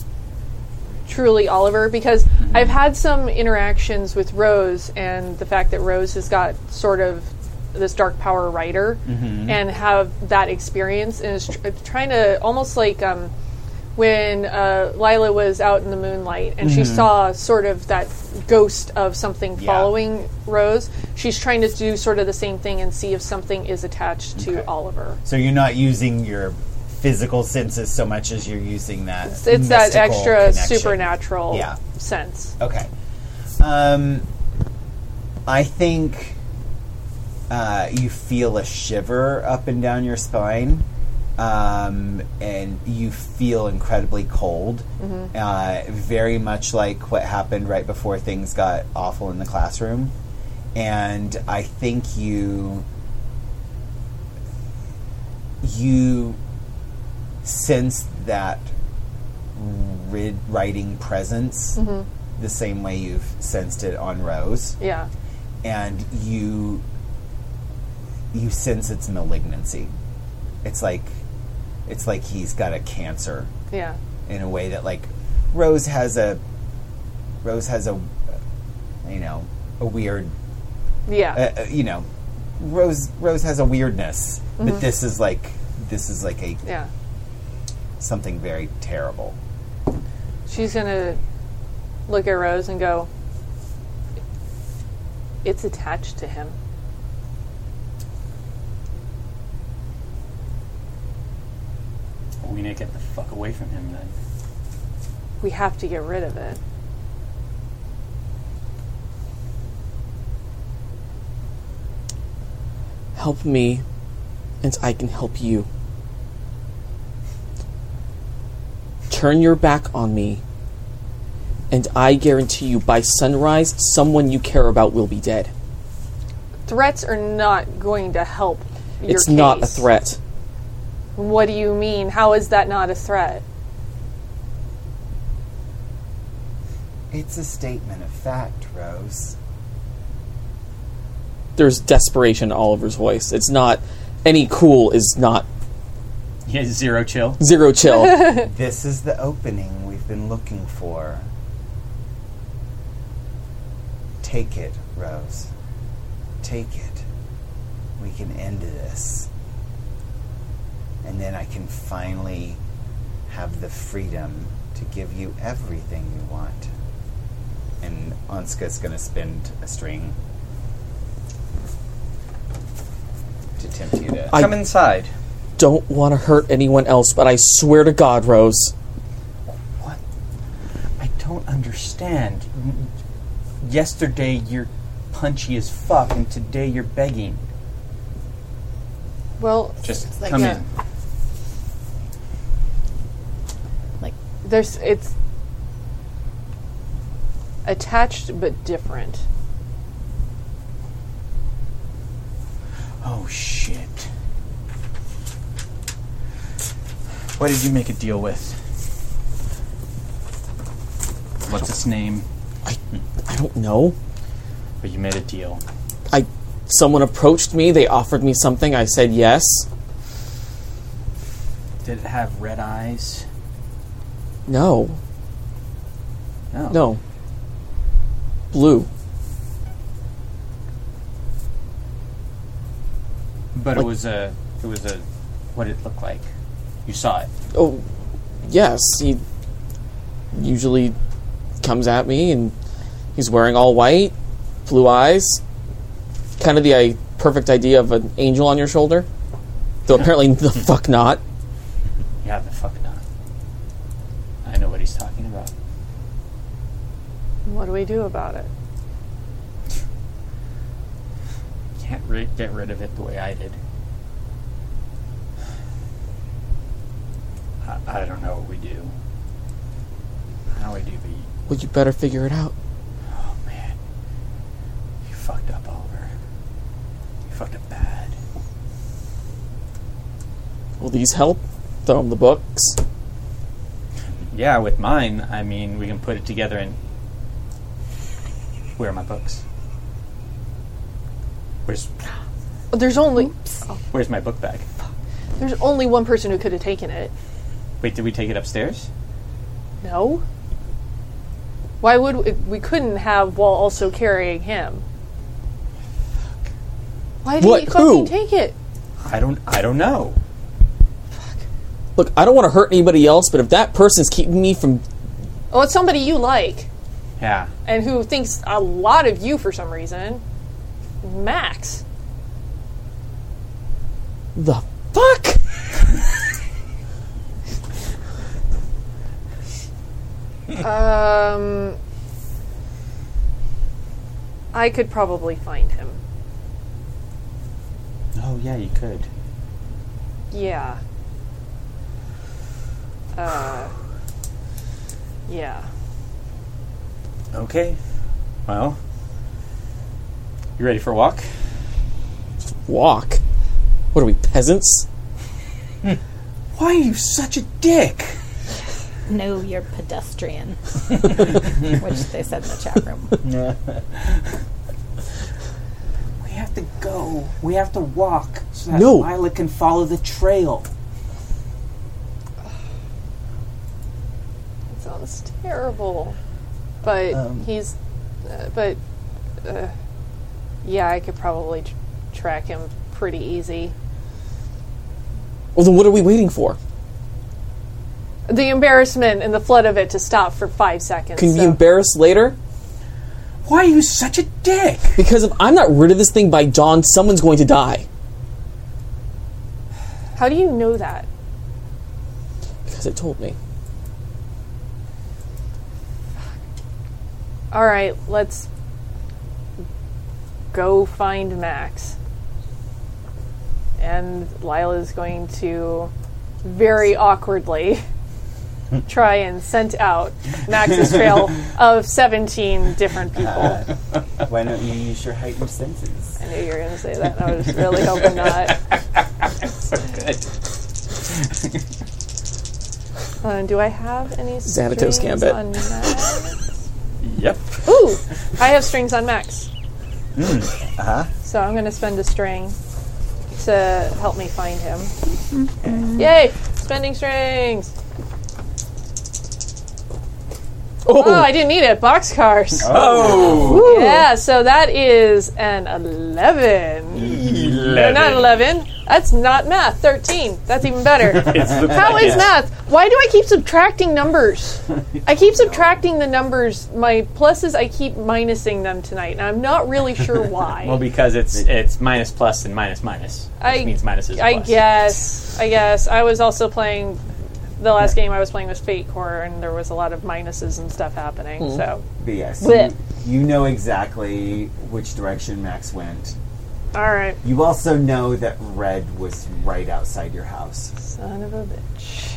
Speaker 1: truly Oliver? Because I've had some interactions with Rose and the fact that Rose has got sort of this dark power writer
Speaker 6: Mm-hmm.
Speaker 1: and have that experience and is tr- trying to almost like um, when uh, Lila was out in the moonlight and she
Speaker 6: Mm-hmm.
Speaker 1: saw sort of that ghost of something following Rose. She's trying to do sort of the same thing and see if something is attached to Oliver.
Speaker 6: So you're not using your physical senses so much as you're using that.
Speaker 1: It's, it's that
Speaker 6: mystical
Speaker 1: extra
Speaker 6: connection.
Speaker 1: supernatural
Speaker 6: Yeah.
Speaker 1: sense.
Speaker 6: Okay. Um, I think uh, you feel a shiver up and down your spine, um, and you feel incredibly cold. Uh, very much like what happened right before things got awful in the classroom. And I think you you sense that rid- writing presence the same way you've sensed it on Rose,
Speaker 1: Yeah.
Speaker 6: and you you sense its malignancy. It's like it's like he's got a cancer
Speaker 1: Yeah.
Speaker 6: in a way that like Rose has a Rose has a you know a weird
Speaker 1: Yeah.
Speaker 6: uh, uh, you know Rose Rose has a weirdness, but this is like this is like a
Speaker 1: yeah.
Speaker 6: something very terrible.
Speaker 1: She's going to look at Rose and go, It's attached to him.
Speaker 5: We need to get the fuck away from him then.
Speaker 1: We have to get rid of it.
Speaker 4: Help me, and I can help you. Turn your back on me, and I guarantee you by sunrise, someone you care about will be dead.
Speaker 1: Threats are not going to help. Your
Speaker 4: it's not a
Speaker 1: case.
Speaker 4: threat.
Speaker 1: What do you mean? How is that not a threat?
Speaker 6: It's a statement of fact, Rose.
Speaker 4: There's desperation in Oliver's voice. It's not any cool is not
Speaker 5: He has zero chill.
Speaker 4: zero chill.
Speaker 6: This is the opening we've been looking for. Take it, Rose. Take it. We can end this. And then I can finally have the freedom to give you everything you want. And Onska's gonna spend a string to tempt you to.
Speaker 4: I-
Speaker 5: Come inside.
Speaker 4: Don't want to hurt anyone else, but I swear to God, Rose.
Speaker 5: What? I don't understand. N- Yesterday you're punchy as fuck, and today you're begging.
Speaker 1: Well,
Speaker 5: Just
Speaker 3: like
Speaker 5: come
Speaker 3: a-
Speaker 5: in.
Speaker 1: there's it's attached but different.
Speaker 5: Oh shit. What did you make a deal with? What's its name?
Speaker 4: I don't know.
Speaker 5: But you made a deal.
Speaker 4: I someone approached me, they offered me something, I said yes.
Speaker 5: Did it have red eyes?
Speaker 4: No. No. Blue.
Speaker 5: But it was a it was a what did it look like? You saw it.
Speaker 4: Oh, yes. He usually comes at me, and he's wearing all white, blue eyes. Kind of the I, perfect idea of an angel on your shoulder. Though apparently the fuck not.
Speaker 5: Yeah, the fuck not. I know what he's talking about.
Speaker 1: What do we do about it?
Speaker 5: Can't ri- get rid of it the way I did. I, I don't know what we do. How we do, but you,
Speaker 4: Well, you better figure it out.
Speaker 5: oh man, you fucked up, Oliver. You fucked up bad.
Speaker 4: Will these help? Throw him the books.
Speaker 5: Yeah, with mine, I mean, we can put it together and. Where are my books? Where's.
Speaker 1: There's only
Speaker 5: Where's my book bag?
Speaker 1: there's only one person who could have taken it.
Speaker 5: Wait, did we take it upstairs?
Speaker 1: No. Why would we, we couldn't have while also carrying him? Why did
Speaker 4: What?
Speaker 1: he fucking
Speaker 4: Who?
Speaker 1: take it?
Speaker 5: I don't. I don't know.
Speaker 4: Look, I don't want to hurt anybody else, but if that person's keeping me from
Speaker 1: Oh, it's somebody you like
Speaker 5: Yeah.
Speaker 1: and who thinks a lot of you for some reason. Max.
Speaker 4: the fuck,
Speaker 1: Um, I could probably find him.
Speaker 5: Oh yeah, you could.
Speaker 1: Yeah. Uh, yeah.
Speaker 5: Okay. Well, you ready for a walk?
Speaker 4: walk. What are we peasants?
Speaker 5: Why are you such a dick?
Speaker 8: No, you're pedestrian, which they said in the chat room.
Speaker 2: We have to go. We have to walk so that
Speaker 4: No.
Speaker 2: Lila can follow the trail.
Speaker 1: It sounds terrible. But
Speaker 5: Um.
Speaker 1: he's. Uh, but. Uh, yeah, I could probably tr- track him pretty easy.
Speaker 4: Well, then what are we waiting for?
Speaker 1: The embarrassment and the flood of it to stop for five seconds.
Speaker 4: Can you
Speaker 1: so-
Speaker 4: be embarrassed later?
Speaker 2: Why are you such a dick?
Speaker 4: Because if I'm not rid of this thing by dawn, someone's going to die.
Speaker 1: How do you know that?
Speaker 4: Because it told me.
Speaker 1: All right, let's go find Max. And Lila's going to very awkwardly try and scent out Max's trail of 17 different people.
Speaker 6: Why don't you use your heightened senses?
Speaker 1: I knew you were going to say that. and I was really hoping not. Um, do I have any
Speaker 4: Xanatos
Speaker 1: strings
Speaker 4: Gambit.
Speaker 1: on Max?
Speaker 5: Yep.
Speaker 1: Ooh, I have strings on Max. So I'm going to spend a string to help me find him. Yay! Spending strings.
Speaker 4: Oh,
Speaker 1: Oh, I didn't need it. Boxcars.
Speaker 5: Oh.
Speaker 1: Yeah, so that is an 11. No, not 11. That's not math. 13. That's even better. How is math? Why do I keep subtracting numbers? I keep subtracting the numbers. My pluses, I keep minusing them tonight, and I'm not really sure why.
Speaker 5: Well, because it's it's minus plus and minus minus, which
Speaker 1: I-
Speaker 5: means minus is a
Speaker 1: I
Speaker 5: plus.
Speaker 1: guess. I guess. I was also playing. The last game I was playing was Fate Core, and there was a lot of minuses and stuff happening.
Speaker 5: Hmm.
Speaker 1: So,
Speaker 6: But yes,
Speaker 1: Blip.
Speaker 6: you, you know exactly which direction Max went.
Speaker 1: all right.
Speaker 6: You also know that Red was right outside your house.
Speaker 1: Son of a bitch.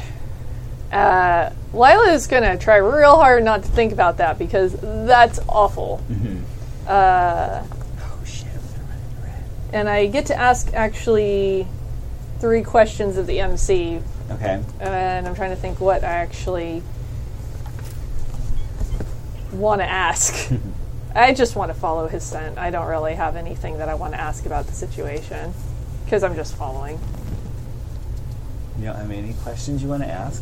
Speaker 1: Uh, Lila is going to try real hard not to think about that because that's awful. Uh,
Speaker 6: Oh shit!
Speaker 1: And I get to ask actually three questions of the MC,
Speaker 6: Okay.
Speaker 1: and I'm trying to think what I actually want to ask. I just want to follow his scent. I don't really have anything that I want to ask about the situation because I'm just following.
Speaker 6: You don't have any questions you want to ask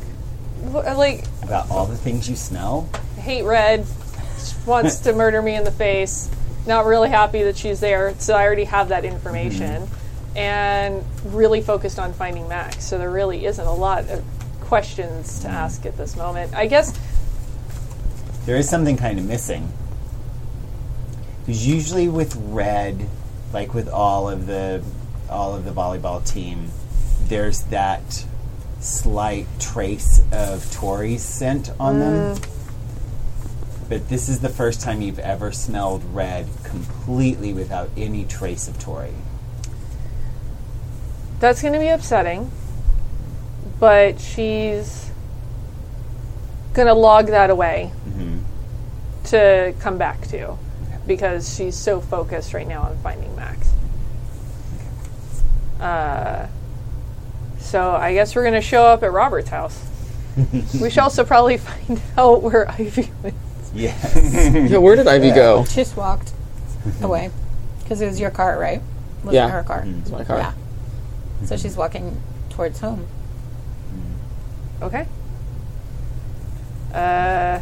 Speaker 1: Wh- Like,
Speaker 6: about all the things you smell?
Speaker 1: hate red wants to murder me in the face not really happy that she's there so i already have that information and really focused on finding max so there really isn't a lot of questions to ask at this moment i guess
Speaker 6: There is something kind of missing. Because usually with Red, like with all of the all of the volleyball team, there's that slight trace of Tori's scent on them. But this is the first time you've ever smelled red completely without any trace of Tori.
Speaker 1: that's going to be upsetting but she's going to log that away to come back to because she's so focused right now on finding Max. Uh, so I guess we're going to show up at Robert's house. we should also probably find out where Ivy went.
Speaker 6: Yes.
Speaker 4: yeah, where did Ivy go?
Speaker 8: Just walked away because it was your car, right?
Speaker 4: Mm-hmm.
Speaker 8: was
Speaker 4: Yeah.
Speaker 8: in her car.
Speaker 4: It's my car. Mm-hmm.
Speaker 8: Yeah. So she's walking towards home.
Speaker 1: Okay. Uh,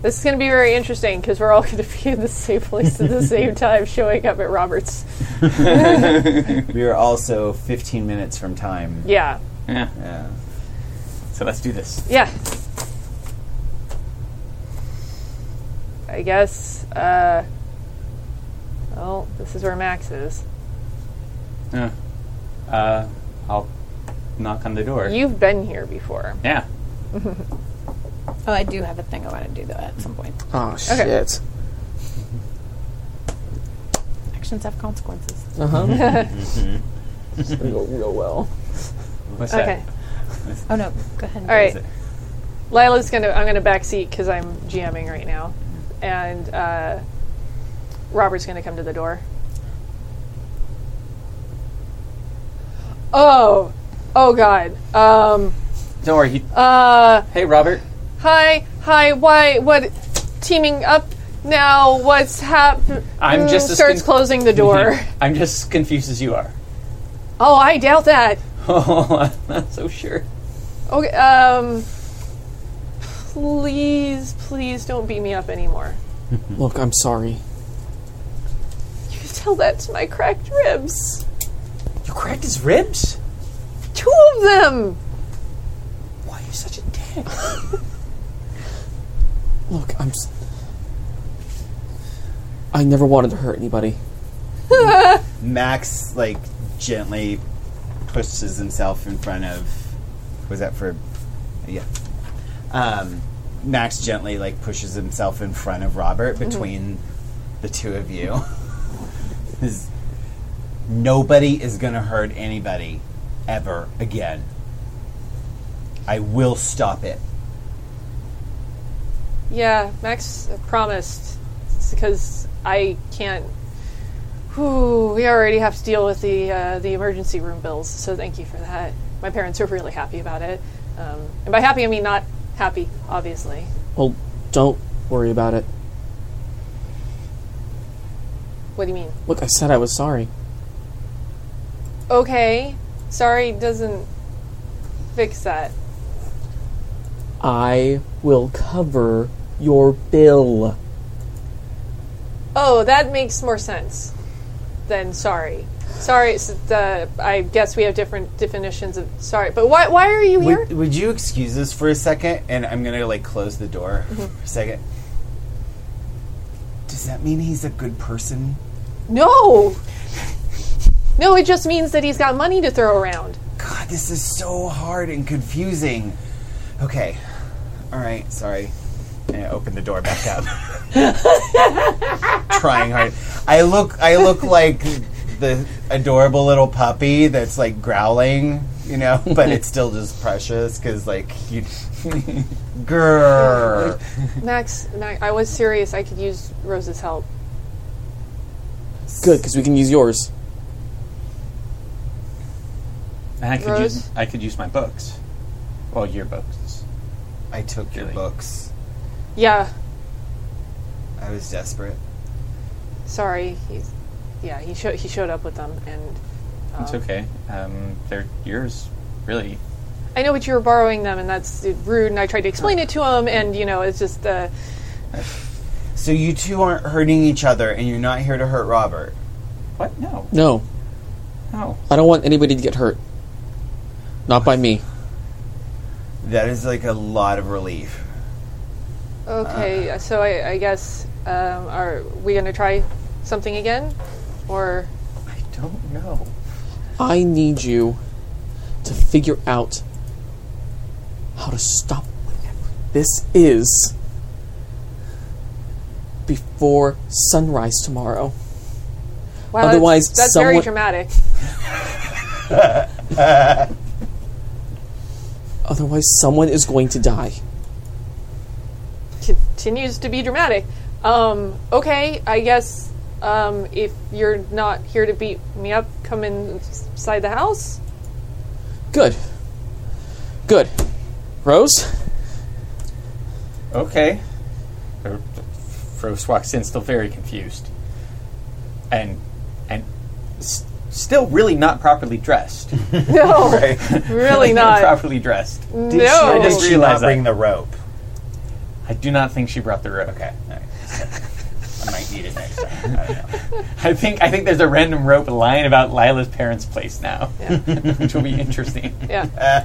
Speaker 1: this is going to be very interesting because we're all going to be in the same place at the same time, showing up at Roberts.
Speaker 6: We are also 15 minutes from time.
Speaker 1: Yeah.
Speaker 5: Yeah.
Speaker 6: Yeah.
Speaker 5: So let's do this.
Speaker 1: Yeah. I guess. Uh, well, this is where Max is.
Speaker 5: Yeah. Uh, I'll knock on the door.
Speaker 1: You've been here before.
Speaker 5: yeah.
Speaker 8: Oh, I do have a thing I want to do though at some point.
Speaker 4: Oh shit.
Speaker 8: Actions have consequences.
Speaker 4: Uh huh. It's gonna go real well.
Speaker 5: What's
Speaker 1: Okay.
Speaker 8: Oh no, go ahead.
Speaker 1: All right.
Speaker 5: it?
Speaker 1: Lila's gonna. I'm gonna backseat because I'm GMing right now, and uh, Robert's gonna come to the door. Oh, oh God. Um.
Speaker 5: that? Don't worry. He,
Speaker 1: Uh.
Speaker 5: hey, Robert.
Speaker 1: Hi. Hi. Why? What? Teaming up now? What's happening?
Speaker 5: I'm just as
Speaker 1: starts
Speaker 5: con-
Speaker 1: closing the uh, door.
Speaker 5: I'm just as confused as you are.
Speaker 1: oh, I doubt that.
Speaker 5: Oh, I'm not so sure.
Speaker 1: Okay. Um. Please, please don't beat me up anymore.
Speaker 4: Look, I'm sorry.
Speaker 1: You can tell that to my cracked ribs.
Speaker 5: You cracked his ribs?
Speaker 1: Two of them.
Speaker 5: Why are you such a dick?
Speaker 4: Look, I'm. S- I never wanted to hurt anybody.
Speaker 6: Max like gently pushes himself in front of. Was that for? Yeah. Um, Max gently like pushes himself in front of Robert between the two of you. Is- Nobody is gonna hurt anybody ever again. I will stop it.
Speaker 1: Yeah, Max promised because I can't. Whew, we already have to deal with the uh, the emergency room bills, so thank you for that. My parents are really happy about it, um, and by happy I mean not happy, obviously.
Speaker 4: Well, don't worry about it.
Speaker 1: What do you mean?
Speaker 4: Look, I said I was sorry.
Speaker 1: Okay, sorry doesn't fix that.
Speaker 4: I will cover your bill.
Speaker 1: Oh, that makes more sense than sorry. Sorry, it's the, I guess we have different definitions of sorry. But why why are you here?
Speaker 6: Would, would you excuse us for a second? And I'm gonna like close the door for a second. Does that mean he's a good person?
Speaker 1: No. No, it just means that he's got money to throw around.
Speaker 6: God, this is so hard and confusing. Okay. All right. Sorry. And I open the door back up. Trying hard. I look. I look like the adorable little puppy that's like growling, you know, but it's still just precious because like you, grrr.
Speaker 1: Max, Max, I was serious. I could use Rose's help.
Speaker 4: Good, because we can use yours.
Speaker 5: And I could
Speaker 1: Rose?
Speaker 5: use I could use my books. Well, your books.
Speaker 6: I took your
Speaker 5: Really?
Speaker 6: books.
Speaker 1: Yeah,
Speaker 6: I was desperate.
Speaker 1: sorry. He's, yeah, he showed he showed up with them, and Oh.
Speaker 5: It's okay. Um, they're yours, really.
Speaker 1: I know, but you were borrowing them, and that's rude. And I tried to explain it to him, and you know, it's just uh,
Speaker 6: So you two aren't hurting each other, and you're not here to hurt Robert.
Speaker 5: What? No.
Speaker 4: No,
Speaker 5: No.
Speaker 4: I don't want anybody to get hurt. Not by me.
Speaker 6: That is like a lot of relief.
Speaker 1: okay. so I, I guess um, are we gonna try something again, or
Speaker 5: I don't know.
Speaker 4: I need you to figure out how to stop whatever this is before sunrise tomorrow.
Speaker 1: wow, that's-
Speaker 4: Otherwise,
Speaker 1: that's, very
Speaker 4: someone-
Speaker 1: dramatic.
Speaker 4: Otherwise, someone is going to die.
Speaker 1: continues to be dramatic. Um, okay, I guess um, if you're not here to beat me up, come inside the house.
Speaker 4: Good. Good. Rose?
Speaker 5: Okay. Er, Rose walks in, still very confused, and and s- still really not properly dressed.
Speaker 1: No, really not.
Speaker 5: properly dressed.
Speaker 1: No.
Speaker 7: Did she,
Speaker 5: I
Speaker 7: did
Speaker 5: just
Speaker 7: she
Speaker 5: realized
Speaker 7: not
Speaker 5: that.
Speaker 7: bring the rope?
Speaker 5: I do not think she brought the rope. Okay. I might need it next time. I don't know. I think I think there's a random rope lying about Lila's parents' place now, which will be interesting.
Speaker 1: Yeah.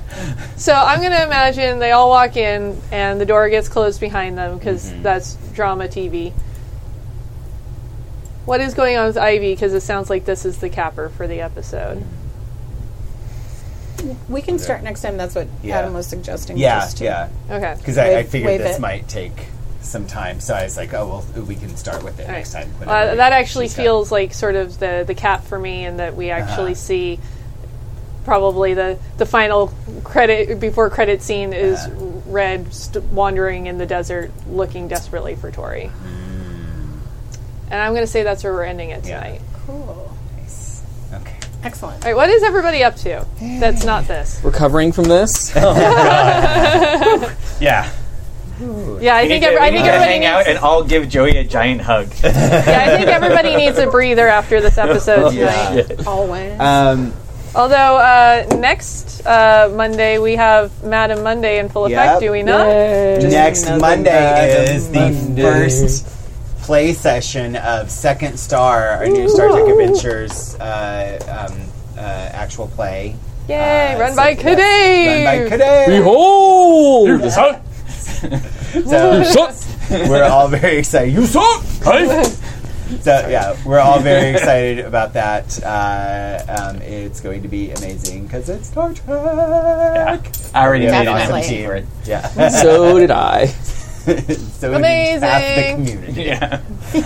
Speaker 1: so I'm going to imagine they all walk in and the door gets closed behind them because that's drama TV. What is going on with Ivy? Because it sounds like this is the capper for the episode.
Speaker 3: We can start next time. That's what
Speaker 7: Yeah.
Speaker 3: Adam was suggesting.
Speaker 7: Yeah,
Speaker 3: just to-
Speaker 7: yeah.
Speaker 1: Okay.
Speaker 7: Because I, I
Speaker 3: Wave-
Speaker 7: figured
Speaker 3: wave
Speaker 7: this
Speaker 3: it.
Speaker 7: might take some time, so I was like, oh well, we can start with it
Speaker 1: All
Speaker 7: next
Speaker 1: right.
Speaker 7: time. whenever
Speaker 1: Uh,
Speaker 7: we-
Speaker 1: that actually
Speaker 7: she's got-
Speaker 1: feels like sort of the, the cap for me, and that we actually see probably the, the final credit before credit scene is Red st- wandering in the desert looking desperately for Tori. And I'm going to say that's where we're ending it
Speaker 7: Yeah.
Speaker 1: tonight.
Speaker 3: Cool.
Speaker 7: Okay.
Speaker 3: Excellent.
Speaker 1: All right, what is everybody up to? That's not this.
Speaker 4: Recovering from this?
Speaker 5: Yeah.
Speaker 1: Yeah, I think every, I think
Speaker 5: to
Speaker 1: everybody
Speaker 5: hang out
Speaker 1: needs,
Speaker 5: and I'll give Joey a giant hug.
Speaker 1: yeah, I think everybody needs a breather after this episode tonight.
Speaker 3: Always.
Speaker 6: Um,
Speaker 1: Although uh, next uh, Monday we have Madam Monday in full effect,
Speaker 6: Yep.
Speaker 1: do we not?
Speaker 6: next
Speaker 2: another
Speaker 6: Monday
Speaker 2: Madam
Speaker 6: is
Speaker 2: Monday.
Speaker 6: the first play session of Second Star, our new Star Trek Adventures uh, um, uh, actual play.
Speaker 1: Yay!
Speaker 6: Uh,
Speaker 1: run
Speaker 6: so
Speaker 1: by
Speaker 6: yes,
Speaker 1: Kadave!
Speaker 6: Run by Kadave.
Speaker 4: Behold!
Speaker 6: So
Speaker 4: Shut-
Speaker 6: we're all very excited. You suck! So yeah, we're all very excited about that. Uh, um, it's going to be amazing because it's Star Trek.
Speaker 5: I already made an
Speaker 3: Definitely.
Speaker 5: awesome team for it.
Speaker 6: Yeah.
Speaker 4: so did I.
Speaker 6: so amazing. Half the
Speaker 1: Amazing.
Speaker 6: community.
Speaker 5: Yeah.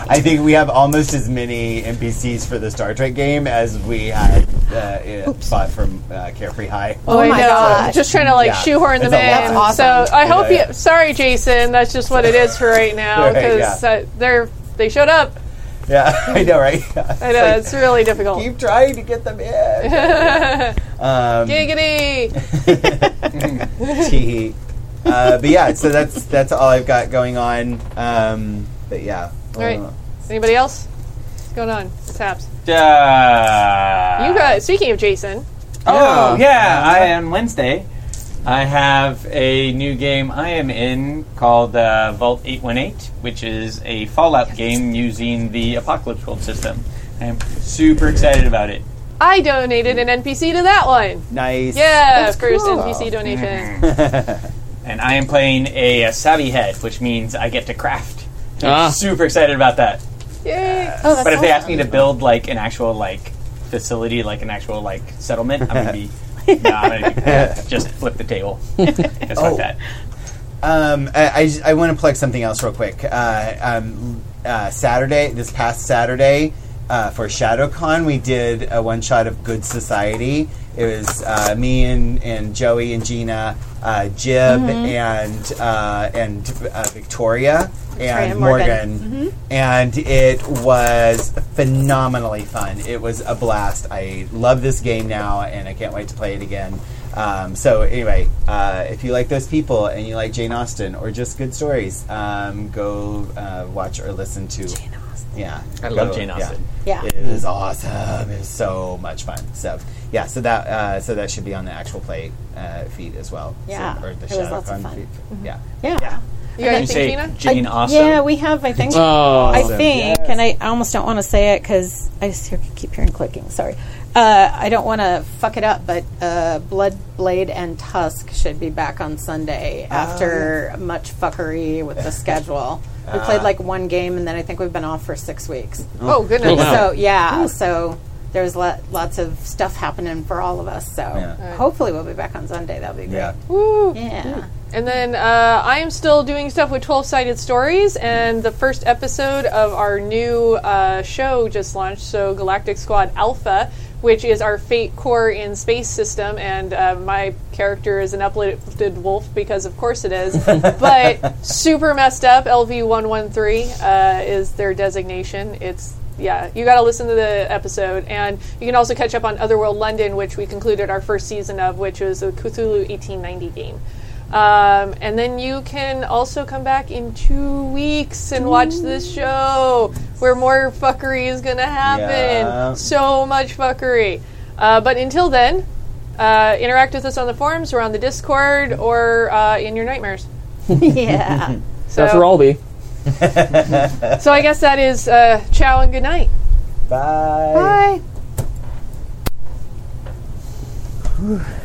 Speaker 6: I think we have almost as many NPCs for the Star Trek game as we had uh, uh, bought from uh, Carefree High.
Speaker 1: Oh,
Speaker 3: my gosh.
Speaker 1: Just trying to like
Speaker 6: Yeah.
Speaker 1: shoehorn them in.
Speaker 6: It's a lot. That's
Speaker 3: awesome.
Speaker 1: So I hope
Speaker 6: Yeah, yeah.
Speaker 1: you. Sorry, Jason. That's just what it is for right now
Speaker 6: Right,
Speaker 1: because
Speaker 6: yeah.
Speaker 1: uh, they're they showed up.
Speaker 6: Yeah, I know, right? Yeah.
Speaker 1: I know it's really difficult.
Speaker 6: Keep trying to get them in. um,
Speaker 1: Giggity!
Speaker 6: tee-hee. Uh, but yeah, so that's that's all I've got going on. Um, but yeah,
Speaker 1: All right.
Speaker 6: Uh,
Speaker 1: Anybody else? What's going on? Taps.
Speaker 5: Uh,
Speaker 1: You guys. Speaking of Jason,
Speaker 5: Oh yeah, I on Wednesday. I have a new game I am in called uh, Vault 818, which is a Fallout game using the Apocalypse World system. I am super excited about it.
Speaker 1: I donated an NPC to that one.
Speaker 6: nice.
Speaker 1: Yeah, first NPC donation.
Speaker 5: And I am playing a, uh savvy head, which means I get to craft. I'm
Speaker 4: Ah.
Speaker 5: super excited about that.
Speaker 1: Yay!
Speaker 3: oh, that's
Speaker 5: but if they
Speaker 3: awesome.
Speaker 5: ask me to build like an actual like facility, like an actual like settlement, I'm gonna be nah, I'm gonna be- just flip the table. That's
Speaker 6: Oh.
Speaker 5: not that.
Speaker 6: Um, I, I, j- I want to plug something else real quick. Uh, um, uh, Saturday, this past Saturday, uh, for ShadowCon, we did a one shot of Good Society. It was uh, me and, and Joey and Gina, uh, Jib
Speaker 1: Mm-hmm.
Speaker 6: and uh, and uh, Victoria and
Speaker 3: and Morgan.
Speaker 6: Morgan, Mm-hmm. and it was phenomenally fun. It was a blast. I love this game now, and I can't wait to play it again. Um, so anyway, uh, if you like those people and you like Jane Austen or just good stories, um, go uh, watch or listen to Jane Austen. Yeah,
Speaker 5: I love
Speaker 6: Go-
Speaker 5: Jane
Speaker 6: yeah.
Speaker 5: Austen.
Speaker 3: Yeah.
Speaker 6: It is awesome. It's so much fun. So yeah, so that uh, so that should be on the actual play uh, feed as well. So-
Speaker 3: Yeah.
Speaker 6: or the
Speaker 3: It was lots of
Speaker 6: ShadowCon
Speaker 3: fun. Mm-hmm.
Speaker 6: feed. Yeah.
Speaker 3: yeah.
Speaker 1: You guys
Speaker 5: You
Speaker 1: think
Speaker 5: say
Speaker 1: Gina?
Speaker 5: Jane Austen.
Speaker 3: Yeah, we have, I think.
Speaker 4: Oh.
Speaker 3: I think, and I almost don't want to say it because I just hear, keep hearing clicking. Sorry. Uh, I don't want to fuck it up, but uh, Blood, Blade, and Tusk should be back on Sunday
Speaker 1: Ah.
Speaker 3: after much fuckery with the schedule. We played like one game, and then I think we've been off for six weeks.
Speaker 1: Ah. Oh goodness!
Speaker 3: So yeah, so there's lo- lots of stuff happening for all of us. So hopefully we'll be back on Sunday. That'll be great.
Speaker 6: Yeah.
Speaker 1: Woo.
Speaker 3: Yeah.
Speaker 1: And then uh, I am still doing stuff with 12 Sided Stories, and the first episode of our new uh, show just launched, so Galactic Squad Alpha, which is our Fate Core in Space system. And uh, my character is an uplifted wolf because, of course, it is. but super messed up. LV113 uh, is their designation. It's yeah, you got to listen to the episode, and you can also catch up on Otherworld London, which we concluded our first season of, which was a Cthulhu 1890 game. Um, and then you can also come back in two weeks and watch this show where more fuckery is going to happen.
Speaker 6: Yeah.
Speaker 1: So much fuckery. Uh, but until then, uh, interact with us on the forums or on the Discord or uh, in your nightmares.
Speaker 3: yeah.
Speaker 1: So,
Speaker 4: That's where I'll be.
Speaker 1: so I guess that is uh, ciao and good night.
Speaker 6: Bye.
Speaker 3: Bye.